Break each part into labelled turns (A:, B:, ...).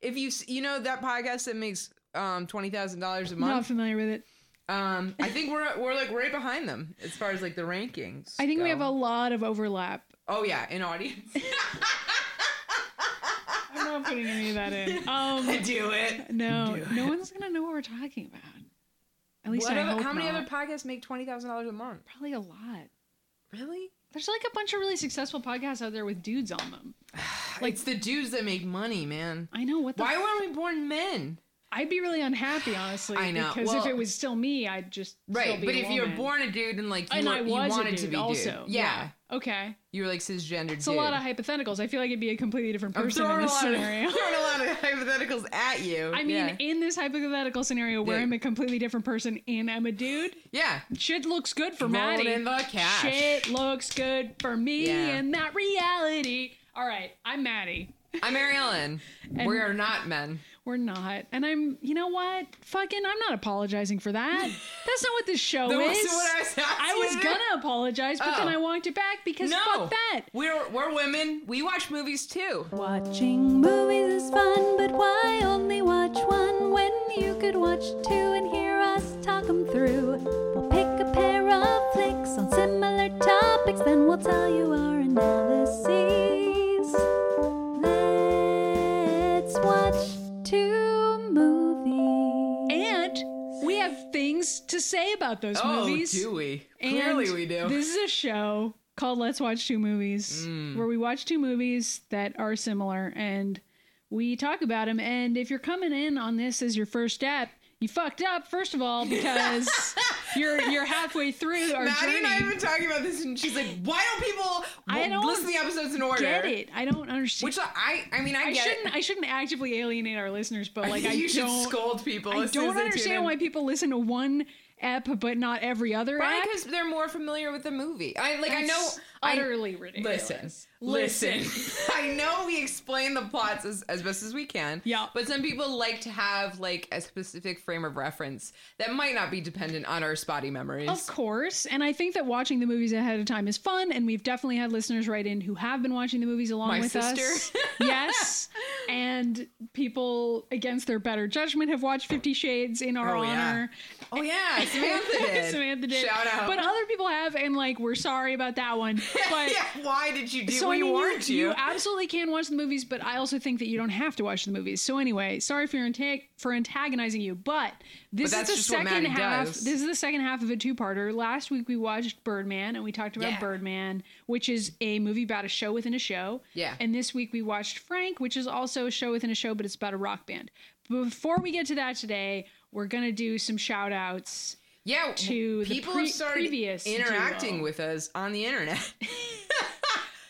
A: If you s- you know that podcast that makes um twenty thousand dollars a
B: Not
A: month,
B: familiar with it.
A: um, I think we're we're like right behind them as far as like the rankings.
B: I think we
A: go.
B: have a lot of overlap.
A: oh yeah in audience.
B: I'm not putting any of that in. Um,
A: Do it.
B: no,
A: Do
B: no one's gonna know what we're talking about. At least
A: What
B: I
A: other-
B: hope
A: how many
B: not.
A: other podcasts make twenty thousand dollars a month?
B: Probably a lot.
A: Really?
B: There's like a bunch of really successful podcasts out there with dudes on them.
A: Like it's the dudes that make money, man.
B: I know what. The
A: Why
B: f-
A: weren't we born men?
B: I'd be really unhappy, honestly.
A: I know.
B: Because
A: Well-
B: if it was still me, I'd just still
A: Right,
B: be
A: but
B: a
A: if you're
B: woman.
A: born a dude and like you,
B: and
A: were,
B: I
A: you
B: was
A: wanted
B: a dude
A: to be
B: also.
A: dude, yeah,
B: Okay.
A: you were like cisgendered.
B: It's a lot of hypotheticals. I feel like it'd be a completely different
A: I'm
B: person in
A: throwing a
B: this
A: lot of
B: scenario.
A: throwing a lot of hypotheticals at you.
B: I mean,
A: yeah,
B: in this hypothetical scenario where
A: Yeah.
B: I'm a completely different person and I'm a dude,
A: yeah.
B: shit looks good for
A: Rolling
B: Maddie.
A: in the cash.
B: Shit looks good for me
A: Yeah.
B: and that reality. All right, I'm Maddie.
A: I'm Mary Ellen. we are not men.
B: We're not. And I'm, you know what? Fucking, I'm not apologizing for that. That's not what this show
A: That
B: is.
A: wasn't what I was asking
B: I was
A: you.
B: gonna apologize, but
A: Oh.
B: then I walked it back because
A: No,
B: fuck that.
A: We're we're women. We watch movies too.
C: Watching movies is fun, but why only watch one when you could watch two and hear us talk 'em through? We'll pick a pair of flicks on similar topics, then we'll tell you our analyses. Let's watch two movies.
B: And we have things to say about those
A: Oh,
B: movies.
A: do we?
B: And
A: Clearly we do.
B: This is a show called Let's Watch Two Movies,
A: Mm.
B: where we watch two movies that are similar and we talk about them. And if you're coming in on this as your first step, you fucked up, first of all, because you're you're halfway through our
A: Maddie
B: journey.
A: and I have been talking about this, and she's like, "Why don't people
B: I
A: w-
B: don't
A: listen to the episodes in order?"
B: get it. I don't understand.
A: Which I, I mean, I,
B: I
A: get
B: shouldn't
A: it.
B: I shouldn't actively alienate our listeners, but like I
A: you should
B: don't
A: scold people.
B: I
A: as soon as
B: don't
A: they tune in.
B: understand why people listen to one app but not every other
A: Probably
B: app.
A: because they're more familiar with the movie. I like. I know.
B: That's
A: I-
B: utterly ridiculous.
A: Listen, listen. I know we explain the plots as, as best as we can.
B: Yeah.
A: But some people like to have like a specific frame of reference that might not be dependent on our spotty memories.
B: Of course, and I think that watching the movies ahead of time is fun, and we've definitely had listeners write in who have been watching the movies along
A: My
B: with us.
A: sister.
B: yes, and people against their better judgment have watched Fifty Shades in our
A: Oh, yeah.
B: honor.
A: Oh yeah, Samantha did.
B: Samantha did.
A: Shout out.
B: But uh, other people have, and like we're sorry about that one. But
A: yeah, why did you do?
B: so
A: we
B: I mean,
A: warned
B: you,
A: you.
B: you absolutely can watch the movies, but I also think that you don't have to watch the movies. So anyway, sorry for your anta- for antagonizing you, but this
A: that's
B: is the
A: just what
B: second
A: Maddie
B: half.
A: does.
B: This is the second half of a two-parter. Last week we watched Birdman and we talked about
A: Yeah.
B: Birdman, which is a movie about a show within a show.
A: Yeah.
B: And this week we watched Frank, which is also a show within a show, but it's about a rock band. Before we get to that today, we're gonna do some shout outs.
A: yeah,
B: to the
A: people
B: pre-
A: have started
B: previous
A: interacting
B: duo.
A: with us on the internet.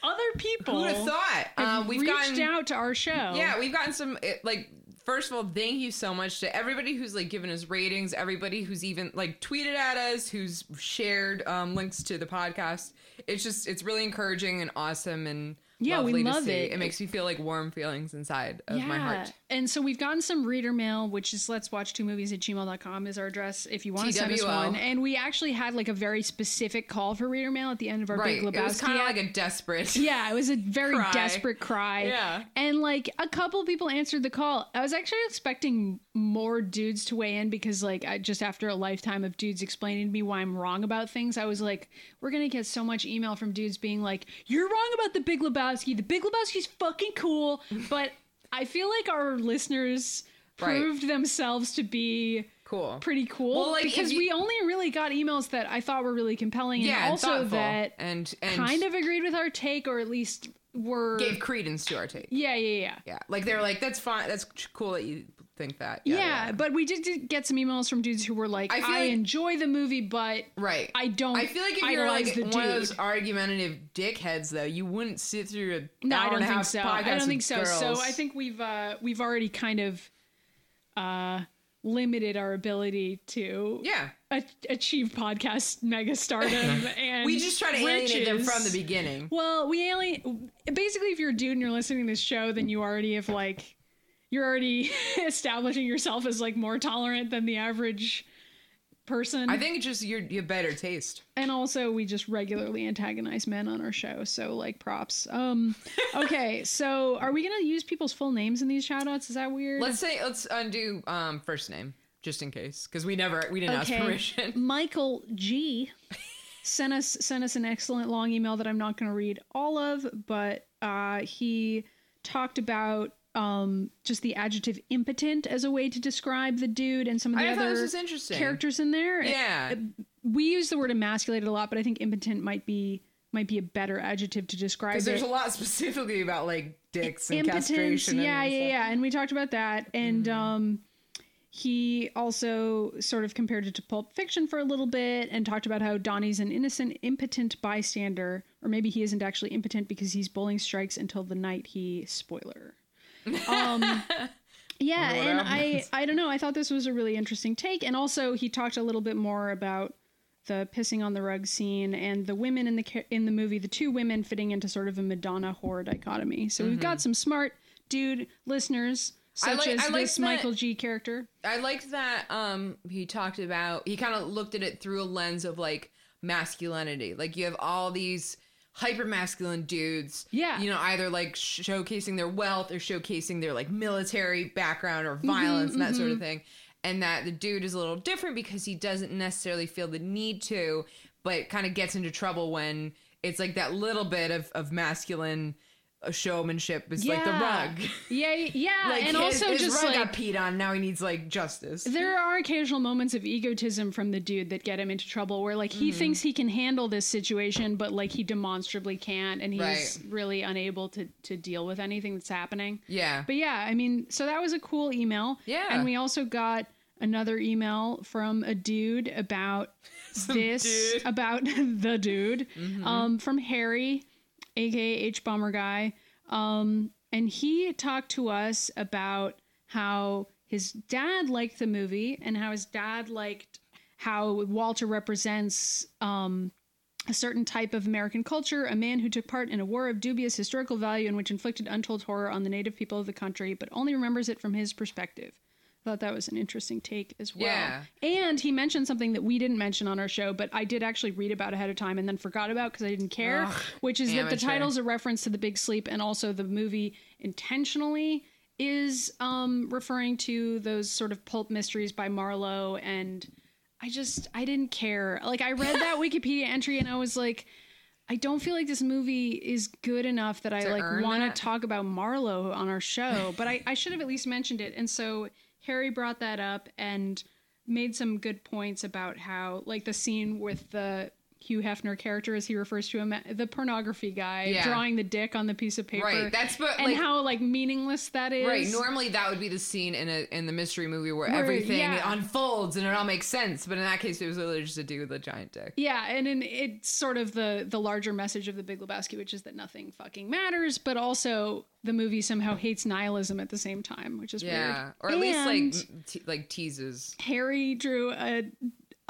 B: Other people
A: Who'd have thought?
B: have
A: Um, we've
B: reached
A: gotten
B: out to our show.
A: Yeah, we've gotten some it- like first of all, thank you so much to everybody who's like given us ratings, everybody who's even like tweeted at us, who's shared um, links to the podcast. It's just it's really encouraging and awesome and
B: Yeah, we
A: lovely to
B: love
A: see.
B: it.
A: It makes me feel like warm feelings inside of my heart.
B: And so we've gotten some reader mail, which is let's watch two movies at gmail.com is our address if you want to send us
A: TWO.
B: one. And we actually had like a very specific call for reader mail at the end of our
A: Right.
B: Big Lebowski.
A: It was kind of
B: ad.
A: like a desperate.
B: yeah, it was a very
A: Cry.
B: desperate cry.
A: Yeah.
B: And like a couple people answered the call. I was actually expecting more dudes to weigh in because like I just after a lifetime of dudes explaining to me why I'm wrong about things, I was like, we're gonna get so much email from dudes being like, You're wrong about the Big Lebowski. The Big Lebowski's fucking cool. But I feel like our listeners
A: Right.
B: proved themselves to be
A: Cool.
B: pretty cool
A: Well, like, if
B: because
A: you-
B: we only really got emails that I thought were really compelling
A: yeah,
B: and
A: and
B: also
A: thoughtful
B: that
A: and and
B: kind of agreed with our take or at least were
A: gave credence to our take.
B: yeah, yeah, yeah.
A: Yeah, like they were like, "That's fine. That's cool that you think that."
B: Yeah, but we did, did get some emails from dudes who were like,
A: I
B: "I,
A: feel like-
B: enjoy the movie, but
A: Right.
B: I don't
A: I feel like if you're
B: idolize
A: like
B: the
A: one
B: dude."
A: of those argumentative dickheads, though, you wouldn't sit through a
B: no,
A: hour
B: I don't
A: and a
B: think
A: half
B: so.
A: podcast
B: I don't think
A: with
B: so."
A: girls.
B: So I think we've uh, we've already kind of uh, limited our ability to
A: yeah,
B: a- achieve podcast mega stardom, and
A: we just try to alienate them
B: riches.
A: from the beginning.
B: Well, we alien basically if you're a dude and you're listening to this show, then you already have like you're already establishing yourself as like more tolerant than the average person.
A: I think it's just your your better taste.
B: and also we just regularly antagonize men on our show, so like props. Um okay, so are we gonna use people's full names in these shout outs? Is that weird?
A: Let's say let's undo um first name just in case because we never we didn't ask permission.
B: Michael G sent us sent us an excellent long email that I'm not going to read all of, but uh, he talked about um, just the adjective impotent as a way to describe the dude and some of the
A: I thought
B: other
A: this was interesting.
B: characters in there. It-
A: Yeah.
B: we use the word emasculated a lot, but I think impotent might be might be a better adjective to describe
A: Because there's
B: it
A: a lot specifically about like dicks and
B: impotence.
A: castration. and
B: Yeah, yeah,
A: stuff. Mm-hmm.
B: yeah. And we talked about that. And um, he also sort of compared it to Pulp Fiction for a little bit and talked about how Donnie's an innocent, impotent bystander, or maybe he isn't actually impotent because he's bowling strikes until the night he spoiler. Um, yeah,
A: Wonder what
B: and I
A: happens.
B: I don't know. I thought this was a really interesting take, and also he talked a little bit more about the pissing on the rug scene and the women in the ca- in the movie, the two women fitting into sort of a Madonna horror dichotomy. So we've got some smart dude listeners,
A: Mm-hmm. I
B: such
A: like-
B: as
A: I like
B: this
A: that-
B: Michael G character.
A: I liked that um he talked about he kind of looked at it through a lens of like masculinity. Like you have all these hyper masculine dudes.
B: Yeah.
A: You know, either like showcasing their wealth or showcasing their like military background
B: Mm-hmm,
A: or violence and that sort of thing. And that the dude is a little different because he doesn't necessarily feel the need to, but kind of gets into trouble when it's like that little bit of, of masculine uh, showmanship is like the rug.
B: Yeah, yeah,
A: Like his-
B: and also
A: his
B: just
A: rug
B: like
A: got peed on. Now he needs like justice.
B: There are occasional moments of egotism from the dude that get him into trouble where like
A: Mm-hmm.
B: he thinks he can handle this situation but like he demonstrably can't and he's
A: Right.
B: really unable to to deal with anything that's happening.
A: Yeah.
B: But yeah, I mean, so that was a cool email.
A: Yeah.
B: And we also got another email from a dude about this
A: dude. Mm-hmm.
B: about the dude um from Harry aka H bomber guy. Um, and he talked to us about how his dad liked the movie and how his dad liked how Walter represents um, a certain type of American culture, a man who took part in a war of dubious historical value and which inflicted untold horror on the native people of the country, but only remembers it from his perspective. I thought that was an interesting take as well.
A: Yeah.
B: And he mentioned something that we didn't mention on our show, but I did actually read about ahead of time and then forgot about because I didn't care,
A: Ugh,
B: which is that the
A: amateur.
B: title's a reference to The Big Sleep and also the movie intentionally is um, referring to those sort of pulp mysteries by Marlowe and I just I didn't care. Like I read that Wikipedia entry and I was like I don't feel like this movie is good enough that I
A: To
B: like
A: earn
B: want
A: that?
B: to talk about Marlowe on our show, but I, I should have at least mentioned it. And so Harry brought that up and made some good points about how, like, the scene with the Hugh Hefner character, as he refers to him, the pornography guy
A: Yeah.
B: drawing the dick on the piece of paper.
A: Right, that's but,
B: and
A: like-
B: how like meaningless that is.
A: Right. Normally, that would be the scene in a in the mystery movie where, everything
B: yeah.
A: unfolds and it all makes sense. But in that case, it was literally just a dude with a giant dick.
B: Yeah, and in, it's sort of the the larger message of the Big Lebowski, which is that nothing fucking matters, but also the movie somehow hates nihilism at the same time, which is
A: Yeah,
B: weird.
A: or at
B: And
A: least like m- te- like teases.
B: Harry drew a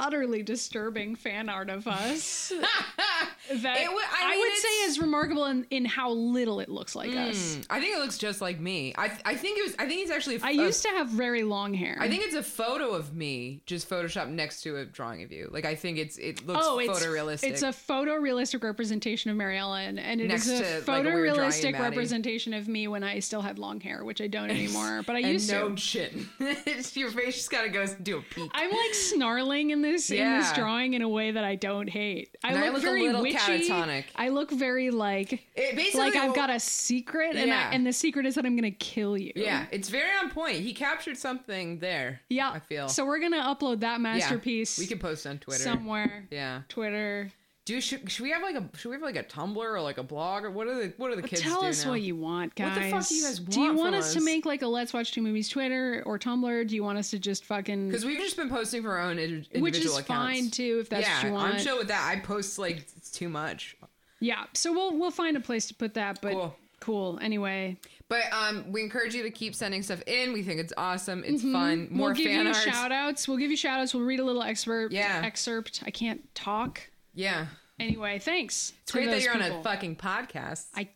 B: utterly disturbing fan art of us that
A: It wa- I
B: I,
A: mean,
B: would say
A: it's-
B: is remarkable in, in how little it looks like us.
A: Mm, I think it looks just like me. I th- I think it was. I think it's actually. a
B: I
A: pho-
B: used to have very long hair.
A: I think it's a photo of me just photoshopped next to a drawing of you. Like I think it's it looks photorealistic.
B: Oh, It's a photorealistic representation of Mary Ellen, and it is
A: Next
B: a
A: to, like, a weird drawing of
B: photorealistic
A: Maddie.
B: representation of me when I still had long hair, which I don't anymore, but I
A: and
B: used
A: no
B: to.
A: chin. It's- Your face just gotta go do a peek.
B: I'm like snarling in this in this
A: Yeah.
B: drawing in a way that I don't hate. I,
A: And I
B: look,
A: look a
B: very
A: little
B: witchy.
A: catatonic.
B: I look very like
A: It basically
B: like I've
A: will-
B: got a secret, and
A: Yeah.
B: I, and the secret is that I'm gonna kill you.
A: Yeah, it's very on point. He captured something there.
B: yeah.
A: I feel
B: so. We're gonna upload that
A: Yeah,
B: masterpiece
A: we can post on Twitter
B: somewhere.
A: Yeah.
B: Twitter.
A: Do should, should we have like a should we have like a Tumblr or like a blog or what are the what are the kids
B: Tell
A: do
B: us
A: now?
B: what you want, guys.
A: What the fuck do you guys
B: Do you
A: want
B: want
A: from
B: us, to
A: us?
B: make like a Let's Watch Two Movies Twitter or Tumblr? Do you want us to just fucking
A: because we've just been posting for our own indi- individual
B: which is
A: accounts.
B: fine too if that's
A: yeah,
B: what you want.
A: I'm chill with that. I post like it's too much,
B: Yeah, so we'll we'll find a place to put that. But cool.
A: Cool.
B: Anyway,
A: but um, we encourage you to keep sending stuff in. We think it's awesome. It's fun. More
B: Mm-hmm. we'll give
A: fan
B: you
A: art.
B: shout outs. We'll give you shout outs. We'll read a little excerpt.
A: Yeah.
B: Excerpt. I can't talk.
A: yeah,
B: Anyway, thanks.
A: it's great that you're on a fucking podcast.
B: I-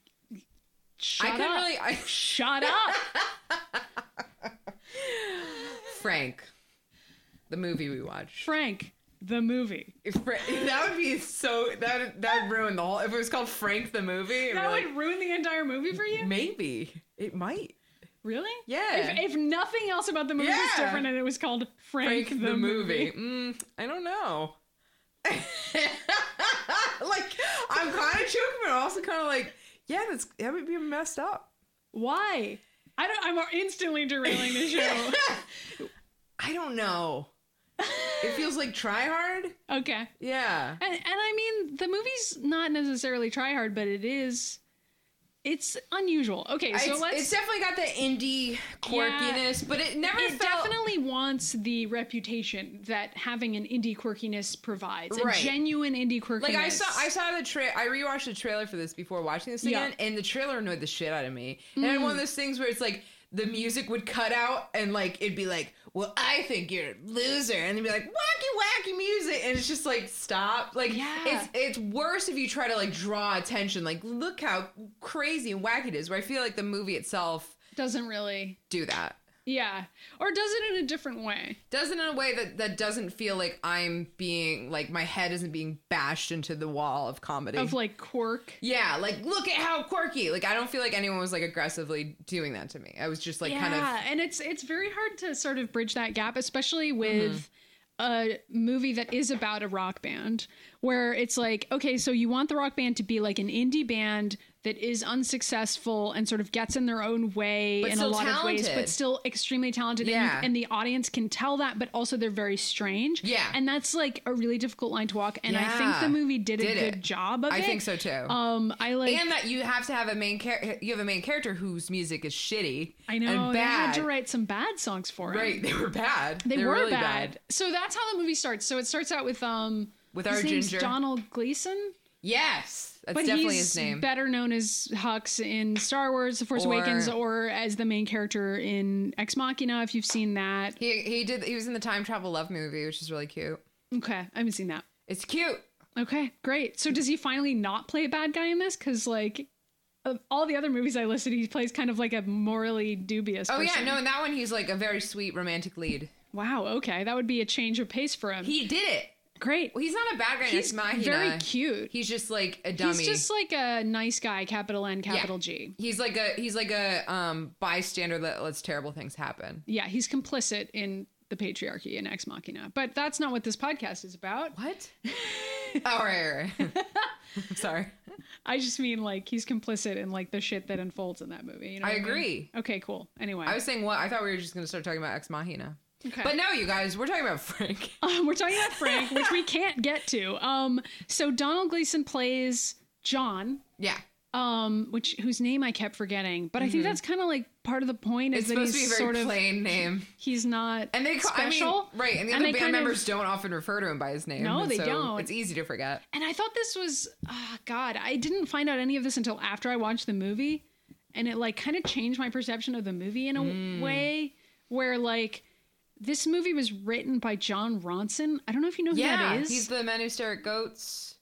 B: Shut
A: I
B: up.
A: couldn't really. I
B: Shut up.
A: Frank. the movie we watched.
B: Frank, the movie.
A: If Fra- that would be so that that would ruin the whole. If it was called Frank the movie, and
B: That
A: we're
B: would ruin the entire movie for
A: like,
B: you?
A: maybe it might.
B: Really?
A: Yeah.
B: If, if nothing else about the movie was
A: Yeah.
B: different and it was called Frank,
A: Frank the, movie. Mm, I don't know. like I'm kind of joking, but I'm also kind of like, yeah, that's that would be messed up.
B: Why? I don't I'm instantly derailing the show.
A: I don't know. It feels like try hard.
B: okay.
A: Yeah.
B: And, and I mean, the movie's not necessarily try hard, but it is. It's unusual. Okay, so
A: it's,
B: let's.
A: it's definitely got the indie quirkiness, but it never
B: it
A: felt
B: definitely wants the reputation that having an indie quirkiness provides.
A: Right.
B: A genuine indie quirkiness.
A: like I saw I saw the tra- I rewatched the trailer for this before watching this
B: Yeah. Mm.
A: again, and the trailer annoyed the shit out of me. And I had one of those things where it's like the music would cut out and like it'd be like, Well, I think you're a loser and it'd be like wacky wacky music and it's just like stop. Like
B: Yeah.
A: it's it's worse if you try to like draw attention, like look how crazy and wacky it is, where I feel like the movie itself
B: Doesn't really.
A: do that.
B: Yeah. Or does it in a different way.
A: doesn't in a way that that doesn't feel like I'm being like my head isn't being bashed into the wall of comedy.
B: Of like quirk.
A: yeah, like look at how quirky. Like I don't feel like anyone was like aggressively doing that to me. I was just like
B: yeah,
A: kind of
B: and it's it's very hard to sort of bridge that gap,
A: Mm-hmm.
B: especially with a movie that is about a rock band, where it's like, okay, so you want the rock band to be like an indie band that is unsuccessful and sort of gets in their own way
A: But
B: in a
A: still
B: lot of ways,
A: talented.
B: but still extremely talented. and you-
A: Yeah.
B: And, the audience can tell that, but also they're very strange.
A: Yeah.
B: and that's like a really difficult line to walk. And I think
A: Yeah.
B: the movie did,
A: Did
B: a
A: it.
B: good job of
A: I
B: it.
A: think so too.
B: Um, I like.
A: and that you have to have a main character. You have a main character whose music is shitty.
B: I know
A: and
B: they had
A: bad.
B: to write some bad songs for it.
A: right, they were bad.
B: They, were
A: really
B: bad. So that's how the movie starts. So it starts out with um
A: With
B: his
A: our
B: name's
A: ginger.
B: Donald Gleason,
A: Yes, that's
B: but
A: definitely
B: he's
A: his name.
B: better known as Hux in Star Wars: The Force
A: Or-
B: Awakens, or as the main character in Ex Machina. If you've seen that,
A: he he did. He was in the time travel love movie, which is really cute.
B: okay, I haven't seen that.
A: It's cute.
B: Okay, great. So does he finally not play a bad guy in this? Because like. Of all the other movies I listed, he plays kind of like a morally dubious.
A: Oh yeah,
B: person.
A: no, in that one he's like a very sweet romantic lead.
B: Wow. Okay, that would be a change of pace for him.
A: He did it.
B: great.
A: Well, he's not a bad guy.
B: He's
A: He's Mahina.
B: very cute.
A: He's just like a dummy.
B: He's just like a nice guy, capital N, capital G.
A: He's like a he's like a um bystander that lets terrible things happen.
B: Yeah, he's complicit in the patriarchy in Ex Machina, but that's not what this podcast is about.
A: What? oh, right, right, right. I'm sorry.
B: I just mean like he's complicit in like the shit that unfolds in that movie. You know
A: I
B: what mean?
A: agree.
B: Okay, cool. Anyway,
A: I was saying what I thought we were just gonna start talking about ex Mahina.
B: Okay.
A: But no, you guys, we're talking about Frank.
B: Um, we're talking about Frank, which we can't get to. Um, so Donald Gleason plays John.
A: Yeah.
B: Um, which whose name I kept forgetting, but I think that's kind of like part of the point is
A: Mm-hmm. It's
B: that
A: supposed
B: he's
A: to be a very
B: sort of
A: plain name.
B: he's not
A: And they call,
B: special,
A: I mean, right, and the
B: And
A: other
B: they
A: band
B: kind of-
A: members don't often refer to him by his name.
B: No,
A: and
B: they
A: so
B: don't.
A: It's easy to forget.
B: And I thought this was, ah, God, I didn't find out any of this until after I watched the movie. And it like kind of changed my perception of the movie in a
A: Mm.
B: way where like this movie was written by John Ronson. I don't know if you know who
A: Yeah.
B: that is.
A: He's
B: He's,
A: the men who stare at goats.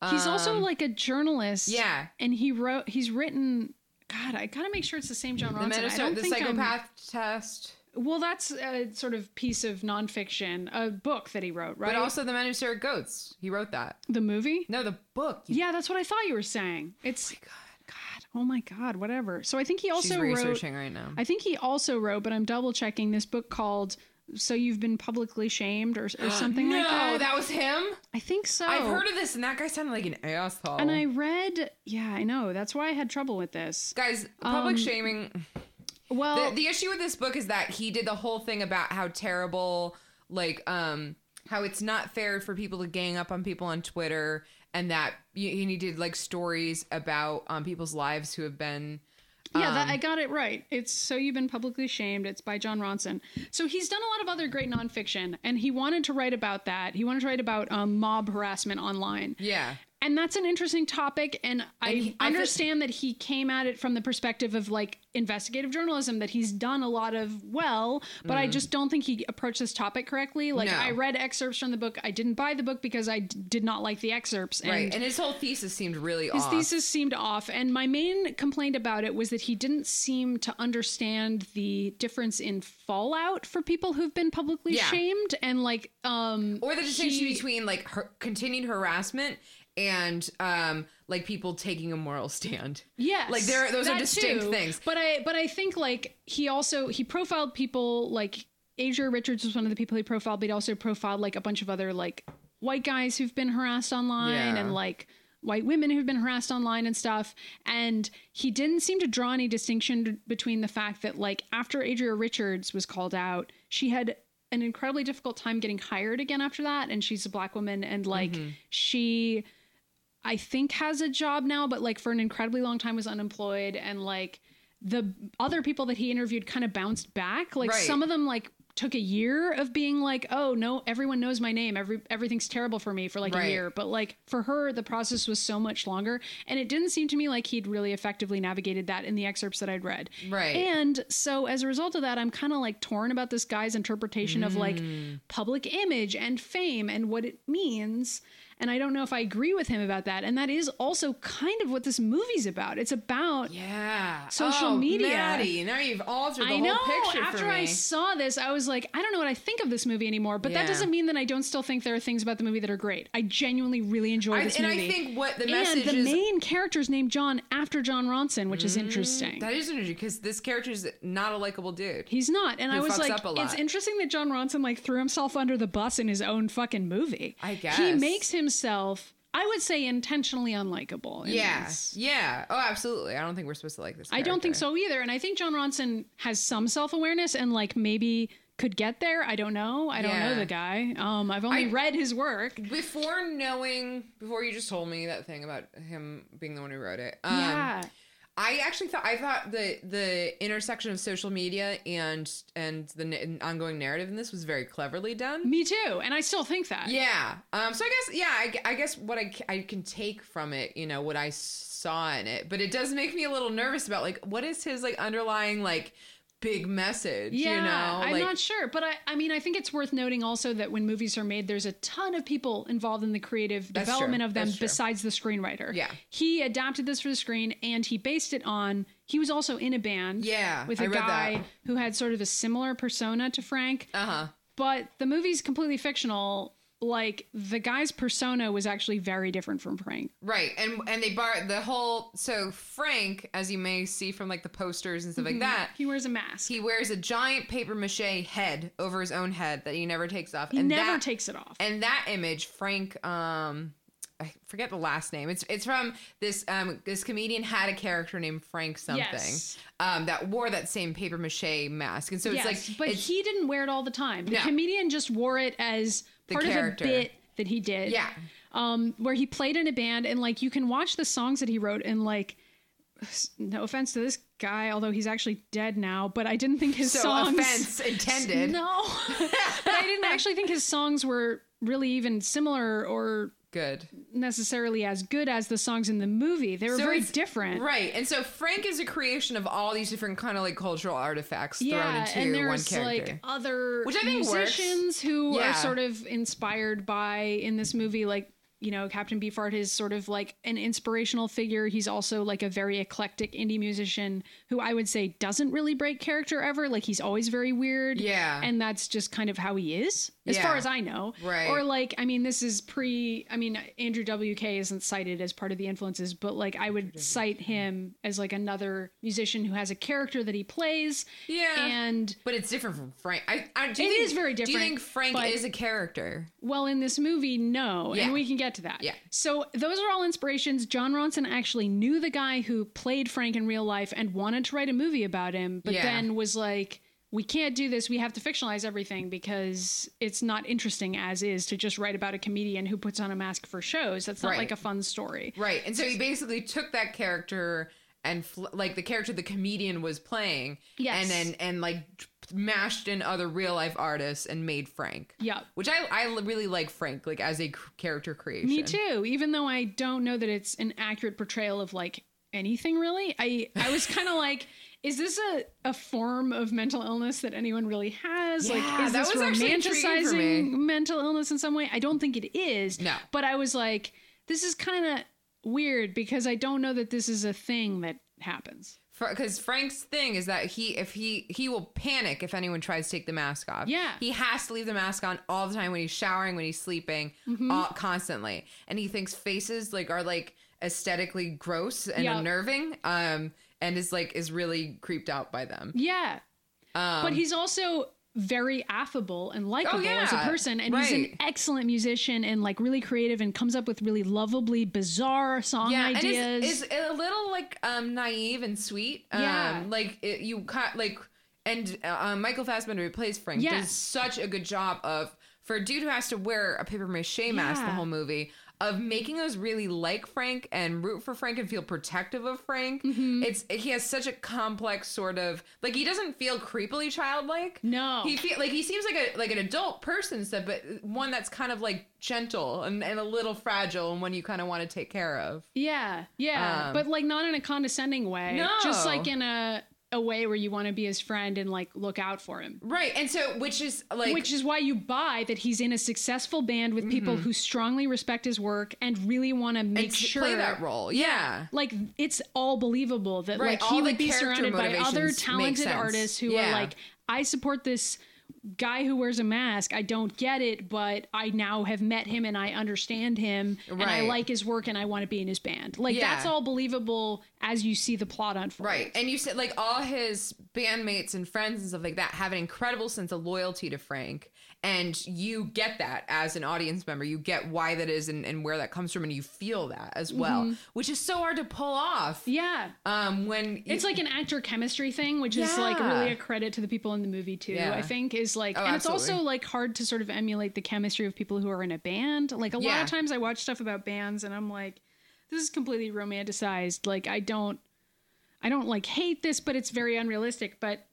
B: also
A: um,
B: like a journalist.
A: yeah.
B: And he wrote, he's written, God, I gotta make sure it's the same John
A: The
B: Ronson.
A: men who
B: I
A: stare
B: don't
A: the
B: think I'm-
A: psychopath test.
B: well, that's a sort of piece of nonfiction, a book that he wrote, right?
A: But also the men who stare at goats. He wrote that.
B: the movie.
A: No, the book. You
B: Yeah, that's what I thought you were saying. It's
A: God.
B: God, oh my God, whatever. So I think he also
A: She's
B: wrote.
A: researching right now.
B: I think he also wrote, but I'm double checking this book called "So You've Been Publicly Shamed" or, or something
A: no,
B: like that.
A: that was him.
B: I think so.
A: I've heard of this, and that guy sounded like an asshole.
B: and I read. Yeah, I know. That's why I had trouble with this.
A: guys, public
B: Um,
A: shaming.
B: Well,
A: The, the issue with this book is that he did the whole thing about how terrible, like, um, how it's not fair for people to gang up on people on Twitter, and that you, and he did like stories about um people's lives who have been.
B: yeah, that,
A: um,
B: I got it right. It's "So You've Been Publicly Shamed." It's by John Ronson. So he's done a lot of other great nonfiction, and he wanted to write about that. He wanted to write about um, mob harassment online.
A: Yeah.
B: and that's an interesting topic and,
A: And
B: i
A: he- I feel-
B: understand that he came at it from the perspective of like investigative journalism that he's done a lot of well but i just don't think he approached this topic correctly like
A: Mm. No.
B: i read excerpts from the book i didn't buy the book because I d- did not like the excerpts and
A: right. And his whole thesis seemed really
B: his
A: off.
B: thesis seemed off, and my main complaint about it was that he didn't seem to understand the difference in fallout for people who've been publicly
A: Yeah.
B: shamed, and like, um,
A: or the distinction
B: he-
A: between like har continued harassment and um like people taking a moral stand.
B: Yes,
A: Like there are- those are
B: that
A: distinct
B: too.
A: things.
B: But I but I think like he also he profiled people like Asia Richards was one of the people he profiled, but he also profiled like a bunch of other like white guys who've been harassed online
A: Yeah.
B: and like white women who've been harassed online and stuff and he didn't seem to draw any distinction between the fact that like after Adria Richards was called out she had an incredibly difficult time getting hired again after that and she's a black woman and like
A: Mm-hmm.
B: she I think has a job now, but like for an incredibly long time was unemployed and like the other people that he interviewed kind of bounced back. Like
A: Right.
B: some of them like took a year of being like, "Oh, no, everyone knows my name. Every everything's terrible for me for like
A: Right.
B: a year." But like for her, the process was so much longer, and it didn't seem to me like he'd really effectively navigated that in the excerpts that I'd read.
A: Right.
B: And so as a result of that, I'm kind of like torn about this guy's interpretation of like
A: Mm.
B: public image and fame and what it means. And I don't know if I agree with him about that. And that is also kind of what this movie's about. It's about
A: Yeah.
B: Social
A: Oh,
B: media.
A: Maddie, now you've altered the
B: I
A: whole
B: know.
A: picture
B: After
A: for me.
B: I saw this, I was like, I don't know what I think of this movie anymore. But
A: Yeah.
B: that doesn't mean that I don't still think there are things about the movie that are great. I genuinely really enjoy
A: I-
B: this
A: and
B: movie.
A: I think what the
B: and
A: message
B: the
A: is Mm,
B: main character's named John after John Ronson, which is interesting.
A: that is interesting because this character is not a likable dude.
B: He's not. And I
A: Who
B: was
A: fucks
B: like,
A: up a lot.
B: it's interesting that John Ronson like threw himself under the bus in his own fucking movie.
A: I
B: He
A: guess.
B: makes himself, I would say, intentionally unlikable. in
A: yeah.
B: this.
A: Yeah. Oh, absolutely. I don't think we're supposed to like this.
B: I don't think
A: character.
B: so either. And I think John Ronson has some self awareness and like maybe could get there. I don't know. I don't
A: Yeah.
B: know the guy. Um, I've only
A: I-
B: read his work.
A: Before knowing, before you just told me that thing about him being the one who wrote it, um,
B: yeah.
A: I actually thought I thought the the intersection of social media and and the n- ongoing narrative in this was very cleverly done.
B: Me too. And I still think that.
A: Yeah. Um. So I guess yeah. I, gu- I guess what I, c- I can take from it, you know, what I saw in it, but it does make me a little nervous about like what is his like underlying like big message.
B: Yeah,
A: You know.
B: I'm
A: like,
B: not sure, but I, I mean, I think it's worth noting also that when movies are made, there's a ton of people involved in the creative
A: That's
B: development
A: true.
B: of them
A: That's true.
B: besides the screenwriter.
A: Yeah.
B: he adapted this for the screen, and he based it on. He was also in a band.
A: Yeah,
B: with
A: I
B: a
A: read that.
B: guy who had sort of a similar persona to Frank,
A: Uh huh.
B: but the movie's completely fictional. Like the guy's persona was actually very different from Frank.
A: Right, and and they bar the whole. So Frank, as you may see from like the posters and stuff
B: Mm-hmm.
A: like that,
B: He wears a mask.
A: he wears a giant paper mache head over his own head that he never takes off.
B: He
A: and
B: never
A: that,
B: takes it off.
A: And that image, Frank, um, I forget the last name. It's it's from this um this comedian had a character named Frank something,
B: Yes.
A: um, that wore that same paper mache mask, and so it's
B: yes,
A: like
B: but
A: it's,
B: he didn't wear it all the time. The
A: No.
B: comedian just wore it as
A: The
B: part
A: character.
B: of a bit that he did.
A: Yeah.
B: Um, where he played in a band and like you can watch the songs that he wrote and like s- no offense to this guy, although he's actually dead now, but I didn't think his
A: so
B: songs
A: offense intended.
B: No. but I didn't actually think his songs were really even similar or
A: Good.
B: necessarily as good as the songs in the movie. They were
A: So
B: very
A: it's-
B: different.
A: Right. And so Frank is a creation of all these different kind of like cultural artifacts thrown into one character.
B: like other
A: Which I think works.
B: musicians who
A: Yeah.
B: are sort of inspired by in this movie, like you know, Captain Beefheart is sort of like an inspirational figure. He's also like a very eclectic indie musician who I would say doesn't really break character ever. Like he's always very weird.
A: Yeah.
B: And that's just kind of how he is, as
A: Yeah.
B: far as I know.
A: Right.
B: Or like, I mean, this is pre I mean, Andrew WK isn't cited as part of the influences, but like I would cite him as like another musician who has a character that he plays.
A: Yeah.
B: And
A: But it's different from Frank. I, I do you
B: It
A: think-
B: is very
A: Do you
B: different,
A: think Frank
B: but-
A: is a character?
B: well, in this movie, no.
A: Yeah.
B: And we can get to that.
A: Yeah.
B: So those are all inspirations. John Ronson actually knew the guy who played Frank in real life and wanted to write a movie about him, but
A: Yeah.
B: then was like, we can't do this. We have to fictionalize everything because it's not interesting as is to just write about a comedian who puts on a mask for shows. That's not
A: Right.
B: like a fun story.
A: Right. And so he basically took that character and fl- like the character the comedian was playing and
B: Yes.
A: then and like mashed in other real life artists and made Frank.
B: Yeah.
A: Which I, I l- really like Frank, like as a c- character creation.
B: Me too. Even though I don't know that it's an accurate portrayal of like anything really, I I was kind of like, is this a a form of mental illness that anyone really has? like,
A: Yeah,
B: is
A: that
B: this
A: was actually intriguing for
B: romanticizing
A: me.
B: mental illness in some way? I don't think it is.
A: No.
B: But I was like, this is kind of weird because I don't know that this is a thing that happens.
A: because Frank's thing is that he if he he will panic if anyone tries to take the mask off.
B: Yeah.
A: he has to leave the mask on all the time when he's showering, when he's sleeping, all, constantly, and he thinks faces like are like aesthetically gross and
B: Yeah.
A: unnerving. Um, and is like is really creeped out by them.
B: Yeah.
A: Um, Oh,
B: but he's also very affable and likable as a
A: yeah.
B: person and he's
A: Right.
B: an excellent musician and like really creative and comes up with really lovably bizarre song
A: yeah,
B: ideas
A: and is a little like um naive and sweet. Um,
B: Yeah.
A: like it, you caught like and uh, um, Michael Fassbender who plays Frank
B: Yes.
A: does such a good job of for a dude who has to wear a paper mache mask the
B: Yeah.
A: whole movie of making us really like Frank and root for Frank and feel protective of Frank.
B: Mm-hmm.
A: It's he has such a complex sort of like he doesn't feel creepily childlike.
B: No.
A: he feel, like he seems like a like an adult person and stuff, but one that's kind of like gentle and, and a little fragile and one you kind of want to take care of.
B: yeah yeah
A: Um,
B: but like not in a condescending way
A: No.
B: just like in a a way where you want to be his friend and like look out for him
A: Right. And so, which is like,
B: which is why you buy that he's in a successful band with people who strongly respect his work and really want to
A: Mm-hmm.
B: make
A: and
B: sure
A: play that role. Yeah.
B: like it's all believable that
A: Right,
B: like he
A: all the
B: would be
A: character
B: surrounded by other
A: motivations make
B: talented
A: sense.
B: artists who are
A: Yeah.
B: like i support this guy who wears a mask i don't get it but i now have met him and i understand him and i
A: Right.
B: like his work and i want to be in his band like
A: Yeah.
B: that's all believable as you see the plot unfold
A: Right. And you said like all his bandmates and friends and stuff like that have an incredible sense of loyalty to Frank. And you get that as an audience member. You get why that is and, and where that comes from. And you feel that as well, which is so hard to pull off.
B: Mm-hmm. yeah
A: Um, when you-
B: it's like an actor chemistry thing, which is like
A: Yeah.
B: really a credit to the people in the movie too.
A: Yeah.
B: I think is like,
A: Oh,
B: and it's also
A: absolutely.
B: like hard to sort of emulate the chemistry of people who are in a band. Like a lot
A: Yeah.
B: of times, I watch stuff about bands, and I'm like, this is completely romanticized. Like I don't, I don't like hate this, but it's very unrealistic. But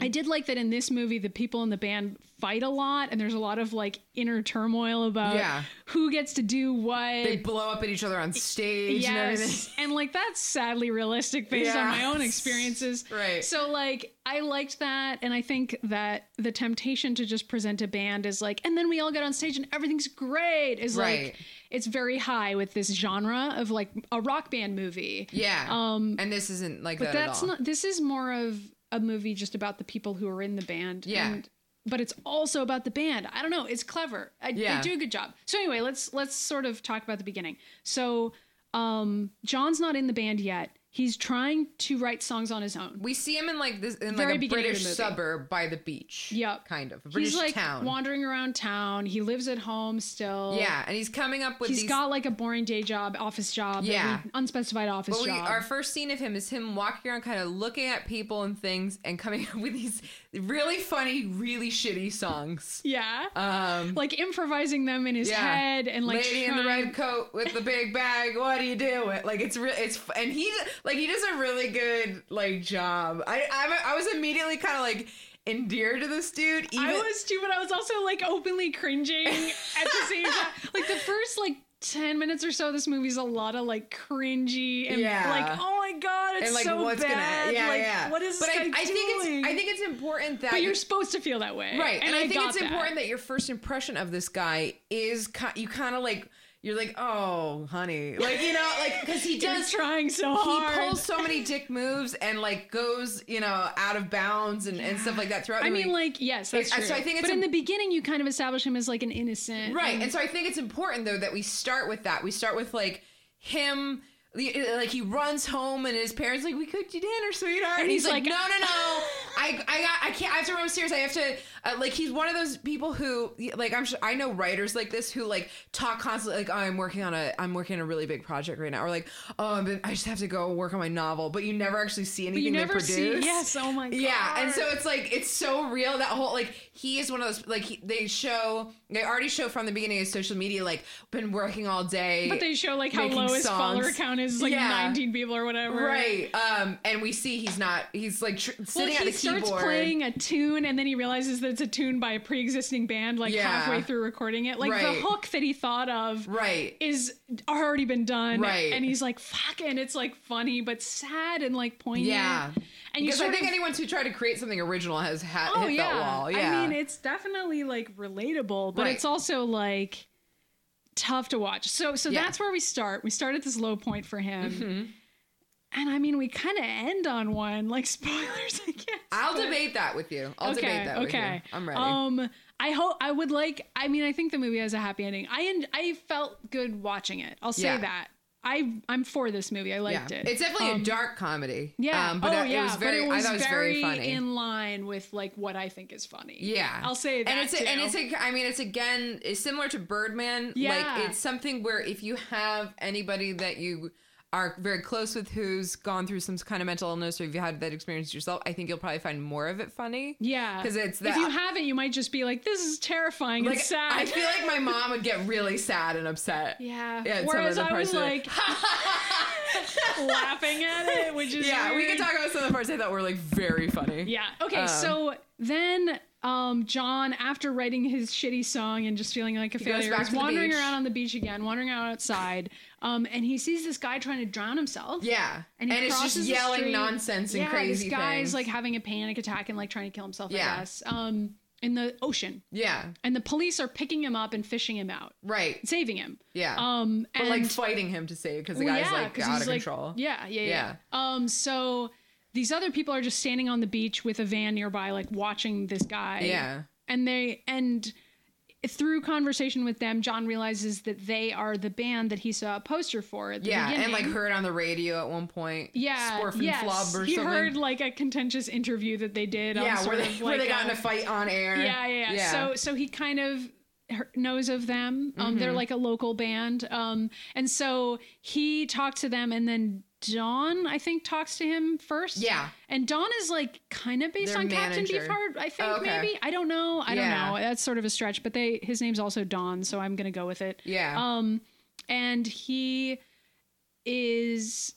B: I did like that in this movie, the people in the band fight a lot, and there's a lot of like inner turmoil about
A: Yeah.
B: who gets to do what.
A: they blow up at each other on stage and everything.
B: Yes. And like that's sadly realistic based
A: Yeah.
B: on my own experiences.
A: Right.
B: So like I liked that and I think that the temptation to just present a band is like and then we all get on stage and everything's great is
A: Right.
B: like it's very high with this genre of like a rock band movie.
A: Yeah.
B: Um,
A: and this isn't like
B: But
A: that at
B: that's
A: all.
B: not this is more of a movie just about the people who are in the band.
A: Yeah.
B: And, but it's also about the band. I don't know. It's clever. I,
A: Yeah.
B: They do a good job. So anyway, let's let's sort of talk about the beginning. So um, John's not in the band yet. He's trying to write songs on his own.
A: we see him in like this in
B: Very
A: like a
B: beginning of the
A: British
B: movie.
A: suburb by the beach.
B: Yep.
A: Kind of. A British
B: He's like
A: town.
B: wandering around town. He lives at home still.
A: Yeah, and he's coming up with
B: He's
A: these.
B: got like a boring day job, office job. that
A: Yeah.
B: we- unspecified office
A: but we,
B: job.
A: our first scene of him is him walking around, kind of looking at people and things, and coming up with these really funny, really shitty songs.
B: yeah.
A: Um,
B: like improvising them in his
A: yeah.
B: head and like
A: lady in the
B: trying-
A: red coat with the big bag. What do you do? Like it's real. It's f- and he like he does a really good like job. I I, I was immediately kind of like endeared to this dude. Even
B: I was too, but I was also like openly cringing at the same time. Like the first like ten minutes or so, of this movie's a lot of like cringy and
A: Yeah.
B: like, oh my god, it's
A: and like
B: so
A: what's
B: bad.
A: gonna yeah
B: like,
A: yeah.
B: What is
A: but
B: this
A: I,
B: guy
A: I think
B: doing?
A: it's I think it's important that
B: but you're supposed to feel that way,
A: right and, i, think
B: got
A: it's
B: that.
A: important that your first impression of this guy is ki- you kind of like you're like oh honey like you know like because he
B: You're
A: does
B: trying so
A: he
B: hard.
A: pulls so many dick moves and like goes you know out of bounds and, and stuff like that throughout
B: I
A: the
B: mean,
A: movie.
B: like yes, that's
A: It's-
B: true.
A: so I think it's
B: but in
A: im-
B: the beginning, you kind of establish him as like an innocent,
A: Right. And so I think it's important though that we start with that. We start with like him like he runs home and his parents like we cooked you dinner sweetheart and,
B: he's
A: he's, like,
B: like-
A: no no no I I got I can't I have to run upstairs I have to uh, like he's one of those people who like I'm sure I know writers like this who like talk constantly like oh, I'm working on a I'm working on a really big project right now or like oh I'm, I just have to go work on my novel but you never actually see anything
B: you never
A: they produce
B: see. Yes, oh my god.
A: yeah, and so it's like it's so real that whole like he is one of those like he, they show they already show from the beginning of social media like been working all day,
B: But they show like how
A: making
B: low his follower
A: songs.
B: count is like
A: Yeah.
B: 19 people or whatever.
A: Right. Um, and we see he's not. He's like tr-
B: Well,
A: sitting
B: he
A: at the
B: starts
A: keyboard.
B: playing a tune and then he realizes that it's a tune by a pre-existing band like
A: Yeah.
B: halfway through recording it. Like
A: Right.
B: the hook that he thought of
A: Right.
B: is already been done.
A: Right.
B: And he's like, fuck, and it's like funny but sad and like poignant.
A: Yeah.
B: And you
A: Because I
B: sort
A: think
B: of,
A: anyone who tried to create something original has ha-
B: oh,
A: hit
B: yeah.
A: that wall. Yeah.
B: I mean, it's definitely like relatable, but
A: Right.
B: it's also like tough to watch. So so
A: Yeah. Mm-hmm.
B: that's where we start. We start at this low point for him. And I mean, we kind of end on one, like spoilers, I guess.
A: I'll
B: but-
A: debate that with you. I'll debate that with you. I'm ready.
B: Um, I hope I would like. I mean, I think the movie has a happy ending. I en- I felt good watching it. I'll say
A: Yeah.
B: that. I I'm for this movie. I liked
A: yeah.
B: it.
A: It's definitely
B: Um,
A: a dark comedy.
B: yeah.
A: Um, but
B: oh,
A: uh,
B: yeah.
A: it was very.
B: but it was
A: I thought it was very,
B: very
A: funny.
B: in line with like what I think is funny.
A: yeah,
B: I'll say that.
A: And it's
B: too.
A: and it's a, I mean it's again it's similar to Birdman.
B: Yeah.
A: like it's something where if you have anybody that you are very close with who's gone through some kind of mental illness or if you had that experience yourself, I think you'll probably find more of it funny.
B: yeah.
A: 'cause it's
B: if
A: that-
B: you haven't, you might just be like, this is terrifying.
A: Like
B: it's sad.
A: I feel like my mom would get really sad and upset.
B: yeah.
A: Yeah, some of
B: Whereas
A: the
B: I was
A: parts of it.
B: like laughing at it, which is
A: Yeah, we
B: weird.
A: can talk about some of the parts I thought were like very funny.
B: Yeah. Okay.
A: Um,
B: so then, um, John, after writing his shitty song and just feeling like a
A: goes
B: failure,
A: back
B: is
A: to the
B: wandering
A: beach.
B: around on the beach again, wandering out outside, um, and he sees this guy trying to drown himself.
A: Yeah. And, it's just
B: crosses the
A: yelling
B: street.
A: nonsense and
B: yeah,
A: crazy
B: This guy's
A: things.
B: like having a panic attack and like trying to kill himself. I
A: Yeah.
B: guess. Um, in the ocean,
A: yeah,
B: and the police are picking him up and fishing him out,
A: right.
B: saving him.
A: Yeah.
B: Um,
A: but
B: and
A: like fighting him to save because the
B: Well,
A: guy's
B: yeah,
A: like
B: 'cause
A: out
B: he's,
A: of
B: like-
A: control.
B: Yeah, yeah, yeah, Um, so these other people are just standing on the beach with a van nearby, like watching this guy.
A: Yeah.
B: And they and through conversation with them, John realizes that they are the band that he saw a poster for at the
A: Yeah,
B: beginning.
A: and like heard on the radio at one point.
B: yeah,
A: Sporf and
B: yes.
A: Flub or
B: he
A: something.
B: heard like a contentious interview that they did. on
A: yeah,
B: sort
A: where they,
B: of,
A: where
B: like,
A: they got in
B: a-
A: a fight on air.
B: yeah, yeah, yeah. So so he kind of her- knows of them. Um,
A: Mm-hmm.
B: they're like a local band. Um, and so he talked to them, and then Dawn, I think, talks to him first.
A: Yeah.
B: and Dawn is like kind of based
A: Their
B: on
A: manager.
B: Captain Beefheart. I think
A: Oh, okay.
B: maybe I don't know.
A: Yeah.
B: I don't know. That's sort of a stretch. But they his name's also Dawn, so I'm gonna go with it.
A: Yeah.
B: Um, and he is.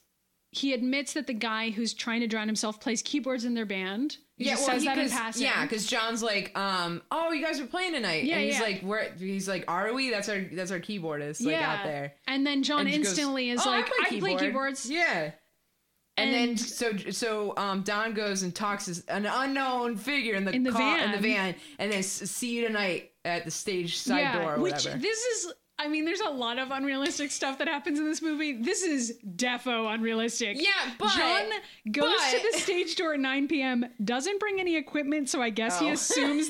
B: He admits that the guy who's trying to drown himself plays keyboards in their band. He
A: yeah,
B: just
A: well,
B: says
A: he-
B: that in
A: 'cause-
B: passing.
A: Yeah, because John's like, um, oh, you guys are playing tonight.
B: Yeah,
A: and he's
B: yeah.
A: like, where? He's like, are we? That's our that's our keyboardist like out there.
B: And then John
A: And she goes,
B: instantly is
A: "Oh,
B: like, I, play keyboards.
A: Yeah. And, then
B: And-
A: so so um, Don goes and talks to an unknown figure in the
B: In the
A: car, in
B: van.
A: the van, and then s- see you tonight at the stage side door or
B: which
A: whatever.
B: this is. I mean, there's a lot of unrealistic stuff that happens in this movie. This is defo unrealistic.
A: Yeah, but-
B: John goes to
A: but-
B: the stage door at 9 p.m. Doesn't bring any equipment, so I guess he
A: Oh.
B: assumes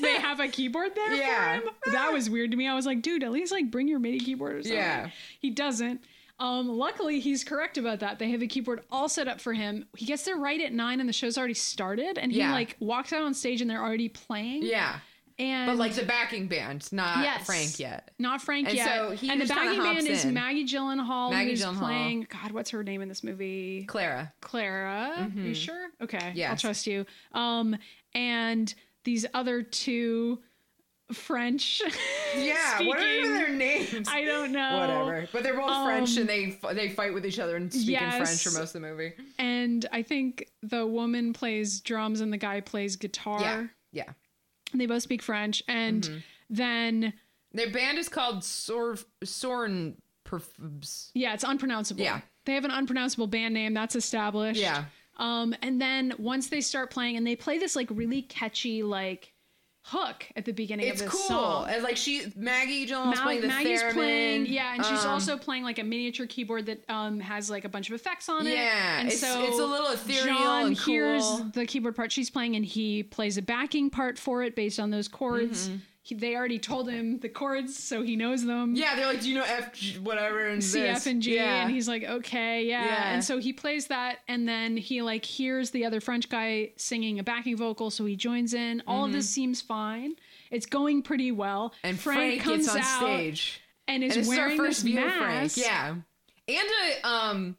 B: they have a keyboard there
A: Yeah.
B: for him. That was weird to me. I was like, dude, at least like bring your MIDI keyboard or something.
A: Yeah.
B: He doesn't. Um, luckily, he's correct about that. They have a keyboard all set up for him. He gets there right at nine, and the show's already started. And he
A: Yeah.
B: like walks out on stage, and they're already playing.
A: yeah,
B: and
A: but like the backing band, not
B: Yes.
A: Frank yet.
B: Not Frank
A: And
B: yet.
A: so he
B: and the
A: just kinda
B: backing band
A: hops
B: is
A: in.
B: Maggie Gyllenhaal,
A: Maggie
B: who's
A: Gyllenhaal.
B: playing. God, what's her name in this movie?
A: Clara.
B: Clara. Are you sure? Okay, I'll
A: Mm-hmm. Yes.
B: trust you. Um, and these other two French.
A: Yeah, what are even their
B: speaking-
A: names?
B: I don't know.
A: Whatever, but they're both French
B: Um,
A: and they f- they fight with each other and speak in French
B: yes.
A: for most of the movie.
B: And I think the woman plays drums and the guy plays guitar.
A: Yeah, Mm-hmm. yeah.
B: They both speak French, and then
A: Their band is called Sor Sorn Perfs.
B: yeah, it's unpronounceable.
A: Yeah.
B: they have an unpronounceable band name that's established.
A: Yeah.
B: Um, and then once they start playing, and they play this like really catchy like hook at the beginning
A: It's
B: of this
A: cool.
B: song.
A: And like she, Maggie Jones
B: Mag-
A: playing the
B: Maggie's
A: theremin.
B: playing, yeah, and she's
A: Um,
B: also playing like a miniature keyboard that um has like a bunch of effects on it.
A: Yeah,
B: and
A: it's-
B: so
A: it's a little ethereal
B: John
A: and
B: hears
A: cool.
B: the keyboard part she's playing, and he plays a backing part for it based on those
A: Mm-hmm.
B: chords. He, they already told him the chords, so he knows them.
A: Yeah, they're like, do you know F G- whatever and
B: C,
A: this?"
B: F, and G,
A: Yeah.
B: and he's like, okay, yeah.
A: Yeah.
B: And so he plays that, and then he like hears the other French guy singing a backing vocal, so he joins in. All of this seems fine. It's going pretty well.
A: Mm-hmm. and Frank, gets on stage
B: and is
A: and this
B: wearing
A: is our first
B: this
A: view
B: mask.
A: of Frank. Yeah, and a um,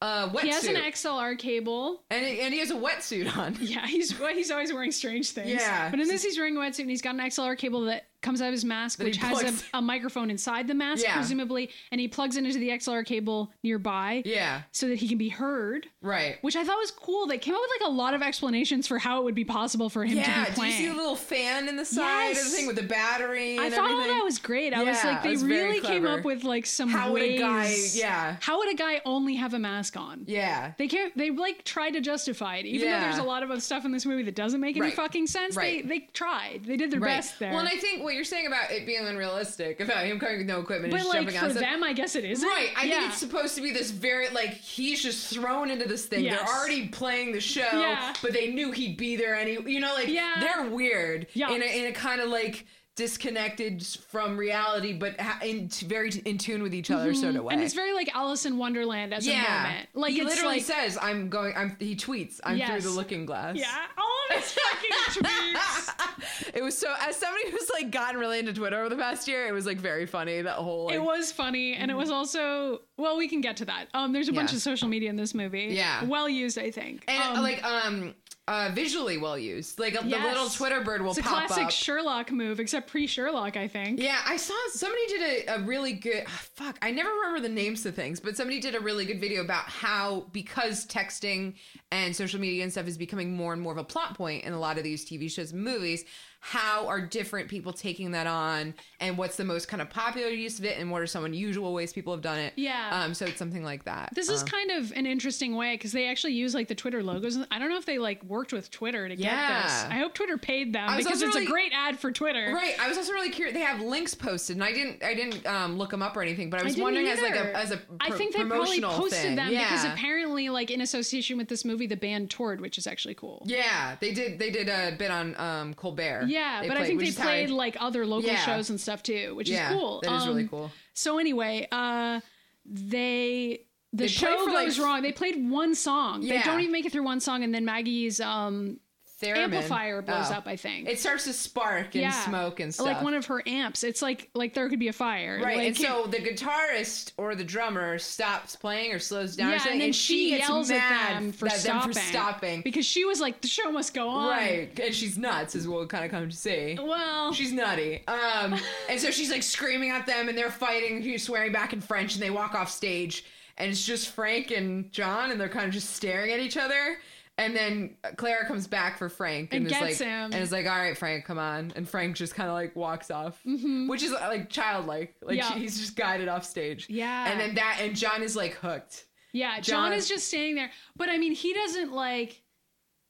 A: uh, wetsuit.
B: He has an XLR cable.
A: and and he has a wetsuit on.
B: Yeah, he's well, he's always wearing strange things.
A: Yeah.
B: But in this, he's wearing a wetsuit and he's got an XLR cable that comes out of his mask,
A: he
B: which has
A: plugs-
B: a, a microphone inside the mask,
A: Yeah.
B: presumably, and he plugs it into the XLR cable nearby
A: Yeah.
B: so that he can be heard.
A: Right.
B: Which I thought was cool. They came up with like a lot of explanations for how it would be possible for him to
A: Yeah.
B: be
A: Do you
B: playing.
A: see the little fan in the side of
B: Yes.
A: the thing with the battery?
B: I
A: and
B: thought all
A: everything?
B: that was great. I was
A: Yeah,
B: like,
A: it
B: they
A: was very
B: really came
A: clever.
B: up with like some
A: How would
B: ways.
A: a guy- yeah.
B: How would a guy only have a mask on?
A: Yeah.
B: They can't. They like tried to justify it, even
A: Yeah.
B: though there's a lot of stuff in this movie that doesn't make any
A: Right.
B: fucking sense.
A: Right.
B: They they tried. They did their best there.
A: Well, and I think what you're saying about it being unrealistic, about him coming with no equipment
B: but
A: and just
B: like
A: jumping on
B: for
A: stuff.
B: them, I guess it isn't.
A: Right, I
B: Yeah.
A: think it's supposed to be this very like he's just thrown into this thing.
B: Yes.
A: They're already playing the show,
B: Yeah.
A: but they knew he'd be there any. You know, like
B: Yeah.
A: they're weird
B: Yeah.
A: in a, in a kind of like disconnected s- from reality, but ha- in t- very t- in tune with each other sort of way.
B: Mm-hmm. and it's very like Alice in Wonderland as a
A: yeah,
B: moment. Like
A: he
B: it's
A: literally
B: like,
A: says, "I'm going." I'm he tweets, "I'm
B: Yes.
A: through the looking glass."
B: yeah, all of his fucking tweets.
A: it was so. As somebody who's like gotten really into Twitter over the past year, it was like very funny that whole. Like,
B: It was funny, and it was also well. We can get to that. Um, there's a bunch
A: Yeah.
B: of social media in this movie.
A: Yeah.
B: well used, I think.
A: and
B: um,
A: like um uh visually well used like a,
B: yes.
A: the little twitter bird will
B: it's a
A: pop
B: classic
A: up
B: Sherlock move, except pre Sherlock, I think.
A: yeah i saw somebody did a, a really good ah, fuck i never remember the names of things but somebody did a really good video about how because texting and social media and stuff is becoming more and more of a plot point in a lot of these tv shows and movies how are different people taking that on and what's the most kind of popular use of it and what are some unusual ways people have done it
B: Yeah.
A: um so it's something like that
B: This is kind of an interesting way because they actually use like the Twitter logos. I don't know if they like worked with Twitter to
A: Yeah.
B: get this. I hope Twitter paid them
A: I was
B: because
A: also
B: it's a
A: really-
B: great ad for Twitter.
A: Right. I was also really curious. They have links posted, and I didn't, I didn't um, look them up or anything, but I
B: I
A: was
B: didn't
A: wondering as like
B: either.
A: a as a
B: I
A: pro-
B: think they probably
A: promotional
B: posted
A: thing.
B: them
A: yeah.
B: because apparently, like in association with this movie, the band toured, which is actually cool.
A: yeah, they did. They did a bit on um, Colbert.
B: Yeah,
A: They
B: but I
A: played-
B: think
A: which
B: they
A: is how I-
B: played like other local
A: Yeah.
B: shows and stuff too, which
A: Yeah,
B: is cool. Um,
A: that is really cool.
B: So anyway, uh they the
A: They
B: show
A: played for,
B: goes
A: like,
B: wrong. They played one song. They
A: Yeah.
B: don't even make it through one song, and then Maggie's um
A: Theremin.
B: amplifier blows
A: Oh.
B: up. I think
A: It starts to spark and smoke and stuff.
B: Like one of her amps. It's like like there could be a fire.
A: Right,
B: Like,
A: and so the guitarist or the drummer stops playing or slows down, or
B: yeah,
A: something,
B: and then she,
A: gets
B: yells
A: mad
B: at them for
A: at them
B: stopping.
A: for stopping.
B: because um, she was like, "The show must go on."
A: right, and she's nuts, as we'll kind of come to see.
B: Well,
A: She's nutty. Um, and so she's like screaming at them, and they're fighting. She's swearing back in French, and they walk off stage. And it's just Frank and John, and they're kind of just staring at each other. And then Clara comes back for Frank and,
B: And
A: is
B: gets
A: like,
B: him.
A: and is like, "All right, Frank, come on." And Frank just kind of like walks off, which is like childlike. Like
B: Mm-hmm. Yeah.
A: she- he's just guided off stage.
B: Yeah.
A: And then that, and John is like hooked.
B: Yeah, John,
A: John-
B: is just staying there. But I mean, he doesn't like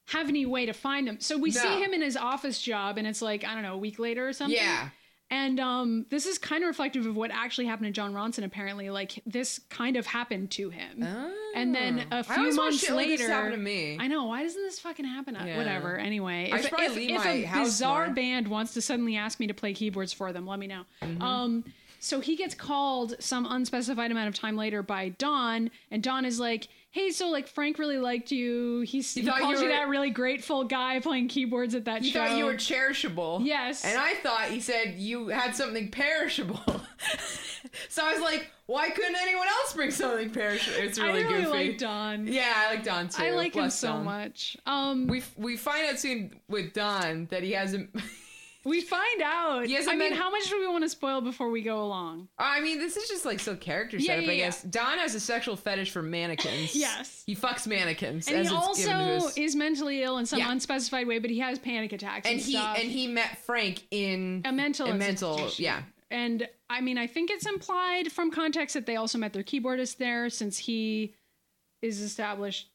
B: have any way to find them. So we
A: No.
B: see him in his office job and it's like, I don't know, a week later or something.
A: Yeah.
B: And um this is kind of reflective of what actually happened to John Ronson apparently. Like this kind of happened to him.
A: Oh.
B: and then
A: I
B: a few
A: always want
B: months
A: shit like this
B: later
A: happen to me.
B: I know, why doesn't this fucking happen? Uh,
A: Yeah.
B: Whatever. Anyway,
A: I
B: if,
A: should probably
B: if,
A: leave
B: if
A: my
B: a
A: house
B: bizarre
A: more.
B: band wants to suddenly ask me to play keyboards for them, let me know.
A: Mm-hmm.
B: Um so he gets called some unspecified amount of time later by Don, and Don is like, "Hey, so like Frank really liked you. He's, he
A: thought
B: called
A: you
B: you,
A: were-
B: that really grateful guy playing keyboards at that
A: You
B: show.
A: thought you were cherishable.
B: Yes.
A: And I thought he said you had something perishable. so I was like, why couldn't anyone else bring something perishable? It's really,
B: I really
A: goofy.
B: like Don.
A: Yeah, I like Don too.
B: I like him
A: Bless
B: so
A: Don.
B: much. Um, we,
A: We we find out soon with Don that he hasn't.
B: find out.
A: Yes,
B: I
A: and
B: mean,
A: then-
B: how much do we want to spoil before we go along?
A: I mean, this is just like still character
B: Yeah,
A: setup,
B: yeah,
A: I
B: yeah.
A: guess. Don has a sexual fetish for mannequins.
B: Yes.
A: He fucks mannequins.
B: And
A: as
B: he
A: it's given to
B: also
A: us.
B: is mentally ill in some
A: Yeah.
B: unspecified way, but he has panic attacks and,
A: And he
B: stuff.
A: and he met Frank in
B: a mental
A: a mental
B: institution.
A: yeah
B: And I mean, I think it's implied from context that they also met their keyboardist there, since he is established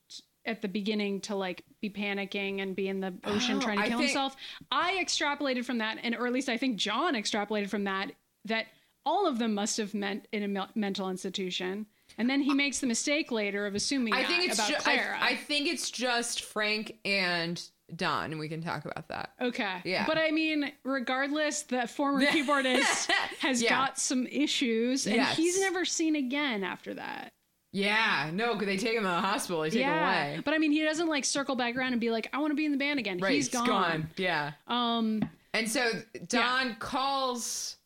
B: at the beginning to like be panicking and be in the ocean
A: Oh,
B: trying to
A: I
B: kill
A: think-
B: himself. I extrapolated from that, and or at least I think John extrapolated from that that all of them must have met in a me- mental institution. And then he makes the mistake later of assuming
A: I
B: that
A: think it's
B: about
A: ju- I-
B: Clara.
A: I, think it's just Frank and Don, and we can talk about that.
B: Okay.
A: Yeah.
B: But I mean, regardless, the former keyboardist has
A: Yeah.
B: got some issues and
A: Yes.
B: he's never seen again after that.
A: Yeah, no, because they take him to the hospital. They take him away.
B: But I mean, he doesn't like circle back around and be like, I want to be in the band again.
A: Right,
B: he's gone.
A: Yeah,
B: Um,
A: and so Don calls,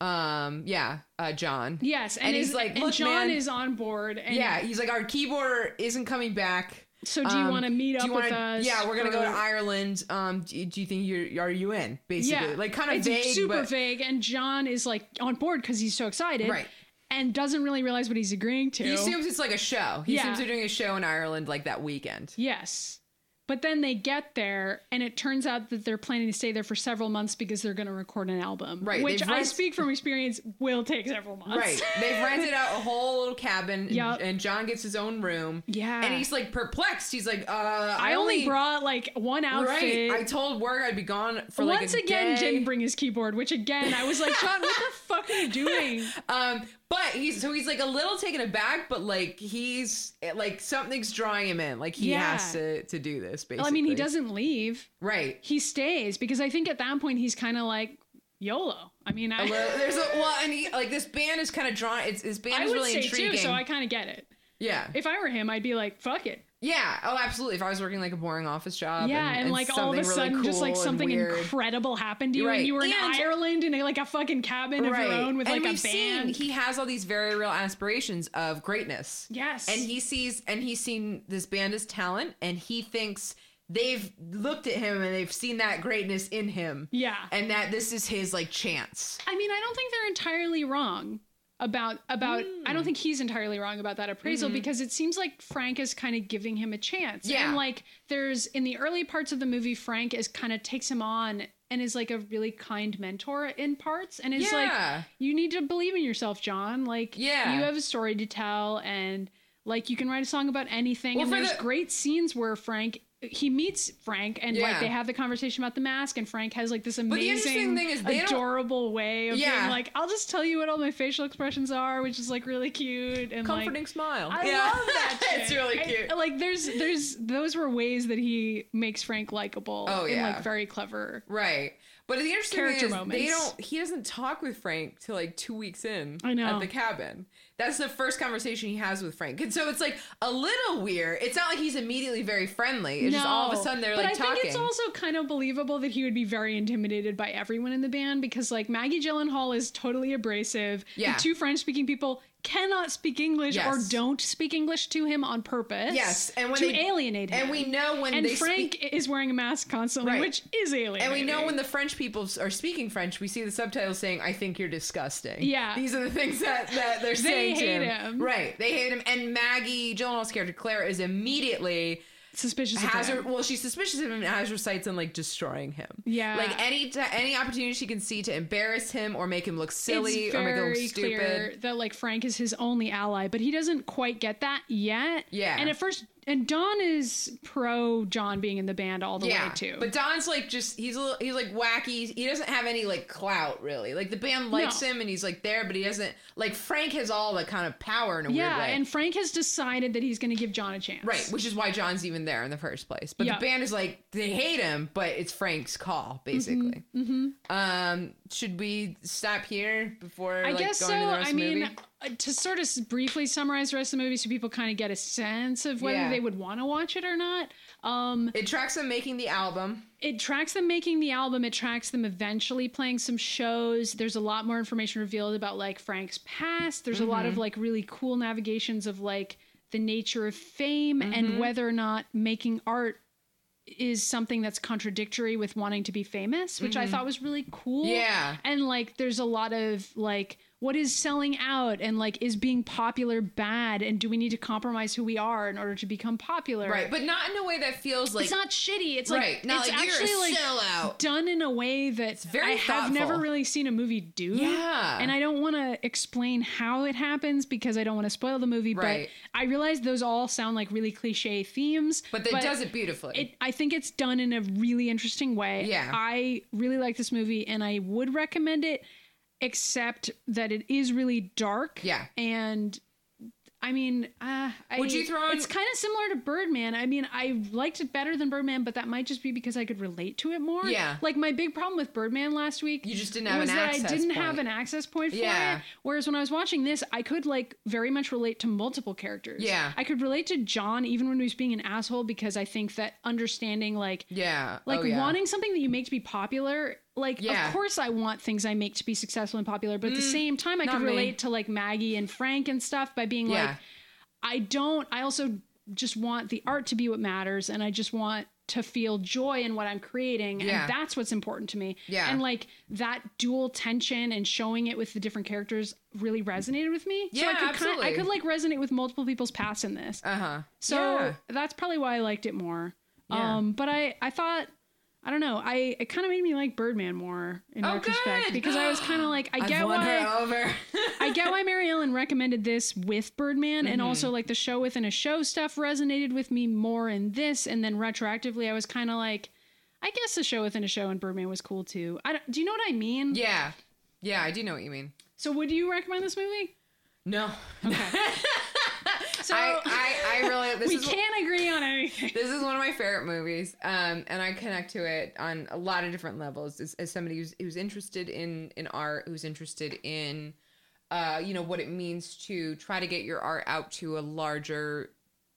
A: um, yeah, uh, John.
B: yes. And,
A: And he's
B: is-
A: like,
B: and
A: "Look,
B: John
A: man."
B: is on board. And
A: yeah, he's like, our keyboarder isn't coming back.
B: So do you
A: Um,
B: want to meet up
A: do you
B: with
A: wanna-
B: us?
A: Yeah, we're gonna go to
B: or-
A: Ireland. Um, do, do you think you're are you in basically? Like kind of
B: it's
A: vague,
B: super
A: but
B: vague, and John is like on board because he's so excited,
A: Right.
B: And doesn't really realize what he's agreeing to.
A: he assumes it's like a show. He
B: Yeah.
A: assumes they're doing a show in Ireland like that weekend.
B: yes, but then they get there, and it turns out that they're planning to stay there for several months because they're going to record an album,
A: Right,
B: Which
A: they've
B: I
A: rent-
B: speak from experience will take several months,
A: Right. They've rented out a whole little cabin,
B: Yup.
A: and, and John gets his own room.
B: Yeah.
A: And he's like perplexed. He's like, uh,
B: I, only, brought like one outfit.
A: Right. I told work I'd be gone for like
B: Once
A: a
B: again,
A: day.
B: didn't bring his keyboard, which again I was like, John, what the fuck are you doing?
A: Um, but he's so he's like a little taken aback, but like he's eh, like something's drawing him in. Like he
B: Yeah.
A: has to to do this. Basically,
B: Well, I mean, he doesn't leave.
A: Right.
B: he stays because I think at that point he's kind of like YOLO. I mean, I,
A: Well, there's a well, and he like this band is kind of drawn. It's his band
B: I
A: is
B: would
A: really
B: say
A: intriguing.
B: too, so I kind of get it.
A: yeah,
B: If I were him, I'd be like, "Fuck it,
A: yeah. Oh, absolutely. If I was working like a boring office job,
B: yeah," and, like all of a
A: something really
B: sudden, just like
A: cool and
B: something
A: weird.
B: incredible happened to you,
A: Right.
B: and you were in
A: And-
B: Ireland in a, like a fucking cabin of your own with
A: and
B: like
A: we've
B: a band.
A: Seen, he has all these very real aspirations of greatness.
B: Yes.
A: And he sees and he's seen this band as talent and he thinks they've looked at him and they've seen that greatness in him.
B: Yeah.
A: And that this is his like chance.
B: I mean, I don't think they're entirely wrong about about I
A: Hmm.
B: don't think he's entirely wrong about that appraisal because it seems like Frank is kind of giving him a chance.
A: Mm-hmm. Yeah.
B: And like there's in the early parts of the movie Frank is kind of takes him on and is like a really kind mentor in parts and is
A: Yeah.
B: like you need to believe in yourself, John. Like
A: Yeah.
B: you have a story to tell and like you can write a song about anything
A: Well,
B: and
A: for
B: there's
A: the-
B: great scenes where Frank he meets Frank and like
A: Yeah.
B: they have the conversation about the mask and Frank has like this amazing
A: But the interesting thing is they don't-
B: adorable way of
A: Yeah.
B: being like, I'll just tell you what all my facial expressions are, which is like really cute and like-
A: Comforting smile.
B: I love that. Shit.
A: it's really
B: I-
A: cute.
B: like there's there's those were ways that he makes Frank likable.
A: Oh,
B: and,
A: yeah.
B: like very clever.
A: right. But the interesting
B: Character
A: thing is they
B: moments.
A: don't he doesn't talk with Frank till like two weeks in
B: I know.
A: at the cabin. That's the first conversation he has with Frank. And so it's like a little weird. It's not like he's immediately very friendly. It's just all of a
B: No.
A: sudden they're
B: but
A: like
B: I
A: talking.
B: think it's also kind of believable that he would be very intimidated by everyone in the band because like Maggie Gyllenhaal is totally abrasive.
A: Yeah.
B: The two French speaking people cannot speak English
A: Yes.
B: or don't speak English to him on purpose.
A: Yes, and when
B: to
A: they-
B: alienate him.
A: and we know when
B: and
A: they
B: Frank is wearing a mask constantly,
A: Right.
B: which is alienating.
A: And we know when the French people are speaking French, we see the subtitles saying, "I think you're disgusting."
B: Yeah.
A: these are the things that, that they're saying. to him.
B: hate him.
A: right? They hate him. And Maggie Gyllenhaal's character Claire is immediately
B: suspicious of
A: has her.
B: him.
A: Well, she's suspicious of him and has her sights on like destroying him.
B: Yeah.
A: like any t- any opportunity she can see to embarrass him or make him look silly
B: it's
A: or make him
B: very
A: look oh stupid.
B: clear that like Frank is his only ally, but he doesn't quite get that yet.
A: Yeah.
B: and at first, and Don is pro John being in the band all the
A: Yeah,
B: way too.
A: but Don's like just he's a little, he's like wacky. He doesn't have any like clout really. Like the band likes
B: No.
A: him and he's like there, but he doesn't like Frank has all the kind of power in a
B: yeah,
A: weird way.
B: and Frank has decided that he's going to give John a chance.
A: Right, which is why John's even there in the first place. But
B: Yeah. Mm-hmm,
A: the band is like they hate him, but it's Frank's call basically. Um, should we stop here before
B: I
A: like,
B: guess
A: going
B: so.
A: To the rest
B: I
A: of the
B: mean,
A: movie?
B: uh, to sort of s- briefly summarize the rest of the movie so people kind of get a sense of whether
A: Yeah.
B: they would want to watch it or not. Um,
A: it tracks them making the album.
B: it tracks them making the album it tracks them eventually playing some shows there's a lot more information revealed about like frank's past there's a lot
A: Mm-hmm.
B: of like really cool navigations of like the nature of fame
A: Mm-hmm.
B: and whether or not making art is something that's contradictory with wanting to be famous which i thought was really cool
A: Mm-hmm. Yeah.
B: and like there's a lot of like what is selling out and like is being popular bad and do we need to compromise who we are in order to become popular
A: Right, but not in a way that feels like
B: it's not shitty. It's like
A: Right, not
B: it's
A: like, "You're a
B: actually like
A: sellout."
B: done in a way that
A: very
B: I have never
A: thoughtful.
B: really seen a movie do.
A: Yeah.
B: and I don't want to explain how it happens because I don't want to spoil the movie.
A: Right.
B: But I realize those all sound like really cliche themes.
A: but it does it beautifully.
B: It, I think it's done in a really interesting way.
A: Yeah.
B: I really like this movie and I would recommend it, except that it is really dark.
A: Yeah.
B: And I mean, uh,
A: Would
B: I,
A: you throw in-
B: It's kind of similar to Birdman. I mean, I liked it better than Birdman, but that might just be because I could relate to it more.
A: Yeah.
B: Like my big problem with Birdman last week.
A: You just didn't have
B: was
A: an
B: that
A: access
B: I didn't
A: point.
B: have an access point for
A: Yeah.
B: it. Whereas when I was watching this, I could like very much relate to multiple characters.
A: Yeah.
B: I could relate to John even when he was being an asshole because I think that understanding like
A: yeah,
B: like
A: Oh, yeah.
B: wanting something that you make to be popular, like
A: Yeah. Mm.
B: of course I want things I make to be successful and popular, but at the same time I
A: not
B: could
A: me.
B: relate to like Maggie and Frank and stuff by being
A: Yeah.
B: like I don't I also just want the art to be what matters and I just want to feel joy in what I'm creating.
A: Yeah.
B: And that's what's important to me.
A: Yeah.
B: And like that dual tension and showing it with the different characters really resonated with me.
A: Yeah,
B: I could
A: absolutely.
B: I could like resonate with multiple people's past in this.
A: Uh huh.
B: So that's probably why I liked it more.
A: Yeah.
B: Um, but I, I thought, I don't know, I it kind of made me like Birdman more in
A: Oh,
B: retrospect
A: good.
B: because I was kind of like, I
A: I've
B: get
A: won her
B: why,
A: over.
B: I get why Mary Ellen recommended this with Birdman,
A: Mm-hmm.
B: and also like the show within a show stuff resonated with me more in this, and then retroactively, I was kind of like, I guess the show within a show and Birdman was cool too. I don't, do you know what I mean?
A: yeah. Yeah, I do know what you mean.
B: So would you recommend this movie?
A: No.
B: So
A: I, I, I really, this
B: we
A: is,
B: can't agree on anything.
A: this is one of my favorite movies. Um, and I connect to it on a lot of different levels as, as somebody who's, who's interested in, in art, who's interested in, uh, you know, what it means to try to get your art out to a larger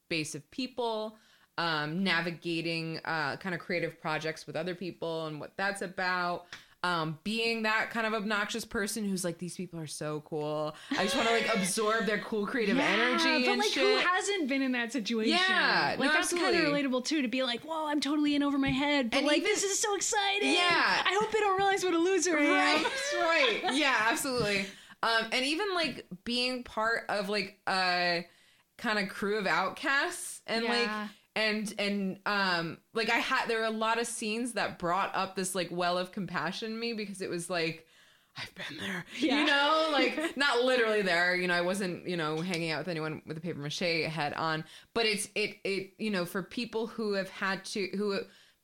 A: base of people, um, navigating uh, kind of creative projects with other people and what that's about. Um, being that kind of obnoxious person who's like, these people are so cool. I just want to like absorb their cool creative energy.
B: But
A: and
B: like,
A: shit.
B: who hasn't been in that situation?
A: Yeah,
B: like
A: no,
B: that's kind of
A: absolutely.
B: relatable too. To be like, "Whoa, I'm totally in over my head," but
A: And
B: like,
A: even-
B: this is so exciting.
A: Yeah.
B: I hope they don't realize what a loser I am.
A: Right, right. Yeah, absolutely. Um, and even like being part of like a kind of crew of outcasts and
B: Yeah.
A: like and and um like I had there were a lot of scenes that brought up this like well of compassion in me because it was like I've been there.
B: Yeah.
A: You know, like not literally there, you know, I wasn't, you know, hanging out with anyone with a paper mache head on, but it's it it, you know, for people who have had to who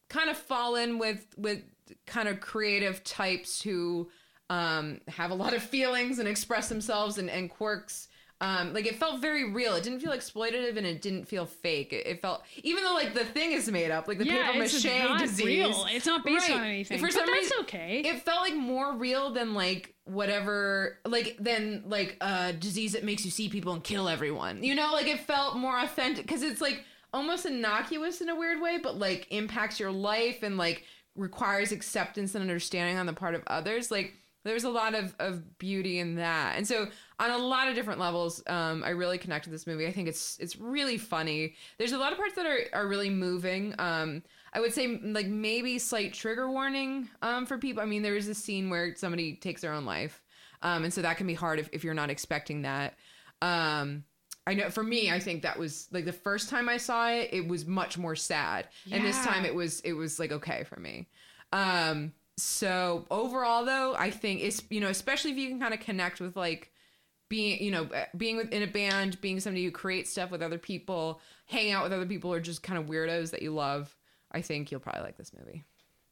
A: kind of fallen with with kind of creative types who um have a lot of feelings and express themselves and, and quirks um like it felt very real it didn't feel exploitative and it didn't feel fake it, it felt even though like the thing is made up like the
B: Yeah,
A: paper
B: it's
A: mache
B: not
A: disease
B: real. It's not based on anything.
A: For
B: But
A: some
B: that's
A: reason-
B: okay.
A: it felt like more real than like whatever like than like a disease that makes you see people and kill everyone you know like it felt more authentic because it's like almost innocuous in a weird way but like impacts your life and like requires acceptance and understanding on the part of others like there's a lot of, of beauty in that and so on a lot of different levels um, i really connected this movie i think it's it's really funny there's a lot of parts that are, are really moving um, i would say m- like maybe slight trigger warning um, for people i mean there is a scene where somebody takes their own life um, and so that can be hard if, if you're not expecting that um, i know for me i think that was like the first time i saw it it was much more sad and this
B: Yeah.
A: time it was it was like okay for me um so overall though i think it's you know especially if you can kind of connect with like being you know uh, being with, in a band being somebody who creates stuff with other people hanging out with other people or just kind of weirdos that you love i think you'll probably like this movie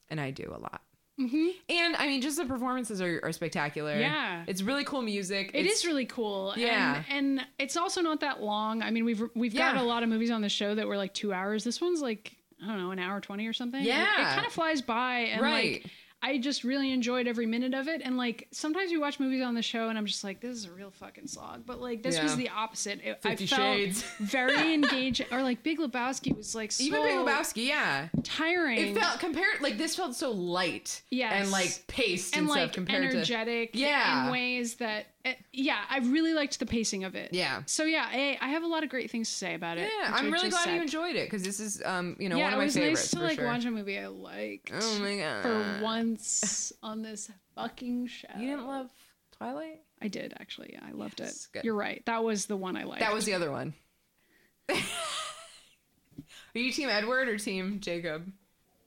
A: and i do a lot
B: Mhm.
A: and i mean just the performances are, are spectacular
B: Yeah.
A: it's really cool music
B: It
A: it's,
B: is really cool.
A: Yeah.
B: and, and it's also not that long. I mean, we've we've got
A: Yeah.
B: a lot of movies on the show that were like two hours. This one's like I don't know, an hour twenty or something. It- it,
A: Yeah.
B: kind of flies by, and
A: Right.
B: like I just really enjoyed every minute of it. And like sometimes we watch movies on the show, and I'm just like, this is a real fucking slog. But like this
A: Yeah.
B: was the opposite. It, I
A: Fifty
B: felt
A: Shades.
B: very engaged. Or like Big Lebowski was like so
A: even Big Lebowski, yeah.
B: tiring.
A: It felt compared like this felt so light,
B: Yes.
A: and like paced and,
B: and like
A: stuff compared to
B: energetic
A: Yeah.
B: in ways that eh, yeah i really liked the pacing of it
A: Yeah.
B: so yeah i, I have a lot of great things to say about it
A: Yeah,
B: which
A: I'm
B: we
A: really
B: just
A: glad you
B: said.
A: enjoyed it because this is, um, you know,
B: yeah
A: one of
B: it
A: my
B: was
A: favorites
B: nice to
A: for
B: like
A: sure.
B: watch a movie i liked
A: oh my god!
B: for once on this fucking show
A: you didn't love Twilight?
B: i did actually yeah i loved
A: Yes,
B: it
A: good.
B: you're right that was the one i liked
A: That was the other one. Are you team Edward or team Jacob?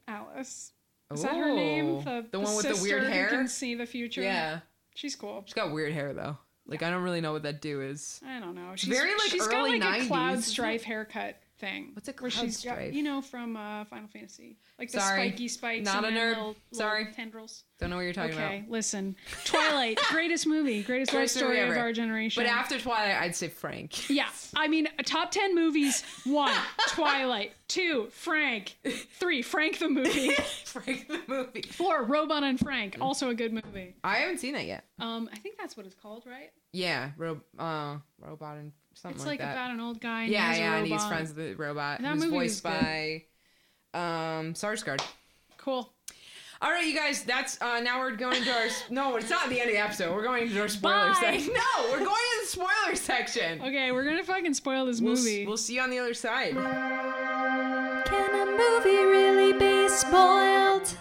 B: alice is that her
A: Ooh,
B: name the,
A: Oh, the one with the
B: sister
A: weird hair?
B: who can see the future
A: Yeah,
B: she's cool
A: she's got weird hair though. Like I don't really know what that do is.
B: I don't know. She's
A: very, like,
B: she's
A: early
B: got like a
A: 90s,
B: cloud
A: isn't
B: strife haircut thing.
A: What's a
B: where
A: cloud
B: she's got-
A: strife?
B: you know, from uh, Final Fantasy, like the
A: Sorry.
B: spiky spikes.
A: Not
B: and
A: a
B: then
A: nerd.
B: Little,
A: Sorry.
B: little tendrils.
A: Don't know what you're talking
B: okay,
A: about.
B: listen, Twilight, greatest movie, greatest love
A: Greatest movie
B: story of
A: ever.
B: our generation.
A: But after Twilight, I'd say Frank.
B: yeah, I mean, top ten movies: one, Twilight; two, Frank; three, Frank the movie;
A: Frank the movie.
B: four, Robot and
A: Mm-hmm.
B: Frank, also a good movie.
A: I haven't seen that yet.
B: Um, I think that's what it's called, right?
A: Yeah, ro- uh, robot and something
B: It's like,
A: that.
B: about an old guy. And he
A: yeah,
B: has
A: yeah,
B: a
A: and
B: robot.
A: he's friends with the robot.
B: That
A: who's
B: movie
A: voiced
B: was
A: by um Sarsgaard.
B: Cool.
A: All right, you guys, that's uh, now we're going to our. No, it's not the end of the episode. We're going into our spoiler
B: Bye.
A: section. No, we're going to the spoiler section.
B: Okay, we're gonna fucking spoil this
A: We'll, s-
B: movie.
A: we'll see you on the other side.
C: Can a movie really be spoiled?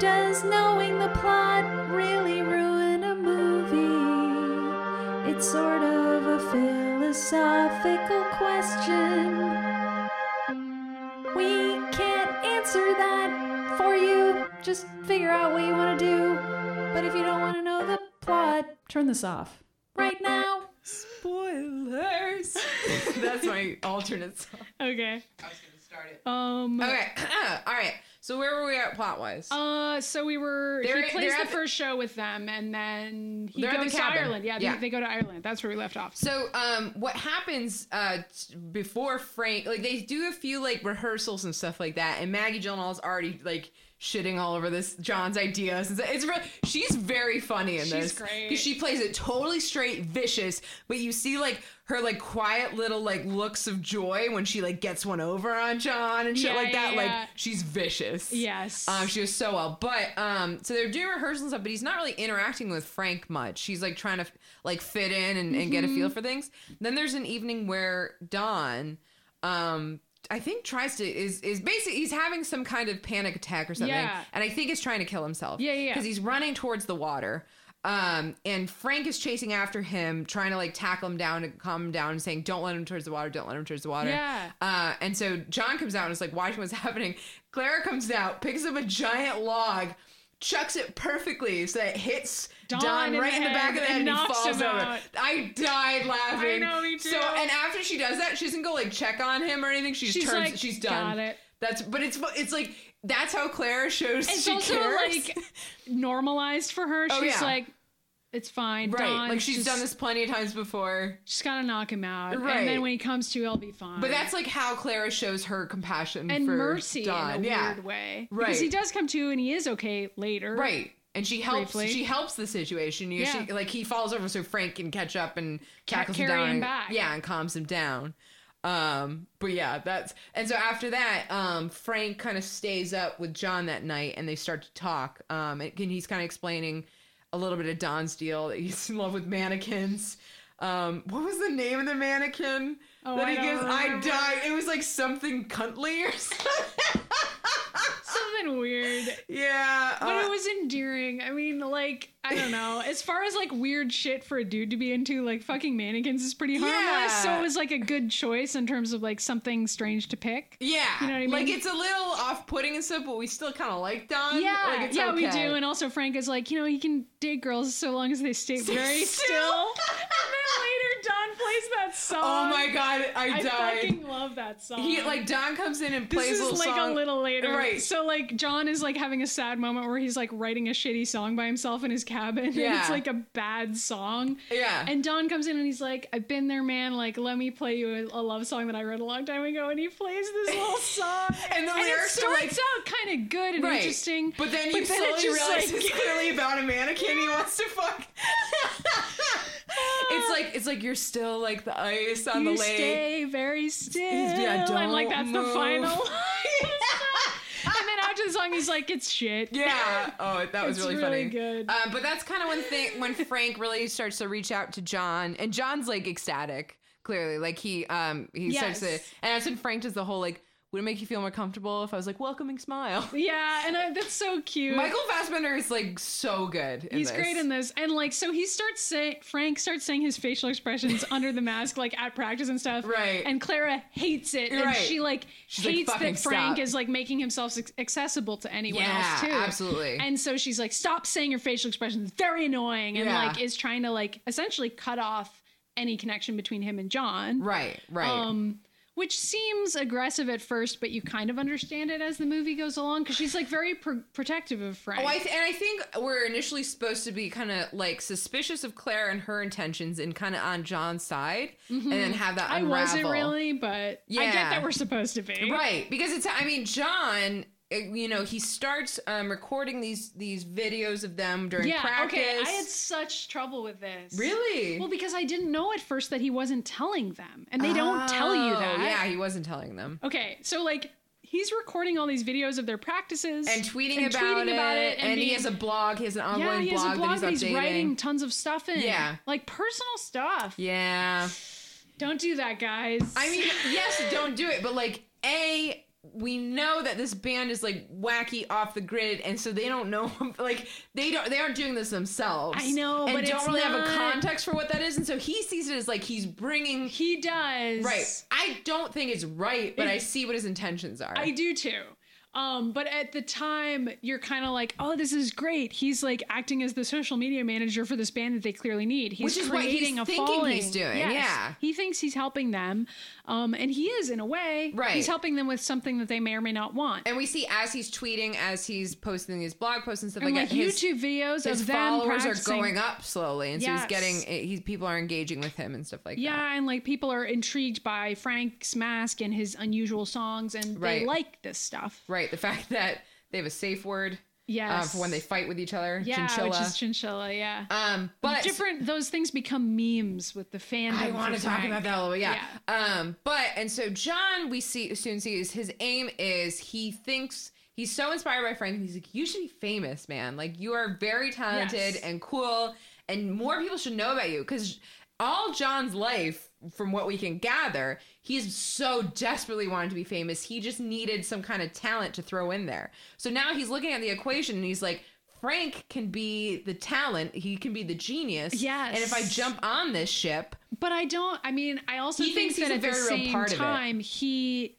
C: Does knowing the plot really ruin a movie? It's sort of a philosophical question. We can't answer that for you. Just figure out what you want to do. But if you don't want to know the plot, turn this off right now.
A: Spoilers. that's my alternate song.
B: okay.
A: I was going to start it.
B: Um.
A: Okay, all right. So where were we at plot wise?
B: Uh, so we were.
A: They're-
B: he plays
A: they're
B: the
A: at the-
B: first show with them, and then he
A: They're at the
B: goes to
A: cabin.
B: Ireland. Yeah,
A: Yeah.
B: They, they go to Ireland. That's where we left off.
A: So, um, what happens uh, t- before Frank? Like, they do a few like rehearsals and stuff like that, and Maggie Gyllenhaal's already like shitting all over this John's ideas. It's, it's re- she's very funny in
B: She's
A: this
B: great.
A: because she plays it totally straight, vicious. But you see like her like quiet little like looks of joy when she like gets one over on John and shit
B: Yeah,
A: like
B: yeah,
A: that.
B: yeah.
A: Like she's vicious.
B: Yes.
A: Um, she was so well, but um, so they're doing rehearsals and stuff, but he's not really interacting with Frank much. He's like trying to like fit in and, and get a
B: Mm-hmm.
A: feel for things. Then there's an evening where Don, um, I think tries to is is basically he's having some kind of panic attack or something,
B: Yeah.
A: and I think is trying to kill himself.
B: Yeah, yeah, yeah.
A: because he's running towards the water. Um, and Frank is chasing after him, trying to like tackle him down to calm him down, saying, "Don't let him towards the water. Don't let him towards the water."
B: Yeah.
A: Uh, and so John comes out and is like watching what's happening. Clara comes out, picks up a giant log, chucks it perfectly so that it hits
B: Don
A: Don,
B: in
A: right
B: the
A: in the back
B: head
A: of the
B: and
A: head and,
B: knocks
A: falls
B: him
A: over.
B: out.
A: I died laughing.
B: I know, me too.
A: So and after she does that, she doesn't go like check on him or anything. She just
B: She's
A: turns.
B: like,
A: she's done.
B: "Got it."
A: That's but it's it's like that's how Clara shows
B: it's
A: she
B: also
A: cares.
B: like normalized for her.
A: Oh,
B: she's
A: yeah.
B: like, it's fine.
A: right,
B: Don,
A: like she's
B: just-
A: done this plenty of times before.
B: Just gotta knock him out,
A: Right.
B: and then when he comes to, he'll be fine.
A: But that's like how Clara shows her compassion
B: and
A: for
B: mercy
A: Don.
B: in a
A: yeah.
B: weird way,
A: Right.
B: Because he does come to, and he is okay later,
A: Right. And she helps.
B: Briefly.
A: She helps the situation. You know,
B: Yeah.
A: she, like he falls over, so Frank can catch up and tackles him
B: carry
A: down.
B: him
A: and-
B: back.
A: Yeah, and calms him down. Um, but yeah, that's and so after that, um, Frank kind of stays up with John that night, and they start to talk. Um, and and he's kind of explaining a little bit of Don's deal that he's in love with mannequins. Um, what was the name of the mannequin
B: Oh,
A: that
B: I
A: he
B: don't
A: gives? I
B: remember.
A: died. It was like something cuntly or something.
B: Something weird.
A: yeah,
B: But
A: uh,
B: it was endearing. I mean, like, I don't know. As far as like weird shit for a dude to be into, like fucking mannequins is pretty harmless. So
A: Yeah.
B: it was like a good choice in terms of like something strange to pick.
A: Yeah.
B: You know what I
A: Like
B: mean?
A: it's a little off putting and stuff, but we still kinda like Don.
B: Yeah,
A: Like it's
B: Um, yeah, we
A: okay.
B: do. And also, Frank is like, you know, he can date girls so long as they stay very still. and then later, Don plays that song.
A: oh my god, I,
B: I
A: died.
B: fucking love that song.
A: He like Don comes in and
B: This
A: plays
B: is
A: a little
B: like
A: song.
B: a little later.
A: Right.
B: So like John is like having a sad moment where he's like writing a shitty song by himself in his cabin. And
A: Yeah.
B: it's like a bad song.
A: Yeah.
B: And Don comes in and he's like, I've been there, man. Like, let me play you a, a love song that I wrote a long time ago. And he plays this little song.
A: And the
B: and it
A: lyrics are like
B: starts out kind of good and
A: right.
B: interesting.
A: But then you
B: but
A: slowly
B: it just,
A: realize
B: like-
A: it's clearly about a mannequin he wants to fuck. it's like it's like you're still like the ice on
B: you
A: the lake.
B: stay very still.
A: yeah,
B: and like
A: don't
B: that's the
A: move.
B: final line. and then after the song, he's like, it's shit.
A: Yeah. Oh, that was
B: It's
A: really,
B: really
A: funny.
B: good.
A: Um, but that's kind of one thing when Frank really starts to reach out to John, and John's like ecstatic. Clearly, like he um he starts to, and
B: Yes.
A: that's when Frank does the whole like, would it make you feel more comfortable if I was like welcoming smile?
B: Yeah, and I, that's so cute.
A: Michael Fassbender is like so good. In
B: He's
A: this.
B: great in this. And like so he starts saying Frank starts saying his facial expressions under the mask, like at practice and stuff.
A: Right.
B: And Clara hates it. And
A: Right.
B: she like
A: She's like,
B: hates
A: "Fucking
B: that Frank
A: stop."
B: is like making himself ac- accessible to anyone
A: Yeah,
B: else too.
A: absolutely.
B: And so she's like, stop saying your facial expressions. It's very annoying. And
A: Yeah.
B: like is trying to like essentially cut off any connection between him and John.
A: Right. Right.
B: Um, which seems aggressive at first, but you kind of understand it as the movie goes along because she's like very pr- protective of Frank.
A: Oh, I th- and I think we're initially supposed to be kind of like suspicious of Claire and her intentions, and kind of on John's side, and then have that.
B: Mm-hmm. I
A: Unravel.
B: wasn't really, but I get
A: Yeah.
B: that we're supposed to be.
A: right because it's i mean john uh, you know he starts um, recording these these videos of them during
B: Yeah.
A: practice
B: Okay. I had such trouble with this.
A: really
B: Well, because I didn't know at first that he wasn't telling them, and they don't tell you
A: Oh,
B: that.
A: yeah he wasn't telling them
B: Okay. So like. he's recording all these videos of their practices
A: and tweeting, about, it, and, he
B: being-
A: has a blog. He has an ongoing
B: yeah, he has a blog that he's
A: updating.
B: writing tons of stuff in.
A: Yeah.
B: like personal stuff.
A: Yeah.
B: Don't do that, guys.
A: I mean, yes, don't do it, but like a we know that this band is like wacky off the grid and so they don't know like they don't they aren't doing this themselves
B: I know,
A: and
B: but
A: don't
B: it's
A: really have a
B: not-
A: context for what that is and so he sees it as like he's bringing
B: he does.
A: right i don't think it's right but i see what his intentions are
B: I do too. Um, but at the time, you're kind of like, oh, this is great. He's like acting as the social media manager for this band that they clearly need. He's
A: Which is what he's
B: creating a
A: thinking
B: following.
A: he's doing, yeah.
B: he thinks he's helping them, um, and he is in a way.
A: Right.
B: he's helping them with something that they may or may not want.
A: and we see as he's tweeting as he's posting these blog posts and stuff
B: And,
A: like
B: like
A: that his-
B: YouTube videos
A: his
B: of them
A: followers are
B: practicing.
A: going up slowly, and so he's
B: Yes.
A: getting eh, he's people are engaging with him and stuff like that.
B: Yeah, and like people are intrigued by Frank's mask and his unusual songs, and
A: Right.
B: they like this stuff.
A: Right. The fact that they have a safe word uh,
B: Yes,
A: for when they fight with each other,
B: yeah,
A: chinchilla.
B: which is chinchilla. Yeah,
A: um, but
B: different. Those things become memes with the fandom.
A: I want
B: for
A: to talk
B: Frank.
A: about that a little bit. Yeah. Um, but and so John, we see soon see is his aim is he thinks. He's so inspired by Frank. He's like, you should be famous, man. Like, you are very talented
B: Yes.
A: and cool, and more people should know about you. Because all John's life, from what we can gather, he's so desperately wanted to be famous. He just needed some kind of talent to throw in there. So now he's looking at the equation and he's like, Frank can be the talent. He can be the genius.
B: Yes.
A: And if I jump on this ship,
B: But I don't. I mean, I also
A: He
B: think
A: thinks he's
B: that
A: a
B: at the
A: very real
B: same
A: part of it.
B: time he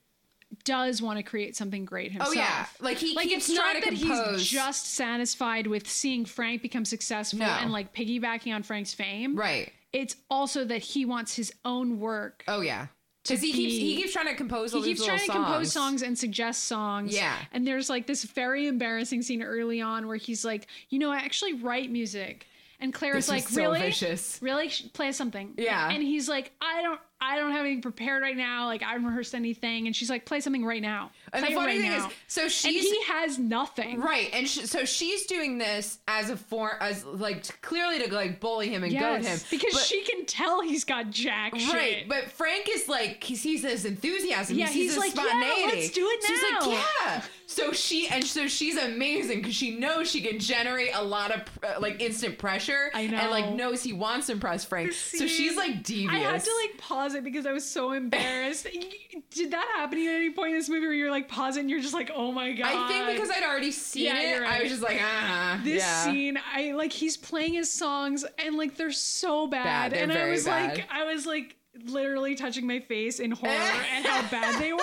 B: does want to create something great himself.
A: Oh yeah, like he
B: Like
A: keeps
B: it's not
A: trying to
B: that
A: compose.
B: he's just satisfied with seeing Frank become successful
A: No.
B: and like piggybacking on Frank's fame.
A: right.
B: It's also that he wants his own work
A: Oh yeah, because he
B: be-
A: keeps he keeps trying to compose. All
B: he
A: these
B: keeps
A: little
B: trying to
A: songs.
B: compose songs and suggest songs.
A: Yeah.
B: And there's like this very embarrassing scene early on where he's like, you know, I actually write music. And Claire's
A: This
B: like,
A: was so
B: really?
A: vicious.
B: Really? Sh- Play us something.
A: Yeah.
B: And he's like, I don't I don't have anything prepared right now. Like I haven't rehearsed anything. And she's like, play something right now.
A: And the
B: Play it
A: funny
B: right
A: thing
B: now.
A: is, so
B: and
A: she's
B: he has nothing.
A: right, and sh so she's doing this as a form, as like t- clearly to like bully him and goad him
B: Yes, because
A: But-
B: she can tell he's got jack shit.
A: Right, but Frank is like he sees this enthusiasm.
B: Yeah,
A: he sees
B: he's
A: this
B: like, "Yeah,
A: spontaneity.
B: let's do it
A: So he's
B: now.
A: like, yeah. So she and so she's amazing because she knows she can generate a lot of uh, like instant pressure.
B: I
A: and like
B: know.
A: knows he wants to impress Frank. so she's like devious.
B: I had to like pause it because I was so embarrassed. Y- Did that happen to you at any point in this movie where you're like pausing and you're just like, oh my god?
A: I think because I'd already seen
B: Yeah,
A: it,
B: you're
A: I
B: right.
A: was just like, ah,
B: this
A: yeah.
B: scene, I like he's playing his songs and like they're so bad,
A: Bad, they're
B: and I
A: very
B: was
A: bad.
B: like, I was like literally touching my face in horror at how bad they were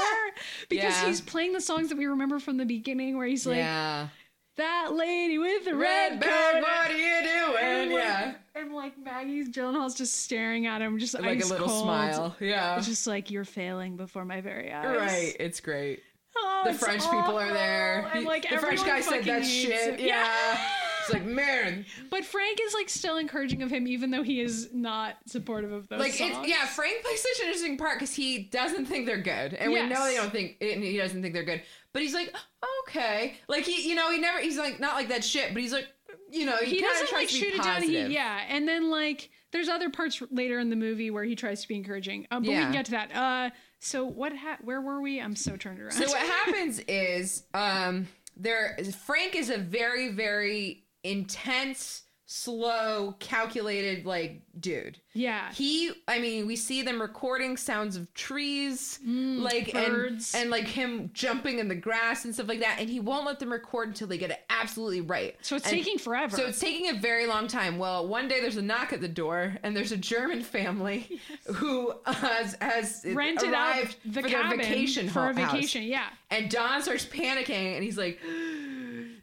B: because
A: Yeah.
B: he's playing the songs that we remember from the beginning where he's like,
A: yeah.
B: that lady with the red,
A: Red
B: coat.
A: bag, what are you doing?
B: And, like,
A: Yeah.
B: and like Maggie Gyllenhaal's just staring at him, just
A: Like a
B: ice
A: little
B: cold.
A: smile. Yeah.
B: It's just like you're failing before my very eyes.
A: Right. It's great.
B: Oh,
A: The
B: it's
A: French people are
B: awful.
A: there.
B: And
A: He-
B: like
A: the French
B: everyone
A: guy said
B: fucking
A: that
B: needs
A: shit.
B: it.
A: Yeah. It's like, man.
B: But Frank is like still encouraging of him, even though he is not supportive of those.
A: Like,
B: songs.
A: it's, yeah, Frank plays such an interesting part because he doesn't think they're good. And we
B: Yes.
A: know they don't think, and he doesn't think they're good. But he's like, okay. Like, he, you know, he never, he's like, not like that shit, but he's like, you know, he,
B: He
A: kinda
B: doesn't
A: tries
B: like
A: to be
B: shoot it down.
A: positive.
B: He, yeah, and then like there's other parts later in the movie where he tries to be encouraging. Um, but we
A: Yeah.
B: can get to that. Uh, so what? Ha- where were we? I'm so turned around.
A: So uh, what happens is um there Frank is a very very intense, slow, calculated like dude.
B: yeah,
A: He I mean, we see them recording sounds of trees like
B: Mm, birds.
A: and and like him jumping in the grass and stuff like that and he won't let them record until they get it absolutely right.
B: so it's
A: And-
B: taking forever.
A: so it's taking a very long time. Well, one day there's a knock at the door, and there's a German family who has, has
B: rented out
A: arrived
B: the
A: for
B: cabin
A: their vacation
B: for a
A: ho- house.
B: vacation. Yeah.
A: And Don starts panicking, and he's like,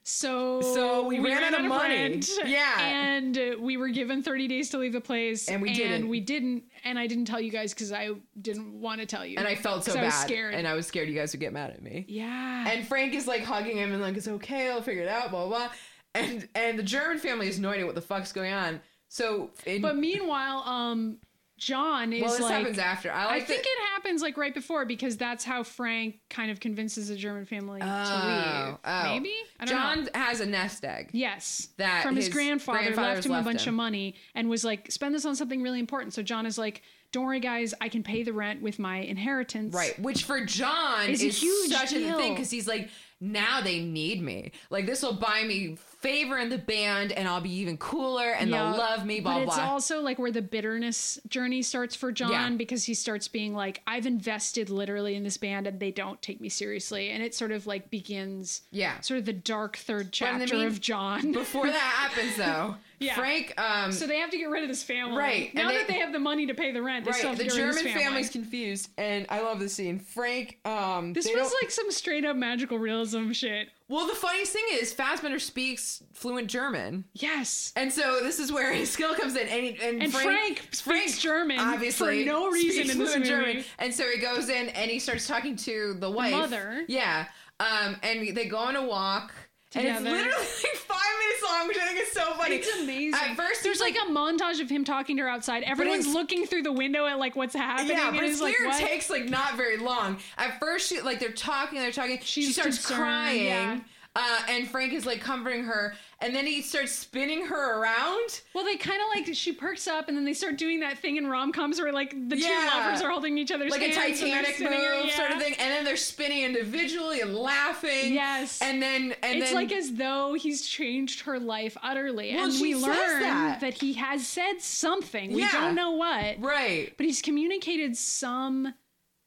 B: So
A: So we ran out of money.
B: rent,
A: Yeah.
B: and uh, we were given 30 days to leave the place,
A: And we didn't.
B: we didn't, and I didn't tell you guys because I didn't want to tell you,
A: and I felt so
B: 'Cause
A: bad,
B: I was scared.
A: and I was scared you guys would get mad at me.
B: yeah,
A: And Frank is like hugging him and like, it's okay, I'll figure it out, blah blah. blah. And and the German family is no idea what the fuck's going on. So, in,
B: but meanwhile, um, John is
A: well, this
B: like,
A: happens after. I
B: I
A: like
B: think
A: that-
B: it happens like right before because that's how Frank kind of convinces a German family to leave.
A: Oh, oh.
B: Maybe I don't
A: John
B: know.
A: has a nest egg.
B: Yes,
A: that
B: from his,
A: his
B: grandfather
A: grandfather's
B: left him
A: left
B: a bunch
A: him.
B: of money and was like, "Spend this on something really important." So John is like, "Don't worry, guys, I can pay the rent with my inheritance."
A: Right, which for John
B: It's
A: is,
B: a huge
A: such a thing
B: deal.
A: because he's like, now they need me. Like this will buy me favor in the band, and I'll be even cooler, and
B: Yeah,
A: they'll love me. Blah
B: but it's
A: blah.
B: also like where the bitterness journey starts for John
A: Yeah.
B: because he starts being like, I've invested literally in this band and they don't take me seriously. And it sort of like begins
A: Yeah.
B: sort of the dark third
A: in the
B: chapter
A: mean-
B: of John.
A: Before that happens, though,
B: Yeah.
A: Frank. Um,
B: so they have to get rid of this family.
A: Right, and
B: Now
A: they-
B: that they have the money to pay the rent, they still
A: right,
B: have
A: the
B: to get rid of
A: German
B: this family.
A: family's confused, and I love this scene. Frank. Um,
B: This
A: they
B: feels
A: don't-
B: like some straight up magical realism shit.
A: well, the funniest thing is Fassbender speaks fluent German.
B: Yes.
A: And so this is where his skill comes in, and he, and,
B: And Frank speaks German for no reason
A: speaks
B: in this
A: fluent
B: movie.
A: And so he goes in and he starts talking to the wife,
B: mother.
A: Yeah, um, and they go on a walk. And
B: Together.
A: it's literally like five minutes long, which I think is so funny.
B: It's amazing.
A: At first,
B: there's like, a montage of him talking to her outside. Everyone's
A: it's-
B: looking through the window at like what's happening.
A: yeah, but
B: and
A: it's
B: it's like,
A: clear
B: what?
A: it takes like not very long. At first, she like they're talking, they're talking. she
B: She's
A: starts
B: concerned,
A: crying,
B: yeah.
A: uh, and Frank is like comforting her, and then he starts spinning her around.
B: Well, they kind of like she perks up, and then they start doing that thing in rom coms where like the
A: Yeah.
B: two lovers are holding each other's
A: like a
B: hands, and they're
A: Titanic move
B: sitting there- yeah.
A: sort of thing, and then they're spinning individually and laughing.
B: Yes.
A: and then and
B: It's
A: then
B: like as though he's changed her life utterly,
A: Well,
B: and
A: she
B: we
A: says
B: learn
A: that.
B: that. he has said something. We
A: Yeah.
B: don't know what,
A: right.
B: but he's communicated some.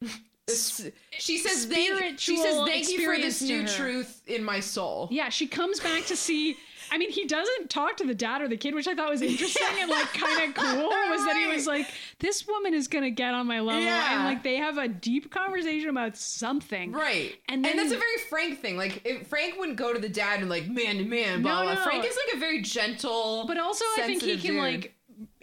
A: It's- She says thank. She says
B: spiritual
A: thank you for this
B: experience
A: new
B: to her."
A: truth in my soul.
B: Yeah, she comes back to see. I mean, he doesn't talk to the dad or the kid, which I thought was interesting and like kind of cool. Was that he was
A: Right.
B: like, "This woman is gonna get on my level,"
A: Yeah.
B: and like they have a deep conversation about something.
A: Right.
B: And then-
A: and that's a very Frank thing. Like if Frank wouldn't go to the dad and like man to man, blah
B: No,
A: blah.
B: no.
A: Frank is like a very gentle
B: But also, I think he
A: sensitive
B: can
A: dude.
B: like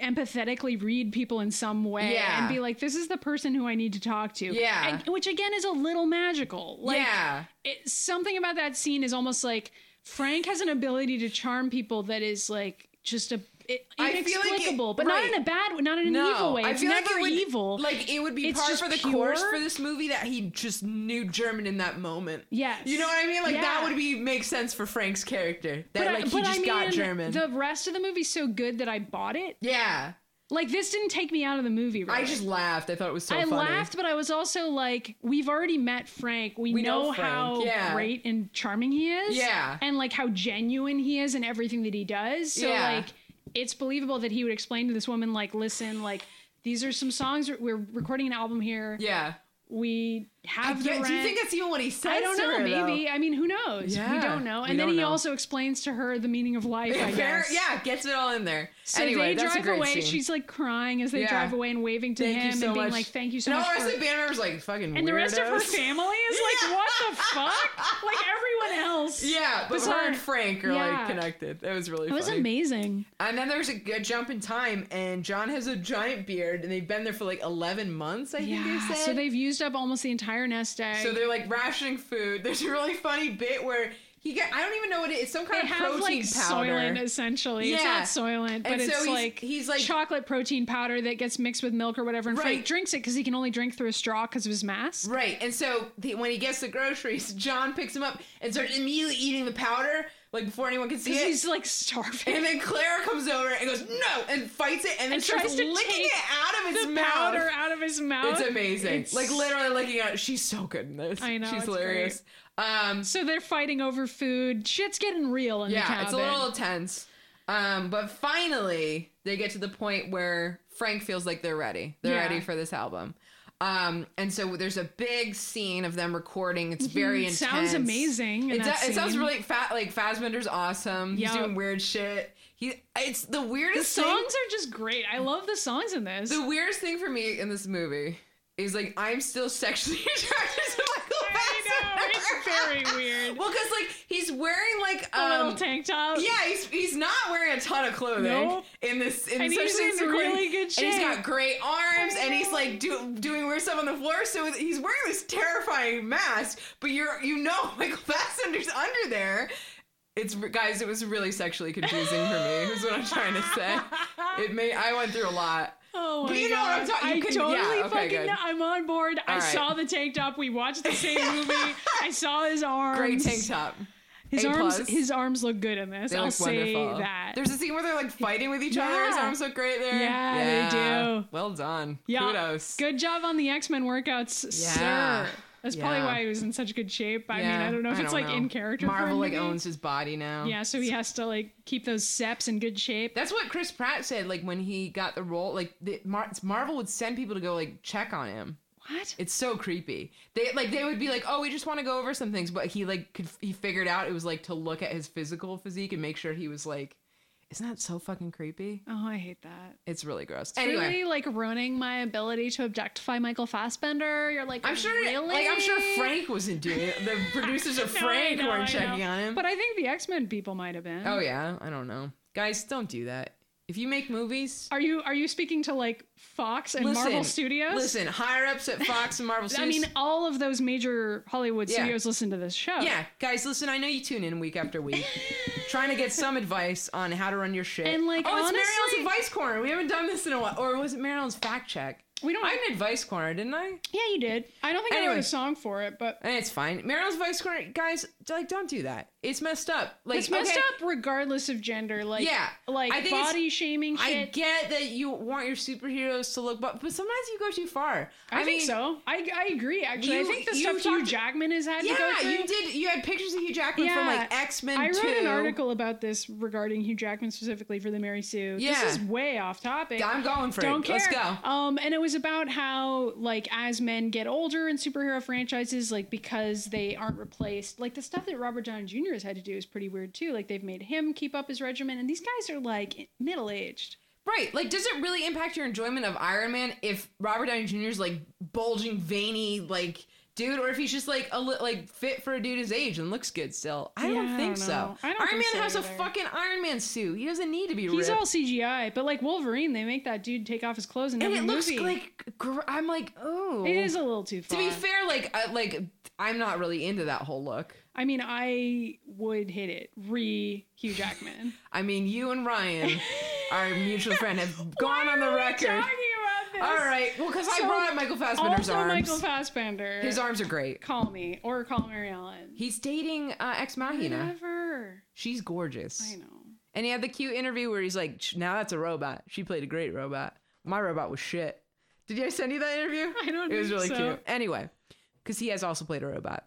B: empathetically read people in some way
A: Yeah.
B: and be like, "This is the person who I need to talk to."
A: Yeah.
B: and, which again is a little magical. Like,
A: Yeah.
B: it, something about that scene is almost like Frank has an ability to charm people that is like just a it,
A: I feel like it-
B: inexplicable, but not
A: right.
B: in a bad, not in an
A: no,
B: evil way.
A: I
B: It's
A: feel like
B: never
A: it would-
B: evil.
A: Like it would be
B: It's
A: par
B: just
A: for the course
B: pure.
A: for this movie that he just knew German in that moment.
B: Yes.
A: You know what I mean? Like that
B: Yeah.
A: would be make sense for Frank's character. That
B: But I-
A: like he
B: but
A: just
B: I mean,
A: got German.
B: The rest of the movie's so good that I bought it.
A: yeah.
B: Like this didn't take me out of the movie. Really.
A: I just laughed. I thought it was so
B: I
A: funny.
B: laughed, but I was also like, we've already met Frank. We,
A: We know
B: know,
A: Frank,
B: how
A: yeah.
B: great and charming he is.
A: Yeah.
B: And like how genuine he is in everything that he does. So
A: Yeah.
B: like it's believable that he would explain to this woman, like, listen, like these are some songs we're recording an album here.
A: Yeah.
B: We have the
A: Yeah,
B: rent.
A: do you think that's even what he says?
B: I don't
A: to
B: know.
A: her, though?
B: Maybe. I mean, who knows?
A: Yeah.
B: We don't know.
A: We
B: And then
A: don't
B: he
A: know.
B: also explains to her the meaning of life. I
A: Fair-
B: guess.
A: yeah, gets it all in there.
B: So
A: anyway,
B: they
A: that's
B: drive
A: a great
B: away.
A: Scene.
B: She's like crying as they
A: Yeah.
B: drive away and waving to
A: Thank
B: him
A: you so
B: and being
A: much.
B: like, "Thank you so
A: and
B: much."
A: all the
B: for
A: rest of the band members are like fucking
B: and the rest of her
A: weirdos.
B: family is like, what the fuck? Like everyone else.
A: Yeah, but her
B: Bizarre.
A: and Frank are
B: Yeah.
A: like connected. That was really
B: It
A: funny.
B: was amazing.
A: And then there's a, a jump in time, and John has a giant beard, and they've been there for like 11 months, I think
B: Yeah.
A: they said.
B: So they've used up almost the entire nest egg.
A: So they're like rationing food. There's a really funny bit where he get I don't even know what it is. Some kind
B: They
A: of
B: have
A: protein
B: like
A: powder.
B: Soylent essentially.
A: Yeah.
B: It's not Soylent, but
A: And so
B: it's
A: he's-
B: like
A: he's like-
B: chocolate protein powder that gets mixed with milk or whatever. And Frank
A: Right.
B: drinks it because he can only drink through a straw because of his mask.
A: Right. And so the, when he gets the groceries, John picks him up and starts immediately eating the powder, like before anyone can see
B: Because
A: it.
B: he's like starving.
A: and then Claire comes over and goes, no, and fights it and then
B: And
A: starts
B: tries to
A: licking
B: take
A: it out of its
B: the
A: mouth.
B: powder out of his mouth.
A: It's amazing.
B: It's-
A: like literally looking at she's so good in this.
B: I know,
A: She's
B: it's
A: hilarious. Um
B: So they're fighting over food. Shit's getting real in the
A: yeah,
B: cabin.
A: it's a little tense. Um, but finally they get to the point where Frank feels like they're ready. They're
B: Yeah.
A: ready for this album. Um, and so there's a big scene of them recording. It's very
B: It
A: intense.
B: Mhm. sounds amazing in
A: It,
B: that
A: do- it sounds
B: scene.
A: really fat. Like Fassbender's awesome.
B: Yeah.
A: He's doing weird shit. He. It's the
B: The
A: weirdest thing.
B: songs are just great. I love the songs in this.
A: The weirdest thing for me in this movie is like I'm still sexually attracted to Michael
B: I know, it's
A: Fassbender.
B: very weird.
A: Well, because like he's wearing like
B: a
A: um,
B: little tank top.
A: yeah, he's he's not wearing a ton of clothing
B: Nope.
A: in this. In
B: And
A: such
B: he's
A: things
B: in
A: recording.
B: really good
A: And he's
B: shape.
A: got great arms,
B: I
A: and he's
B: know.
A: like do, doing weird stuff on the floor. So he's wearing this terrifying mask, but you're you know Michael Fassbender's under there. It's guys, it was really sexually confusing for me. Is what I'm trying to say. It may I went through a lot.
B: Oh my
A: You know what I'm
B: God.
A: talking- you
B: I
A: can-
B: totally
A: yeah, okay,
B: fucking
A: good.
B: know. I'm on board. I
A: All right.
B: saw the tank top. We watched the same movie. I saw his arms.
A: Great tank top.
B: His
A: A
B: arms.
A: plus.
B: His arms look good in this.
A: They
B: I'll
A: look
B: say
A: wonderful.
B: that.
A: There's a scene where they're like fighting with each other. His
B: Yeah.
A: arms look great there.
B: Yeah, they do.
A: Well done.
B: Yeah.
A: Kudos.
B: Good job on the X Men workouts,
A: Yeah.
B: sir. That's probably
A: Yeah.
B: why he was in such good shape. I mean,
A: Yeah,
B: I don't know if it's like
A: know.
B: in character. for
A: Marvel
B: a
A: like
B: movie.
A: owns his body now.
B: Yeah, so he has to like keep those steps in good shape.
A: That's what Chris Pratt said. Like when he got the role, like the, Mar- Marvel would send people to go like check on him.
B: what?
A: It's so creepy. They like they would be like, "Oh, we just want to go over some things," but he like could he figured out it was like to look at his physical physique and make sure he was like, "Isn't that so fucking creepy?"
B: Oh, I hate that.
A: It's really gross.
B: It's
A: anyway,
B: Really, like ruining my ability to objectify Michael Fassbender. You're like,
A: I'm sure
B: really?
A: like I'm sure Frank wasn't doing it. The producers of
B: No, I
A: Frank
B: know, I know.
A: weren't checking on him.
B: But I think the X Men people might have been.
A: oh yeah, I don't know. Guys, don't do that. If you make movies,
B: Are you are you speaking to like Fox and
A: listen,
B: Marvel Studios?
A: Listen, higher ups at Fox and Marvel Studios.
B: I mean, uh, all of those major Hollywood
A: Yeah.
B: studios listen to this show.
A: yeah, guys, listen. I know you tune in week after week, trying to get some advice on how to run your shit.
B: And, like,
A: oh, it's
B: honestly-
A: Marilyn's advice corner. We haven't done this in a while, or was it Marilyn's fact check?
B: We don't.
A: I had an advice corner, didn't I?
B: yeah, you did. I don't think I wrote
A: Anyway.
B: a song for it, but
A: And it's fine. Marilyn's advice corner, guys. Like, don't do that. It's messed up. Like,
B: it's messed
A: okay,
B: up regardless of gender. Like,
A: Yeah.
B: like
A: I think it's-
B: body shaming
A: I
B: shit.
A: get that you want your superheroes to look, but but sometimes you go too far.
B: I, think
A: mean,
B: so. I, I agree. Actually, I
A: You-
B: think the
A: you
B: stuff Hugh
A: talked-
B: Jackman has had to go
A: Yeah,
B: through.
A: you did. You had pictures of Hugh Jackman from like X Men.
B: I wrote
A: 2.
B: an article about this regarding Hugh Jackman specifically for the Mary Sue.
A: Yeah.
B: This is way off topic.
A: I'm going for
B: don't
A: it.
B: care.
A: Let's go.
B: Um, and it was about how, like, as men get older in superhero franchises, like because they aren't replaced, like the stuff that Robert Downey Jr. has had to do is pretty weird too. Like they've made him keep up his regimen, and these guys are like middle aged.
A: Right. Like, does it really impact your enjoyment of Iron Man if Robert Downey Jr. is like bulging, veiny, like dude, or if he's just like a li- like fit for a dude his age and looks good still? I
B: Yeah,
A: don't
B: I
A: think
B: don't
A: so.
B: know. I don't
A: Iron
B: think
A: Man
B: so
A: has
B: either.
A: a fucking Iron Man suit. He doesn't need to be
B: He's
A: ripped.
B: all CGI, but like Wolverine, they make that dude take off his clothes in
A: and
B: every
A: it looks
B: movie.
A: like gr- I'm like, oh.
B: it is a little too
A: To
B: far.
A: be fair, like I, like I'm not really into that whole look.
B: I mean, I would hit it re Hugh Jackman.
A: I mean, you and Ryan, our mutual friend, have gone on the record.
B: talking
A: All right. Well, because I
B: So,
A: brought up Michael Fassbender's
B: Also,
A: arms.
B: Michael Fassbender.
A: His arms are great.
B: Call me or call Mary Ellen.
A: He's dating uh, ex Machina.
B: Whatever.
A: She's gorgeous.
B: I know.
A: And he had the cute interview where he's like, "Sh- now that's a robot. She played a great robot. My robot was shit. Did I send you that interview?
B: I don't
A: It was
B: think
A: really
B: so.
A: cute. Anyway, because he has also played a robot.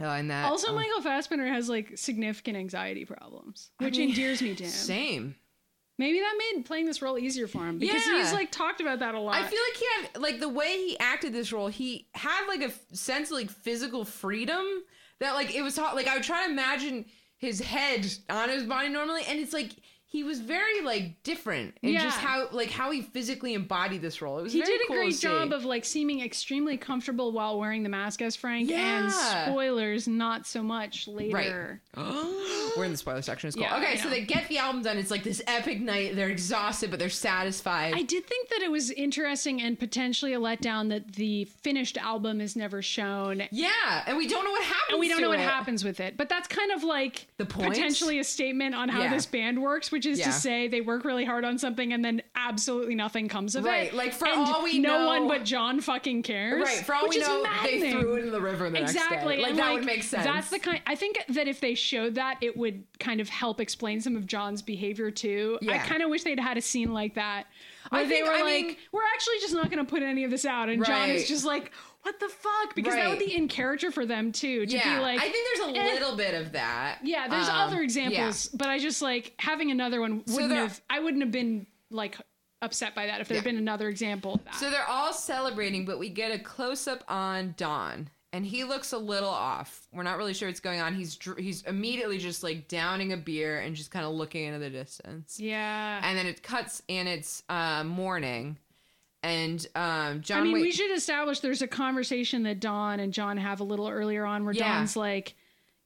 A: Uh, and that
B: Also,
A: uh,
B: Michael Fassbender has like significant anxiety problems, which
A: mean,
B: endears me to him.
A: same.
B: Maybe that made playing this role easier for him because
A: Yeah.
B: he's like talked about that a lot.
A: I feel like he had like the way he acted this role. He had like a f- sense of like physical freedom that like it was hot. Like I would try to imagine his head on his body normally, and it's like he was very like different in just
B: Yeah.
A: how like how he physically embodied this role. It was
B: he
A: very
B: did a
A: cool to
B: great
A: see.
B: job of like seeming extremely comfortable while wearing the mask as Frank. And
A: Yeah.
B: spoilers, not so much later.
A: We're in the spoiler section. It's cool.
B: Yeah, I
A: okay, so
B: know.
A: they get the album done. It's like this epic night. They're exhausted, but they're satisfied.
B: I did think that it was interesting and potentially a letdown that the finished album is never shown.
A: yeah, and we don't know what happens.
B: And we don't
A: to
B: know what
A: it.
B: happens with it. But that's kind of like
A: The point?
B: potentially a statement on how
A: Yeah.
B: this band works, which is
A: Yeah.
B: to say they work really hard on something and then absolutely nothing comes of
A: Right,
B: it.
A: like, for
B: And
A: all we
B: no
A: know-
B: one but John fucking cares.
A: Right. For all
B: which
A: we
B: is
A: know, they
B: maddening.
A: threw it in the river the
B: Exactly.
A: next day. Like
B: and,
A: that would make sense.
B: That's the kind I think that if they showed that, it would kind of help explain some of John's behavior too. I
A: Yeah.
B: kind of wish they'd had a scene like that where
A: I
B: they
A: think-
B: were
A: I
B: like,
A: mean-
B: "We're actually just not going to put any of this out," and John is
A: Right.
B: just like, "What the fuck?" Because that would
A: Right.
B: be in character for them too to
A: yeah.
B: be like.
A: I think there's a
B: eh.
A: little bit of that.
B: Yeah, there's
A: Um,
B: other examples, but I just like having another one wouldn't
A: there-
B: have. I wouldn't have been like upset by that if there had
A: Yeah.
B: been another example. Of that.
A: So they're all celebrating, but we get a close up on Don, and he looks a little off. We're not really sure what's going on. He's dr- he's immediately just like downing a beer and just kind of looking into the distance.
B: yeah,
A: And then it cuts, and it's uh, morning, and um, John.
B: I mean,
A: Wick-
B: we should establish there's a conversation that Don and John have a little earlier on where
A: Yeah.
B: Don's like,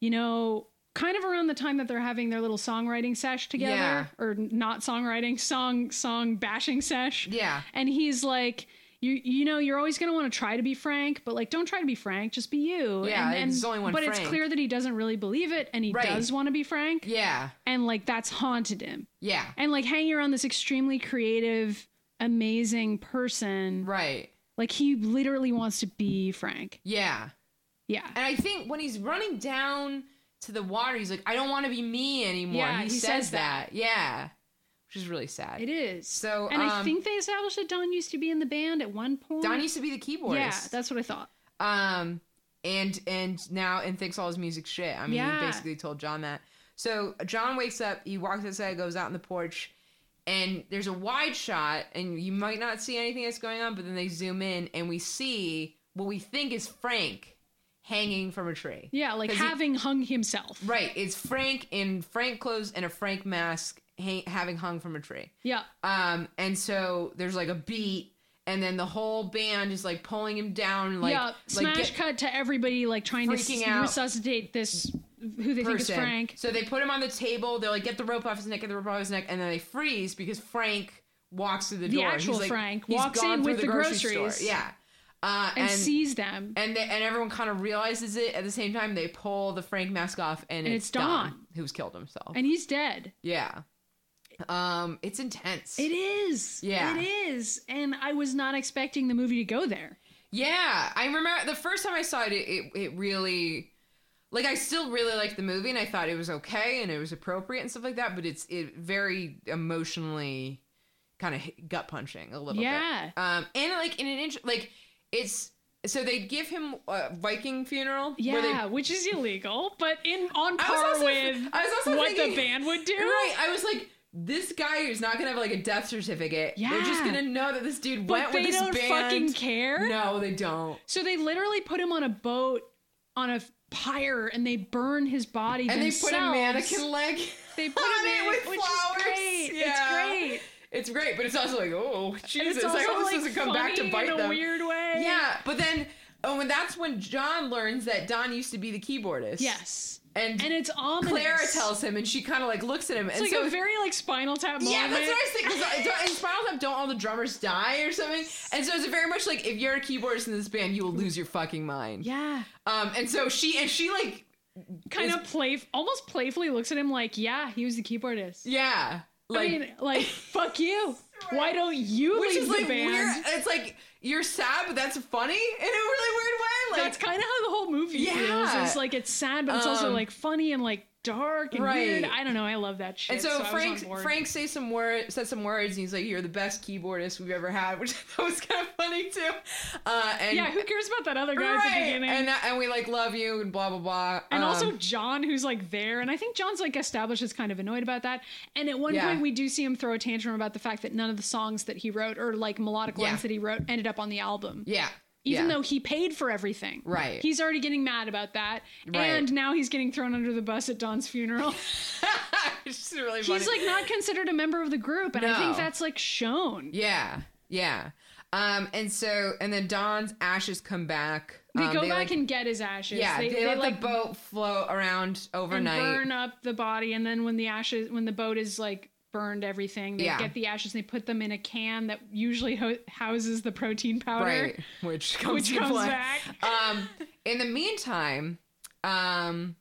B: you know, kind of around the time that they're having their little songwriting sesh together,
A: Yeah.
B: or not songwriting, song song bashing sesh.
A: Yeah.
B: and he's like. You, you know you're always gonna want to try to be Frank, but like don't try to be Frank, just be you.
A: Yeah,
B: and,
A: like, there's only one
B: But it's
A: Frank.
B: clear that he doesn't really believe it, and he
A: Right.
B: does want to be Frank,
A: Yeah.
B: and like that's haunted him
A: Yeah.
B: and like hanging around this extremely creative amazing person.
A: Right.
B: Like he literally wants to be Frank.
A: Yeah.
B: Yeah.
A: And I think when he's running down to the water, he's like, I don't want to be me anymore.
B: Yeah,
A: he, says, that. Yeah. Which is really sad.
B: It is.
A: So,
B: and I
A: um,
B: think they established that Don used to be in the band at one point.
A: Don used to be the keyboardist.
B: Yeah, that's what I thought.
A: um and and now and thinks all his music's shit. I mean,
B: Yeah.
A: he basically told John that. So John wakes up, he walks outside, goes out on the porch, and there's a wide shot, and you might not see anything that's going on, but then they zoom in and we see what we think is Frank hanging from a tree.
B: Yeah, like
A: 'Cause he-
B: having hung himself.
A: Right, it's Frank in Frank clothes and a Frank mask hang, having hung from a tree.
B: Yeah.
A: Um, and so there's like a beat, and then the whole band is like pulling him down, like
B: yeah.
A: like
B: Smash
A: get-
B: cut to everybody like trying to
A: Freaking
B: s-
A: out.
B: resuscitate this who they think is
A: person.
B: Frank.
A: So they put him on the table. They're like, get the rope off his neck, get the rope off his neck, and then they freeze because Frank walks through the,
B: The
A: door.
B: actual
A: like-
B: Frank
A: he's
B: walks
A: gone
B: in
A: through
B: with the groceries.
A: Store. Yeah, uh,
B: And,
A: and
B: sees them.
A: and, they, and everyone kind of realizes it at the same time. They pull the Frank mask off, and,
B: And
A: it's,
B: it's
A: Don,
B: Don.
A: who's killed himself.
B: and he's dead.
A: yeah, um, it's intense.
B: It is.
A: Yeah.
B: It is. And I was not expecting the movie to go there.
A: Yeah, I remember the first time I saw it, it, it, it really, like, I still really liked the movie, and I thought it was okay and it was appropriate and stuff like that. But it's it very emotionally, kind of gut punching a little
B: Yeah.
A: bit. Um, and like in an int- like it's so they give him a Viking funeral.
B: Yeah,
A: where they-
B: which is illegal, but in
A: I
B: on
A: was
B: par
A: also-
B: with
A: I was also
B: what the
A: thinking-
B: band would do.
A: right. I was like. This guy is not gonna have like a death certificate. They're just
B: Yeah.
A: gonna know that this dude
B: But
A: went
B: they
A: with this
B: don't
A: band.
B: fucking care.
A: No, they don't.
B: So they literally put him on a boat on a pyre and they burn his body
A: And they
B: themselves.
A: put a mannequin leg.
B: They put
A: on
B: him
A: it
B: in,
A: with
B: which
A: flowers.
B: is great.
A: Yeah.
B: It's great.
A: It's great, but it's also like, oh
B: And
A: Jesus!
B: it's also
A: I hope
B: like
A: this doesn't come back to
B: funny
A: bite
B: in a
A: them.
B: weird way.
A: Yeah, but then oh, and that's when John learns that Don used to be the keyboardist.
B: Yes.
A: and
B: And it's ominous.
A: Clara tells him, and she kind of like looks at him,
B: It's
A: and
B: like
A: so
B: a very like Spinal Tap moment.
A: yeah, that's what I was thinking. 'cause I- don't- In Spinal Tap, don't all the drummers die or something? And so it's very much like if you're a keyboardist in this band, you will lose your fucking mind.
B: Yeah.
A: Um, and so she and she like
B: Kind
A: Is-
B: of play, almost playfully looks at him like, "Yeah, he was the keyboardist."
A: yeah, like
B: I mean, like, fuck you. Why don't you
A: which
B: leave
A: is
B: the
A: like
B: band?
A: weird. It's like you're sad, but that's funny in a really weird way. Like
B: That's kind of how the whole movie
A: Yeah.
B: feels. It's like it's sad, but it's also
A: Um,
B: like funny and like dark and
A: Right.
B: weird. I don't know. I love that shit.
A: And so,
B: I was
A: Frank
B: on board.
A: Frank says some word said some words and he's like, You're the best keyboardist we've ever had, which I thought was kind of funny too. Uh and
B: yeah, who cares about that other guy at the
A: right,
B: beginning?
A: and
B: And,
A: that, and we like love you and blah blah blah. Um,
B: also John, who's like there, and I think John's like established is kind of annoyed about that. And at one
A: Yeah.
B: point, we do see him throw a tantrum about the fact that none of the songs that he wrote or like melodic
A: Yeah.
B: ones that he wrote ended up on the album.
A: Yeah.
B: even
A: yeah.
B: though he paid for everything.
A: Right.
B: He's already getting mad about that.
A: Right.
B: And now he's getting thrown under the bus at Don's funeral.
A: it's just really funny.
B: he's like not considered a member of the group. And I
A: No.
B: think that's like shown.
A: Yeah, yeah. Um and so and then Don's ashes come back.
B: They
A: Um,
B: go back
A: like-
B: and get his ashes.
A: Yeah, they,
B: They, they,
A: let
B: like
A: the boat float around
B: and
A: overnight.
B: burn up the body. And then when the ashes, when the boat is like burned everything, they
A: Yeah.
B: get the ashes and they put them in a can that usually ho- houses the protein powder.
A: Right, which comes,
B: Which
A: to
B: comes
A: play.
B: back.
A: um, in the meantime, um,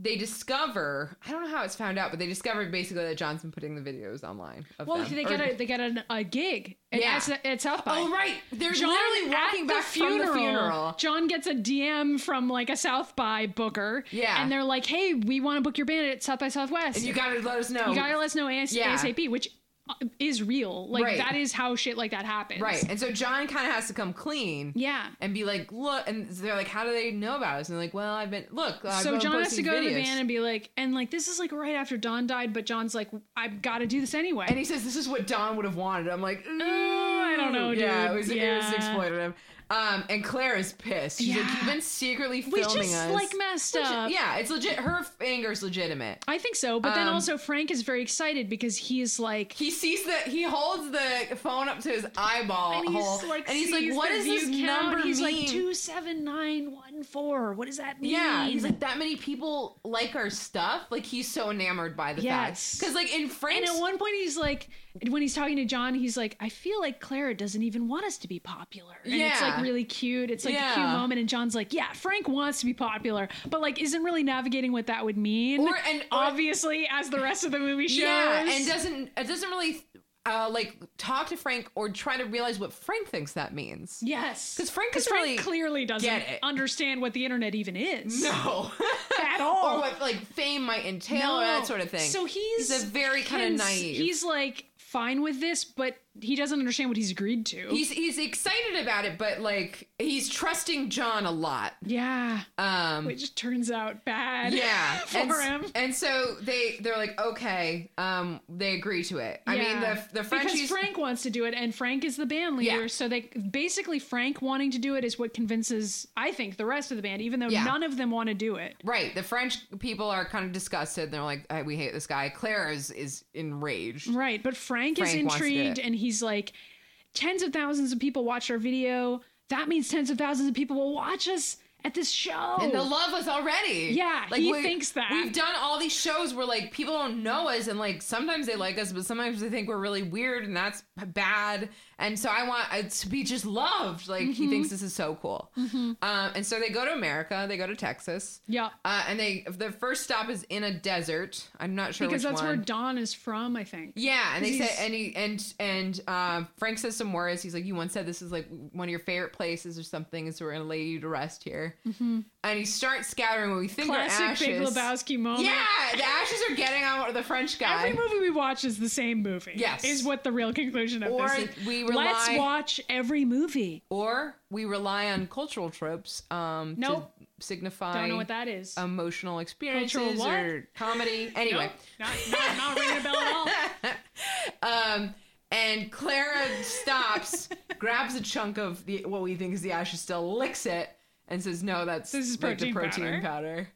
A: they discover I don't know how it's found out, but they discovered basically that Johnson putting the videos online. Of
B: Well,
A: them.
B: they
A: Or-
B: get a they get an, a gig at,
A: Yeah.
B: at, at South by.
A: Oh right, they're
B: John
A: literally
B: at
A: walking back from the funeral.
B: John gets a DM from like a South by booker.
A: Yeah.
B: And they're like, hey, we want to book your band at South by Southwest.
A: And you gotta let us know.
B: You gotta let us know AS-
A: Oh, Yeah.
B: ASAP, which uh, is real. Like,
A: Right.
B: that is how shit like that happens.
A: right, and so John kind of has to come clean.
B: Yeah.
A: And be like, look, and they're like, how do they know about us? And they're like, well, I've been look. I've
B: so
A: been
B: John has to
A: posting
B: go to the
A: videos.
B: band and be like, and like, this is like right after Don died, but John's like, I've got to do this anyway.
A: And he says this is what Don would have wanted. I'm like, ooh, I
B: Oh, don't know,
A: Yeah, it
B: dude.
A: was, it was
B: Yeah.
A: exploitative. Um, and Claire is pissed. She's like,
B: Yeah.
A: you've been secretly
B: we
A: filming
B: just
A: us.
B: like messed
A: Which-
B: up.
A: Yeah, it's legit. Her anger's legitimate.
B: I think so. But then
A: Um,
B: also, Frank is very excited because he's like,
A: He sees that he holds the phone up to his eyeball
B: and he's
A: hole,
B: like,
A: and he's
B: sees
A: like, "What
B: the
A: does this
B: view count.
A: number
B: He's
A: mean?"
B: like two seven nine one four. What does that mean?
A: yeah, he's like, "That many people like our stuff." Like he's so enamored by the
B: Yes.
A: fact because, like, in
B: and
A: Frank's
B: at one point he's like, when he's talking to John, he's like, I feel like Clara doesn't even want us to be popular. And it's
A: Yeah.
B: like really cute. It's like a cute
A: Yeah.
B: moment. And John's like, yeah, Frank wants to be popular, but like isn't really navigating what that would mean.
A: Or- and- or-
B: obviously, as the rest of the movie shows.
A: Yeah, and doesn't it doesn't really uh, like talk to Frank or try to realize what Frank thinks that means.
B: Yes.
A: 'Cause Frank is really
B: clearly doesn't
A: get it.
B: understand what the internet even is.
A: No.
B: At all.
A: or what like fame might entail or that sort of thing.
B: So he's,
A: a very kind of
B: Ken's-
A: naive.
B: He's like fine with this, but he doesn't understand what he's agreed to.
A: he's he's excited about it, but like he's trusting John a lot.
B: yeah.
A: Um
B: Which turns out bad.
A: yeah
B: for
A: and, s-
B: him.
A: and so they they're like okay um they agree to it i mean
B: Yeah.
A: the the
B: because
A: frenchies
B: Frank wants to do it, and Frank is the band leader.
A: Yeah.
B: So they basically Frank wanting to do it is what convinces I think the rest of the band, even though
A: Yeah.
B: none of them want to do it.
A: right the french people are kind of disgusted they're like "Hey, we hate this guy claire is is enraged
B: Right, but Frank, is
A: Frank wants to do
B: intrigued,
A: it.
B: and he's like, tens of thousands of people watched our video. That means tens of thousands of people will watch us at this show.
A: and they'll love us already.
B: Oh. Yeah, he thinks that.
A: we've done all these shows where like people don't know us, and like sometimes they like us, but sometimes they think we're really weird, and that's bad. And so I want it to be just loved. Like
B: Mm-hmm.
A: he thinks this is so cool. Um, and so they go to America. They go to Texas.
B: yeah,
A: Uh, and they the first stop is in a desert. I'm not sure
B: because
A: which
B: that's
A: one.
B: where Don is from, I think.
A: yeah, and they
B: Because
A: say
B: he's-
A: and he and and uh, Frank says some words. He's like, "You once said this is like one of your favorite places or something, and so we're gonna lay you to rest here." And he starts scattering what we think are
B: Mm-hmm.
A: ashes.
B: Classic Big Lebowski moment.
A: yeah, the ashes are getting on the French guy.
B: Every movie we watch is the same movie.
A: Yes.
B: Is what the real conclusion of
A: Or
B: this is.
A: we
B: Let's
A: rely-
B: watch every movie.
A: or we rely on cultural tropes um,
B: Nope.
A: to signify
B: Don't know what that is.
A: emotional experiences
B: Cultural what?
A: or comedy.
B: Nope.
A: um, Anyway.
B: Not, not, not ringing a bell at all.
A: Um, and Clara stops, grabs a chunk of the what we think is the ashes, still licks it, and says, "No, that's
B: This is
A: like the
B: protein
A: protein
B: powder."
A: powder."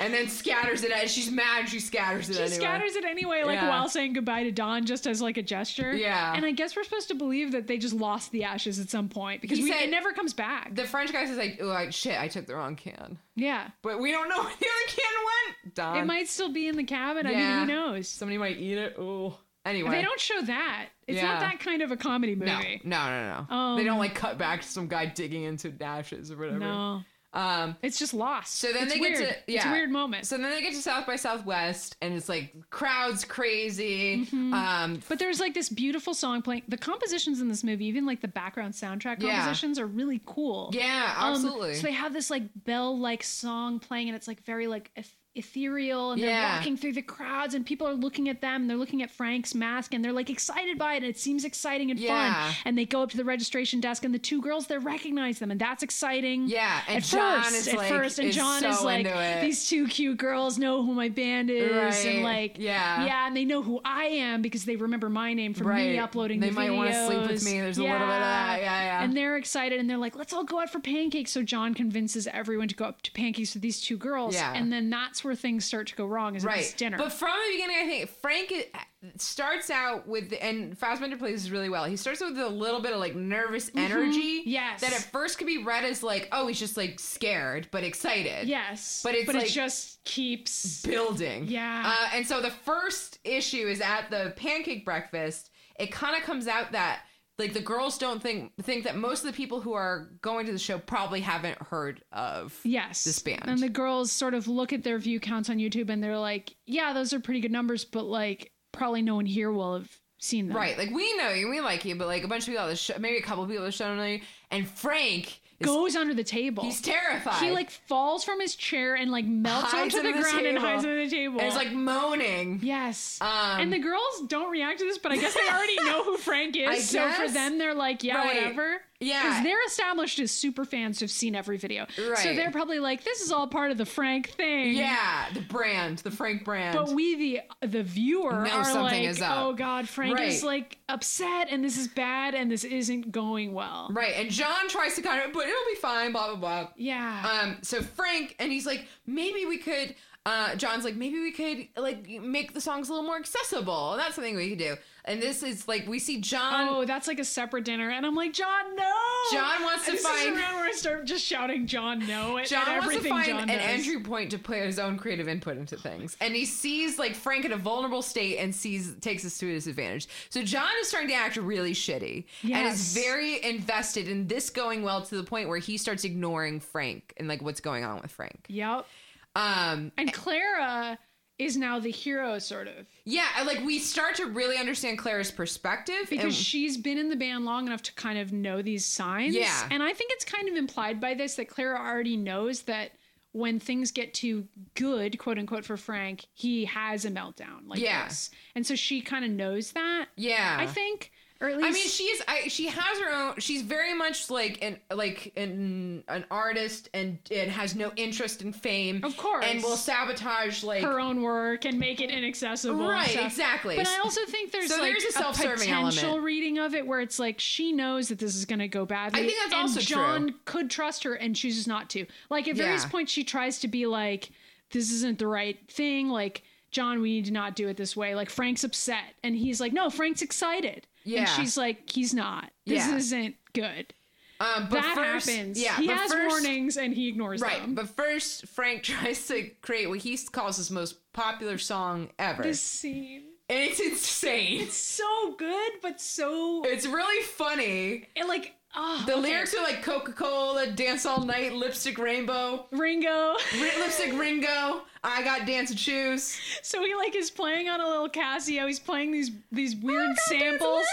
A: And then scatters it. At, she's mad. She scatters it.
B: She
A: anyway.
B: scatters it anyway, like
A: Yeah.
B: while saying goodbye to Don, just as like a gesture.
A: Yeah.
B: And I guess we're supposed to believe that they just lost the ashes at some point because
A: He
B: we,
A: said-
B: it never comes back.
A: The French guy says, "Like, oh I, shit, I took the wrong can."
B: yeah.
A: But we don't know where the other can went. Don.
B: It might still be in the cabin. I
A: Yeah.
B: mean, who knows?
A: Somebody might eat it. Ooh. Anyway.
B: They don't show that. It's
A: Yeah.
B: not that kind of a comedy
A: No,
B: movie.
A: no, no, no.
B: Um,
A: they don't like cut back to some guy digging into ashes or whatever.
B: No.
A: Um,
B: It's just lost.
A: So then
B: It's
A: they
B: weird.
A: get to yeah.
B: It's a weird moment.
A: So then they get to South by Southwest, and it's like crowds crazy.
B: Mm-hmm.
A: Um,
B: but there's like this beautiful song playing. The compositions in this movie, even like the background soundtrack
A: Yeah.
B: compositions, are really cool.
A: yeah,
B: Um,
A: absolutely.
B: so they have this like bell like song playing, and it's like very like eth- ethereal, and they're
A: Yeah.
B: walking through the crowds, and people are looking at them, and they're looking at Frank's mask, and they're like excited by it, and it seems exciting and
A: Yeah.
B: fun. And they go up to the registration desk, and the two girls there recognize them, and that's exciting.
A: yeah, and
B: At
A: John
B: first,
A: is
B: at
A: like,
B: first, and
A: is
B: John
A: so
B: is like,
A: into it.
B: these two cute girls know who my band is,
A: Right.
B: and like,
A: Yeah.
B: yeah, and they know who I am because they remember my name from me
A: Right.
B: uploading
A: They
B: the
A: might wanna
B: videos.
A: sleep with me. There's a little bit of that. Yeah, yeah.
B: And they're excited, and they're like, let's all go out for pancakes. So John convinces everyone to go up to pancakes with these two girls,
A: Yeah.
B: and then that's where things start to go wrong. Is at this
A: right
B: dinner?
A: But from the beginning, I think Frank i- starts out with, and Fassbender plays this really well. He starts with a little bit of like nervous energy,
B: Mm-hmm. Yes.
A: that at first could be read as like, oh, he's just like scared but excited,
B: yes,
A: but it's
B: it
A: like-
B: just keeps.
A: building.
B: Yeah.
A: Uh, and so the first issue is at the pancake breakfast. It kind of comes out that like the girls don't think think that most of the people who are going to the show probably haven't heard of.
B: Yes.
A: disband.
B: And the girls sort of look at their view counts on YouTube and they're like, yeah, those are pretty good numbers, but like probably no one here will have seen them.
A: Right, like we know you, we like you, but like a bunch of people, at the show, maybe a couple people at the show don't know you. And Frank is
B: Goes under the table.
A: he's terrified.
B: He like falls from his chair and like melts
A: Hides
B: onto the,
A: under the
B: ground and
A: table.
B: hides under the table.
A: and is like moaning.
B: yes.
A: Um,
B: and the girls don't react to this, but I guess they already know who Frank is.
A: I
B: so for
A: guess.
B: them, they're like, yeah,
A: Right.
B: whatever.
A: Yeah.
B: Because they're established as super fans who've seen every video. So
A: Right.
B: they're probably like, this is all part of the Frank thing.
A: Yeah, the brand, the Frank brand.
B: But we, the the viewer,
A: Know
B: are
A: something
B: like,
A: is up.
B: oh god, Frank is
A: Right.
B: like upset, and this is bad, and this isn't going well.
A: right, and John tries to kind of, but it'll be fine. Blah blah blah.
B: Yeah,
A: Um, so Frank, and he's like, maybe we could. Uh, John's like, maybe we could like make the songs a little more accessible. And that's something we could do. And this is like, we see John.
B: oh, that's like a separate dinner, and I'm like, John, no.
A: John wants to
B: And this
A: find-
B: is around where I start just shouting, John, no, at,
A: John
B: at
A: wants to
B: everything
A: find
B: John
A: an
B: does.
A: entry point to put his own creative input into things, and he sees like Frank in a vulnerable state and sees takes this to his advantage. So John is starting to act really shitty and is
B: Yes.
A: very invested in this going well to the point where he starts ignoring Frank and like what's going on with Frank.
B: Yep,
A: Um,
B: and Clara is now the hero, sort of,
A: Yeah, I- like we start to really understand Clara's perspective
B: because
A: and-
B: she's been in the band long enough to kind of know these signs.
A: Yeah.
B: and I think it's kind of implied by this that Clara already knows that when things get too good, quote unquote, for Frank, he has a meltdown like
A: Yeah.
B: this, and so she kind of knows that.
A: yeah.
B: I think, or at least
A: I mean, she is. I, she has her own. She's very much like an like an an artist, and and has no interest in fame.
B: Of course.
A: and will sabotage like
B: her own work and make it inaccessible. and
A: Right,
B: stuff.
A: exactly.
B: But I also think there's
A: So
B: like
A: there's a self-serving
B: potential
A: element.
B: reading of it where it's like she knows that this is going to go badly.
A: I think that's
B: and
A: also true.
B: John could trust her and chooses not to. Like at various
A: Yeah.
B: points, she tries to be like, "This isn't the right thing." Like. John, we need to not do it this way. Like Frank's upset, and he's like, "No, Frank's excited."
A: Yeah.
B: and she's like, "He's not. This
A: Yeah.
B: isn't good."
A: Um, but
B: that
A: first,
B: happens.
A: Yeah,
B: he
A: but
B: has
A: first-
B: warnings, and he ignores
A: Right,
B: them.
A: but first Frank tries to create what he calls his most popular song ever,
B: this scene,
A: and it's insane.
B: it's so good, but so
A: It's really funny.
B: And like, oh,
A: The
B: okay.
A: lyrics are like Coca Cola, Dance All Night, Lipstick Rainbow,
B: Ringo.
A: Ri- Lipstick Ringo. I got dancing shoes.
B: so he like is playing on a little Casio. He's playing these these weird samples.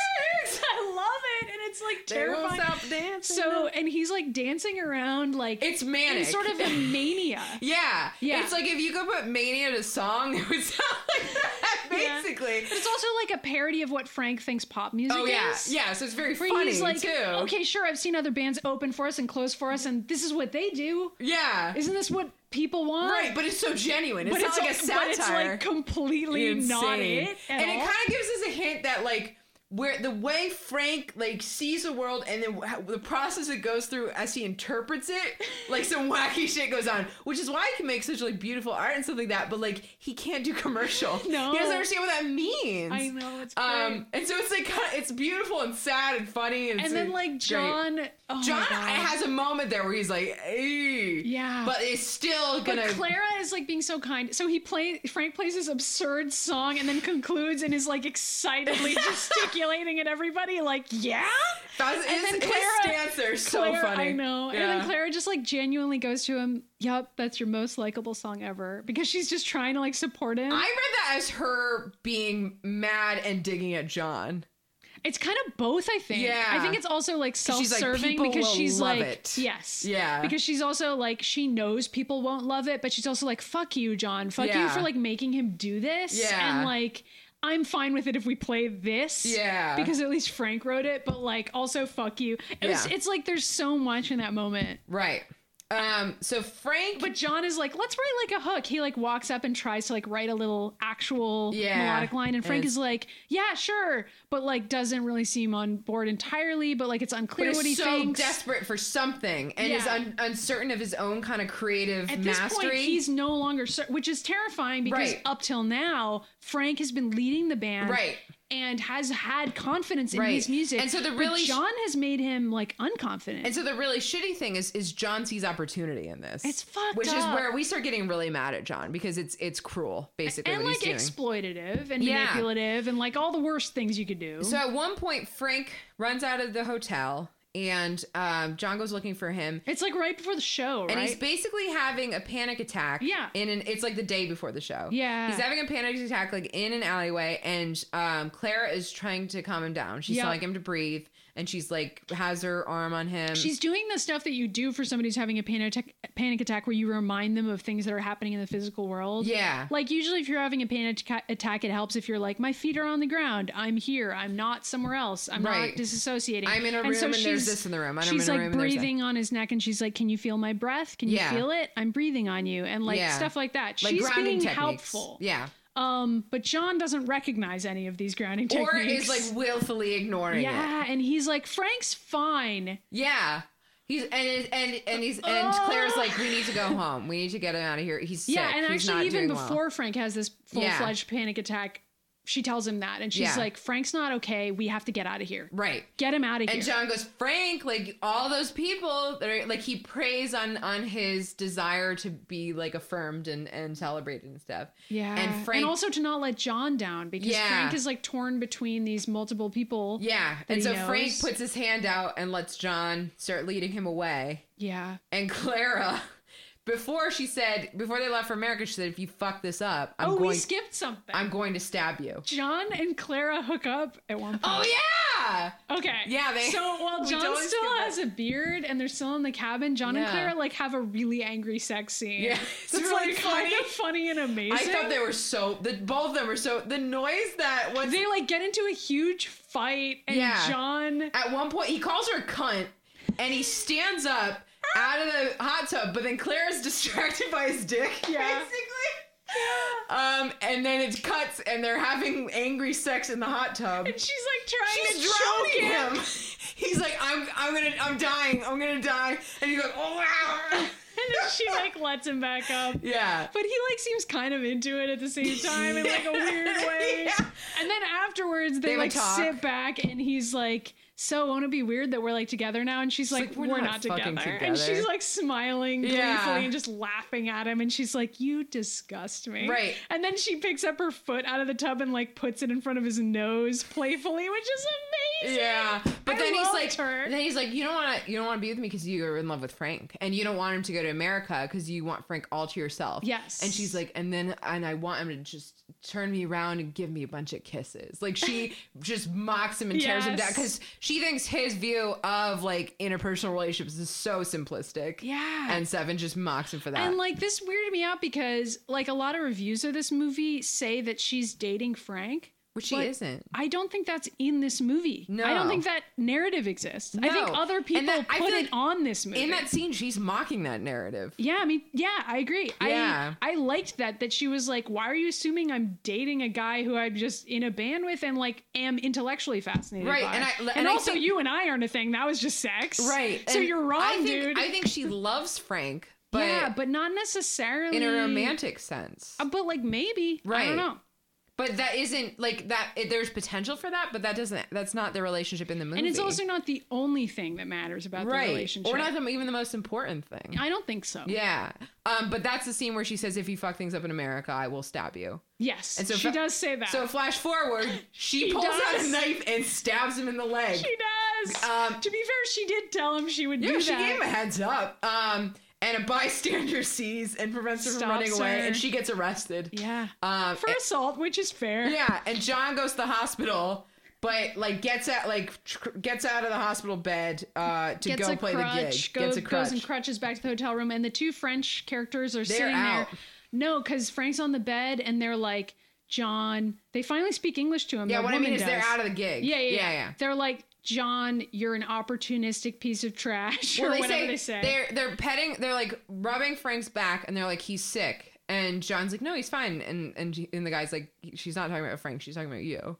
B: I love it, and it's like
A: They won't
B: terrifying.
A: stop dancing.
B: So and he's like dancing around like
A: It's
B: in
A: manic.
B: sort of a mania.
A: yeah.
B: Yeah.
A: It's like if you could put mania to song, it would sound like that,
B: Yeah.
A: basically.
B: It's also like a parody of what Frank thinks pop music
A: Oh yeah,
B: is.
A: yeah. So it's very
B: Where
A: funny
B: he's like,
A: too.
B: okay, sure, I've seen other bands open for us and close for us, and this is what they do.
A: Yeah.
B: Isn't this what people want?
A: right, but it's so genuine. It's
B: But
A: not like a
B: but
A: satire.
B: it's like completely not
A: Insane.
B: it. at
A: And it
B: all.
A: kind of gives us a hint that like where the way Frank like sees the world and then wh- the process it goes through as he interprets it, like some wacky shit goes on, which is why he can make such like beautiful art and stuff like that. But like he can't do commercial.
B: No.
A: he doesn't understand what that means.
B: I know it's great.
A: Um, and so it's like kinda, it's beautiful and sad and funny and,
B: and
A: it's,
B: then
A: uh,
B: like
A: great.
B: John, oh my
A: John
B: God.
A: has a moment there where he's like, "Ey,"
B: Yeah.
A: but it's still
B: But
A: gonna.
B: Clara is like being so kind. So he plays Frank plays this absurd song and then concludes and is like excitedly gesticulating at everybody, like, yeah.
A: That's-
B: And
A: his,
B: then
A: his
B: Clara-
A: stance there is so
B: Clara-
A: funny.
B: I know. And then Clara just like genuinely goes to him, Yup, that's your most likable song ever. Because she's just trying to like support him.
A: I read that as her being mad and digging at John.
B: it's kind of both, I think.
A: Yeah.
B: I think it's also like self
A: she's like,
B: serving
A: "People
B: because
A: will
B: she's
A: love
B: like
A: it.
B: Yes.
A: Yeah.
B: Because she's also like she knows people won't love it, but she's also like, fuck you, John. Fuck you
A: Yeah.
B: for like making him do this.
A: Yeah.
B: And like I'm fine with it if we play this.
A: Yeah.
B: Because at least Frank wrote it, but like also fuck you. It was,
A: Yeah.
B: it's like there's so much in that moment.
A: Right. Um. So Frank.
B: But John is like, let's write like a hook. He like walks up and tries to like write a little actual
A: Yeah.
B: melodic line. And
A: And
B: Frank
A: it's-
B: is like, yeah, sure. But like doesn't really seem on board entirely, but like it's
A: but
B: unclear
A: is
B: what he
A: so
B: thinks.
A: desperate for something and is
B: Yeah.
A: un- uncertain of his own kind of creative
B: At this
A: mastery.
B: point, he's no longer, cer- which is terrifying because
A: Right.
B: up till now, Frank has been leading the band,
A: Right.
B: and has had confidence in
A: Right.
B: his music.
A: And so the
B: But
A: really sh-
B: John has made him like unconfident.
A: and so the really shitty thing is is John sees opportunity in this.
B: It's fucked
A: Which is
B: up.
A: where we start getting really mad at John because it's it's cruel basically
B: and
A: what
B: like
A: he's doing.
B: exploitative and
A: Yeah.
B: manipulative and like all the worst things you could do.
A: So at one point, Frank runs out of the hotel, and um, John goes looking for him.
B: it's like right before the show,
A: And
B: right?
A: he's basically having a panic attack.
B: Yeah.
A: In an, it's like the day before the show.
B: Yeah.
A: He's having a panic attack like in an alleyway, and um, Clara is trying to calm him down. She's
B: Yeah.
A: telling him to breathe, and she's like has her arm on him.
B: She's doing the stuff that you do for somebody who's having a panic attack, panic attack where you remind them of things that are happening in the physical world.
A: yeah.
B: Like usually, if you're having a panic atta- attack, it helps if you're like, my feet are on the ground. I'm here. I'm not somewhere else. I'm
A: Right.
B: not disassociating.
A: I'm in a room and there's this in the room. I'm
B: she's
A: in a
B: like
A: room and there's that.
B: breathing on his neck, and she's like, "Can you feel my breath? Can
A: Yeah.
B: you feel it? I'm breathing on you," and like
A: Yeah.
B: stuff like that.
A: like
B: she's
A: grounding
B: being
A: techniques.
B: helpful.
A: Yeah.
B: Um, but John doesn't recognize any of these grounding techniques.
A: Or is like willfully ignoring it.
B: yeah, and he's like, "Frank's fine."
A: Yeah. He's and and and he's and
B: Ugh.
A: Claire's like, we need to go home. We need to get him out of here. He's sick.
B: Oh. Yeah, and
A: He's not
B: actually, even
A: doing well."
B: before Frank has this full fledged panic attack, she tells him that, and she's
A: Yeah.
B: like, "Frank's not okay. We have to get out of here.
A: right.
B: Get him out of here."
A: And John goes, Frank, like all those people that are like he preys on on his desire to be like affirmed and and celebrated and stuff.
B: yeah,
A: And Frank
B: also to not let John down because
A: Yeah.
B: Frank is like torn between these multiple people.
A: Yeah.
B: that
A: And
B: he
A: so
B: knows.
A: Frank puts his hand out and lets John start leading him away.
B: yeah,
A: And Clara Before she said, before they left for America, she said, "If you fuck this up, I'm
B: oh,
A: going,
B: we skipped something.
A: I'm going to stab you."
B: John and Clara hook up at one point.
A: Oh yeah,
B: Okay.
A: Oh, Yeah, they-
B: So while
A: we
B: John
A: totally
B: still
A: skipped that.
B: has a beard and they're still in the cabin, John and
A: Yeah.
B: Clara like have a really angry sex scene.
A: Yeah.
B: It's
A: It's
B: like
A: really funny.
B: kind of funny and amazing.
A: I thought they were so. The both of them were so. The noise that was
B: They like get into a huge fight and
A: Yeah.
B: John
A: at one point he calls her a cunt, and he stands up out of the hot tub, but then Claire's distracted by his dick,
B: Yeah.
A: basically. Um, and then it cuts, and they're having angry sex in the hot tub.
B: and she's like trying
A: She's
B: to drown
A: choking
B: him.
A: him. He's like, I'm, I'm gonna, I'm dying, I'm gonna die, and he's like, oh wow.
B: And then she like lets him back up.
A: Yeah.
B: But he like seems kind of into it at the same time in like a weird way.
A: Yeah.
B: And then afterwards they,
A: They, like,
B: like
A: talk.
B: sit back and he's like, So won't it be weird that we're like together now? And she's like,
A: like,
B: We're,
A: "We're
B: not,
A: not
B: together.
A: fucking
B: And
A: together.
B: she's like smiling gleefully
A: Yeah.
B: and just laughing at him and she's like, You disgust me.
A: Right.
B: And then she picks up her foot out of the tub and like puts it in front of his nose playfully, which is amazing.
A: Yeah, but
B: I
A: then he's
B: loved
A: like,
B: her.
A: then he's like, you don't want to, you don't want to be with me because you're in love with Frank, and you don't want him to go to America because you want Frank all to yourself.
B: Yes.
A: and she's like, and then and I want him to just turn me around and give me a bunch of kisses. Like she just mocks him and tears him down
B: Yes.
A: because she thinks his view of like interpersonal relationships is so simplistic.
B: Yeah.
A: and Seven just mocks him for that.
B: And like this weirded me out because like a lot of reviews of this movie say that she's dating Frank.
A: which she
B: but
A: isn't.
B: I don't think that's in this movie.
A: No.
B: I don't think that narrative exists. I think
A: No.
B: other
A: And
B: people
A: that- I
B: put
A: feel
B: it
A: like
B: on this movie.
A: In that scene, she's mocking that narrative.
B: yeah, I mean, yeah, I agree.
A: Yeah.
B: I I liked that that she was like, "Why are you assuming I'm dating a guy who I'm just in a band with and like am intellectually fascinated
A: Right,
B: by?"
A: and I- and I
B: also
A: think-
B: you and I aren't a thing. That was just sex,
A: Right.
B: So
A: and
B: you're wrong,
A: I think,
B: dude.
A: I think she loves Frank, but
B: yeah, but not necessarily
A: in a romantic sense.
B: Uh, But like maybe I don't
A: Right.
B: know.
A: But that isn't like that. It, there's potential for that, but that doesn't. That's not the relationship in the movie.
B: And it's also not the only thing that matters about the
A: right,
B: relationship.
A: or not the, even the most important thing.
B: I don't think so.
A: yeah, um, but that's the scene where she says, "If you fuck things up in America, I will stab you."
B: Yes,
A: And so
B: she
A: fa-
B: does say that.
A: So flash forward, she,
B: She
A: pulls out
B: does.
A: a knife and stabs him in the leg.
B: she does.
A: Um,
B: to be fair, she did tell him she would
A: yeah,
B: do
A: she
B: that.
A: gave him a heads up. Um, and a bystander sees and prevents her from
B: Stops
A: running away,
B: her.
A: and she gets arrested.
B: yeah,
A: Um,
B: for assault, which is fair.
A: Yeah, and John goes to the hospital, but like gets out like tr- gets out of the hospital bed uh, to
B: Gets
A: go
B: a
A: play
B: crutch,
A: the gig.
B: go-
A: gets a crutch.
B: goes and crutches back to the hotel room, and the two French characters are sitting
A: out.
B: there. No, because Frank's on the bed, and they're like, "John." They finally speak English to him.
A: yeah,
B: the
A: what I mean
B: woman
A: is they're
B: does.
A: out of the gig.
B: Yeah, yeah,
A: yeah.
B: They're like, "John, you're an opportunistic piece of trash," or
A: Well, they
B: whatever
A: say,
B: they say.
A: they're they're petting, they're like rubbing Frank's back, and they're like he's sick, and John's like no, he's fine, and and she- and the guy's like she's not talking about Frank, she's talking about you,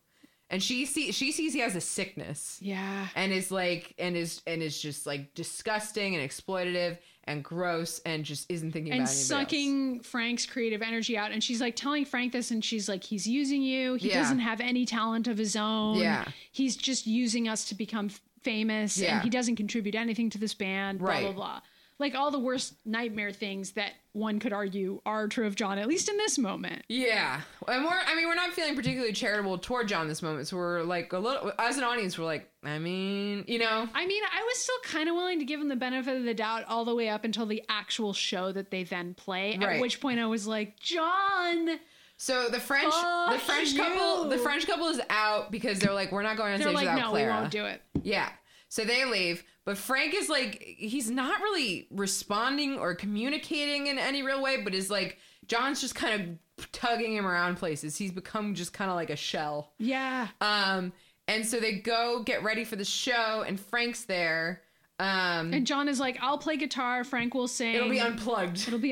A: and she see she sees he has a sickness.
B: yeah.
A: and is like and is and is just like disgusting and exploitative and gross and just isn't thinking
B: and
A: about anybody else.
B: sucking Frank's creative energy out. And she's like telling Frank this, and she's like, he's using you. He
A: Yeah.
B: doesn't have any talent of his own.
A: Yeah.
B: He's just using us to become f- famous,
A: Yeah.
B: and he doesn't contribute anything to this band. Blah blah
A: Right.
B: blah. Like all the worst nightmare things that one could argue are true of John, at least in this moment.
A: Yeah, and we're I mean we're not feeling particularly charitable toward John this moment, so we're like a little as an audience we're like I mean you know
B: I mean, I was still kind of willing to give him the benefit of the doubt all the way up until the actual show that they then play. At
A: Right.
B: which point, I was like, John.
A: so the French the
B: Fuck
A: French couple
B: you.
A: the French couple is out because they're like we're not going on
B: They're
A: stage
B: like,
A: without
B: no,
A: Clara
B: we won't do it.
A: yeah so they leave but Frank is like he's not really responding or communicating in any real way but is like John's just kind of tugging him around places he's become just kind of like a shell
B: Yeah.
A: um and so they go get ready for the show and Frank's there um
B: And John is like, I'll play guitar, Frank will sing.
A: It'll be unplugged.
B: It'll be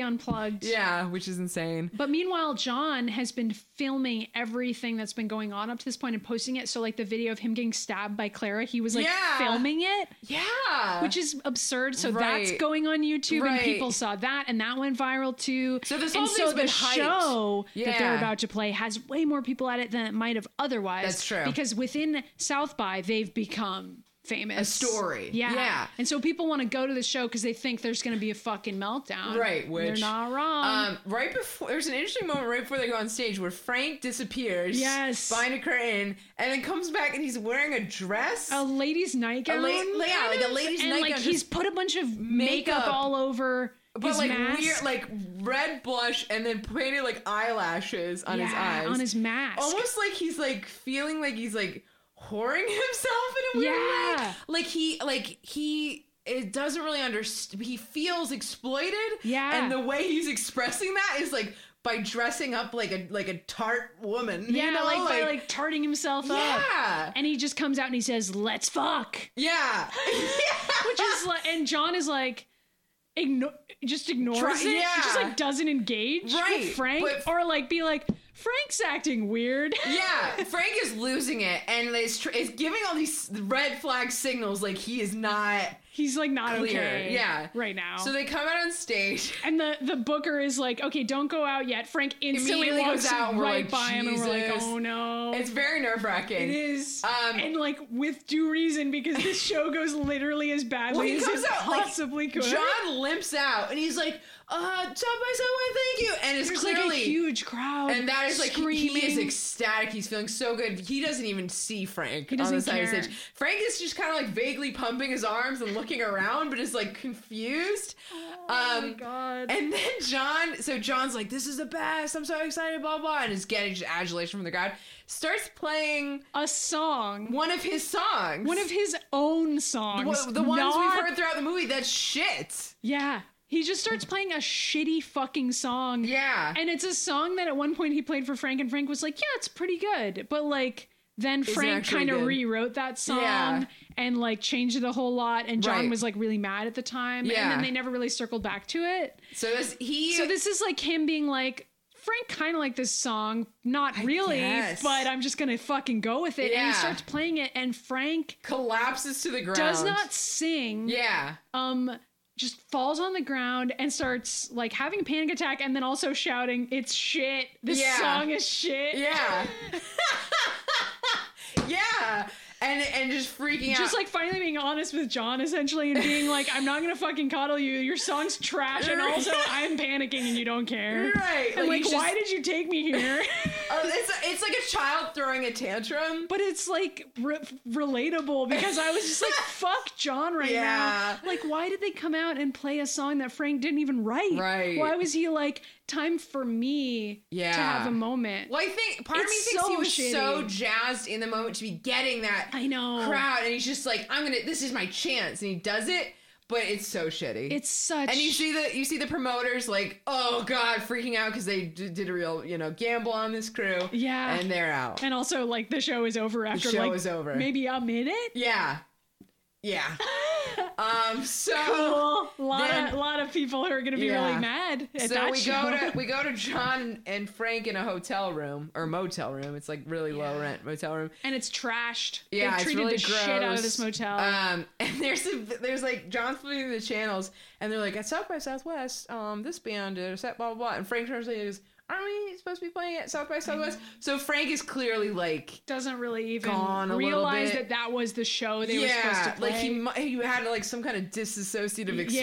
B: unplugged.
A: Yeah, which is insane.
B: But meanwhile, John has been filming everything that's been going on up to this point and posting it. So, like the video of him getting stabbed by Clara, he was like
A: Yeah.
B: filming it,
A: Yeah.
B: which is absurd. So that's
A: Right.
B: going on YouTube, and
A: Right.
B: people saw that, and that went viral too.
A: So this
B: and
A: whole
B: so
A: thing's
B: the
A: been hyped.
B: show that they're
A: Yeah.
B: about to play has way more people at it than it might have otherwise.
A: That's true.
B: Because within South by, they've become famous. A
A: story.
B: Yeah.
A: Yeah.
B: And so people want to go to the show because they think there's going to be a fucking meltdown.
A: Right,
B: And they're
A: which,
B: not wrong.
A: um, right before there's an interesting moment right before they go on stage where Frank disappears,
B: Yes.
A: behind a curtain, and then comes back and he's wearing a dress.
B: a lady's nightgown.
A: la- yeah,
B: kind
A: like a
B: of,
A: lady's
B: and, Like
A: nightgown,
B: he's
A: just
B: put a bunch of makeup,
A: makeup.
B: all over
A: But
B: His
A: like
B: mask.
A: weird, like red blush, and then painted like eyelashes on his
B: Yeah,
A: eyes,
B: on his mask.
A: almost like he's like feeling like he's like whoring himself in a weird
B: Yeah.
A: way. Like he, like he, it doesn't really understand. He feels exploited.
B: Yeah.
A: and the way he's expressing that is like by dressing up like a like a tart woman. you
B: yeah,
A: know?
B: like, by like tarting himself up.
A: yeah,
B: And he just comes out and he says, "Let's fuck."
A: yeah,
B: which is like, and John is like, igno- just ignores
A: Try-
B: it,
A: yeah.
B: just like doesn't engage
A: Right,
B: with Frank,
A: but-
B: or like be like, Frank's acting weird.
A: Yeah, Frank is losing it, and is tr- is giving all these red flag signals like he is not.
B: He's like not
A: Clear,
B: okay,
A: yeah.
B: right now.
A: So they come out on stage.
B: and the the Booker is like, okay, don't go out yet. Frank instantly
A: Immediately
B: walks
A: goes out, and we're
B: right
A: like,
B: by him, and we're like,
A: Jesus.
B: oh no,
A: It's very nerve
B: It
A: wracking.
B: is.
A: Um,
B: and like with due reason because this show goes literally as badly
A: he
B: as
A: comes
B: it
A: out, like,
B: possibly could.
A: John limps out, and he's like, "Uh, stop by someone, thank you." And it's
B: There's
A: clearly
B: like a huge crowd,
A: and that is like he- he is
B: screaming.
A: ecstatic. He's feeling so good. He doesn't even see Frank on the
B: doesn't
A: side of the
B: care.
A: stage. Frank is just kind of like vaguely pumping his arms and looking around, but is like confused.
B: Oh my
A: Um,
B: god.
A: And then John, so John's like, "This is the best! I'm so excited!" Blah blah, and is getting just adulation from the crowd. Starts playing
B: a song.
A: one of his songs,
B: One of his own songs.
A: Wha- the ones
B: not-
A: we've heard throughout the movie. That's shit.
B: Yeah. He just starts playing a shitty fucking song.
A: Yeah,
B: And it's a song that at one point he played for Frank, and Frank was like, yeah, it's pretty good. But like, then Frank
A: actually
B: kind of
A: good.
B: rewrote that song
A: Yeah.
B: and like changed it a whole lot. And John
A: Right.
B: was like really mad at the time. And
A: Yeah.
B: then they never really circled back to it.
A: so this he
B: So this is like him being like, Frank kind of like this song, not really,
A: guess.
B: but I'm just gonna fucking go with it. And
A: Yeah.
B: he starts playing it, and Frank
A: collapses to the ground.
B: does not sing.
A: Yeah,
B: Um, just falls on the ground and starts like having a panic attack, and then also shouting, "It's shit. This
A: Yeah.
B: song is shit."
A: yeah, yeah, and and just freaking out.
B: Just like finally being honest with John, essentially, and being like, "I'm not gonna fucking coddle you. Your song's trash, and also I'm panicking, and you don't care."
A: Right,
B: And
A: like,
B: like,
A: you
B: why
A: just-
B: did you take me here?
A: Oh, it's it's like a child throwing a tantrum.
B: but it's like re- relatable because I was just like, fuck John right
A: Yeah.
B: now. Like, why did they come out and play a song that Frank didn't even write?
A: Right.
B: Why was he like, time for me
A: Yeah.
B: to have a moment?
A: Well, I think part of
B: It's
A: me thinks he
B: so
A: was
B: shitty.
A: so jazzed in the moment to be getting that
B: I know.
A: crowd, and he's just like, "I'm gonna, this is my chance," and he does it, but it's so shitty.
B: It's such.
A: and you see the you see the promoters like, "Oh God," freaking out because they d- did a real you know gamble on this crew,
B: Yeah.
A: and they're out,
B: And also, like, the show is over after
A: show
B: like
A: is over.
B: maybe a minute.
A: yeah, yeah. um, so.
B: Cool. A lot,
A: Then-
B: of, lot of people who are going to be
A: Yeah.
B: really mad at
A: So
B: that
A: we
B: show.
A: go to we go to John and Frank in a hotel room or motel room. It's like really low rent motel room.
B: and it's trashed.
A: Yeah,
B: they
A: it's
B: treated
A: really
B: the
A: gross.
B: shit out of this motel.
A: Um, and there's a, there's like John's flipping the channels, and they're like at South by Southwest, um, this band did a set, blah blah blah. And Frank turns to me and goes, "Aren't we supposed to be playing at South by Southwest?" So Frank is clearly like,
B: doesn't really even
A: Gone a little
B: realize
A: bit.
B: that that was the show they were supposed
A: yeah,
B: to play.
A: like he mu- he had like some kind of disassociative experience,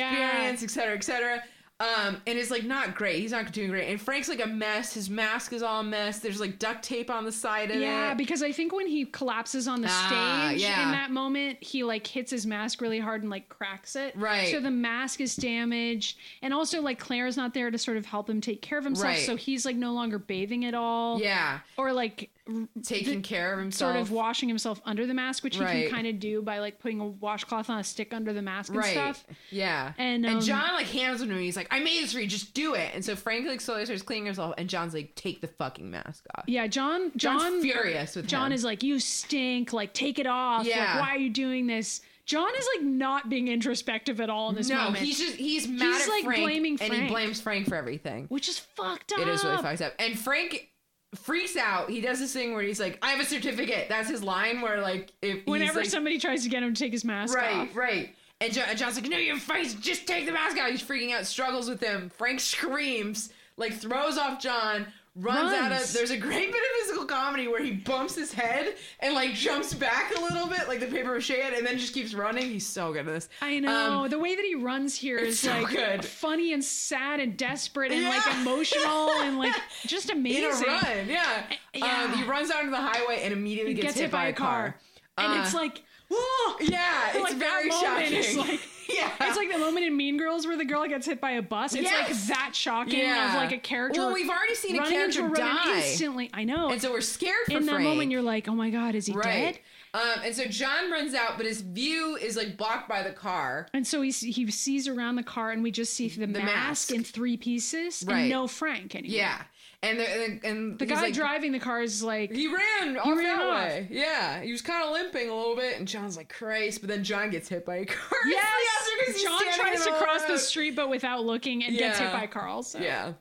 B: Yeah.
A: et cetera, et cetera. Um, and it's like not great. He's not doing great. And Frank's like a mess. His mask is all a mess. There's like duct tape on the side of
B: yeah,
A: it.
B: because I think when he collapses on the
A: Ah,
B: stage
A: yeah.
B: in that moment, he like hits his mask really hard and like cracks it.
A: Right.
B: So the mask is damaged, and also like Claire's not there to sort of help him take care of himself,
A: Right.
B: so he's like no longer bathing at all.
A: yeah,
B: Or like r-
A: taking care of himself.
B: sort of washing himself under the mask, which he
A: Right.
B: can kind of do by like putting a washcloth on a stick under the mask and stuff.
A: Yeah.
B: And, um,
A: John like hands him to him. He's like, "I made this for you. Just do it." And so Frank like slowly starts cleaning himself, and John's like, "Take the fucking mask off."
B: Yeah, John.
A: John's
B: John
A: furious with
B: John
A: him.
B: is like, you stink. Like, take it off.
A: Yeah.
B: Like, why are you doing this? John is like not being introspective at all in this
A: no,
B: moment.
A: he's just he's mad
B: He's,
A: at
B: like,
A: Frank,
B: blaming
A: and he
B: Frank.
A: blames Frank for everything.
B: which is fucked up.
A: It is really fucked up. And Frank freaks out. He does this thing where he's like, "I have a certificate." That's his line. Where like if he's,
B: Whenever
A: like,
B: somebody tries to get him to take his mask
A: Right,
B: off.
A: right. And, John, and John's like, no, your face, just take the mask out. He's freaking out, struggles with him. Frank screams, like throws off John, runs, out of.
B: Runs.
A: There's a great bit of physical comedy where he bumps his head and like jumps back a little bit, like the paper mache head, and then just keeps running. He's so good at this.
B: I know.
A: Um,
B: the way that he runs here is
A: so
B: like
A: good.
B: funny and sad and desperate and
A: Yeah.
B: like emotional and like just
A: in
B: amazing.
A: a run, yeah.
B: yeah.
A: Um, he runs out into the highway and immediately
B: He
A: gets, hit, by, a car.
B: and
A: Uh,
B: it's like, whoa.
A: yeah, it's
B: like
A: very
B: that moment
A: shocking.
B: is like
A: yeah.
B: It's like the moment in Mean Girls where the girl gets hit by a bus. It's
A: Yes.
B: like that shocking of like a character.
A: Well, we've already seen a
B: running into
A: character
B: a run and
A: die,
B: instantly. I know.
A: and so we're scared for
B: in that
A: Frank.
B: moment, you're like, "Oh my god, is he
A: right.
B: dead?"
A: Um, and so John runs out, but his view is like blocked by the car.
B: And so he he sees around the car, and we just see the, mask,
A: mask.
B: in three pieces,
A: Right.
B: and no Frank anymore.
A: Yeah, and the, and, and
B: the
A: he's
B: guy
A: like,
B: driving the car is like,
A: He ran off
B: ran
A: that
B: off.
A: way. Yeah, he was kind of limping a little bit, and John's like, "Christ!" But then John gets hit by a car. It's the other 'cause
B: "Yes."
A: he's
B: John
A: standing in
B: tries to
A: the
B: cross the
A: road.
B: street, but without looking, and gets hit
A: Yeah.
B: by Carl. So.
A: Yeah.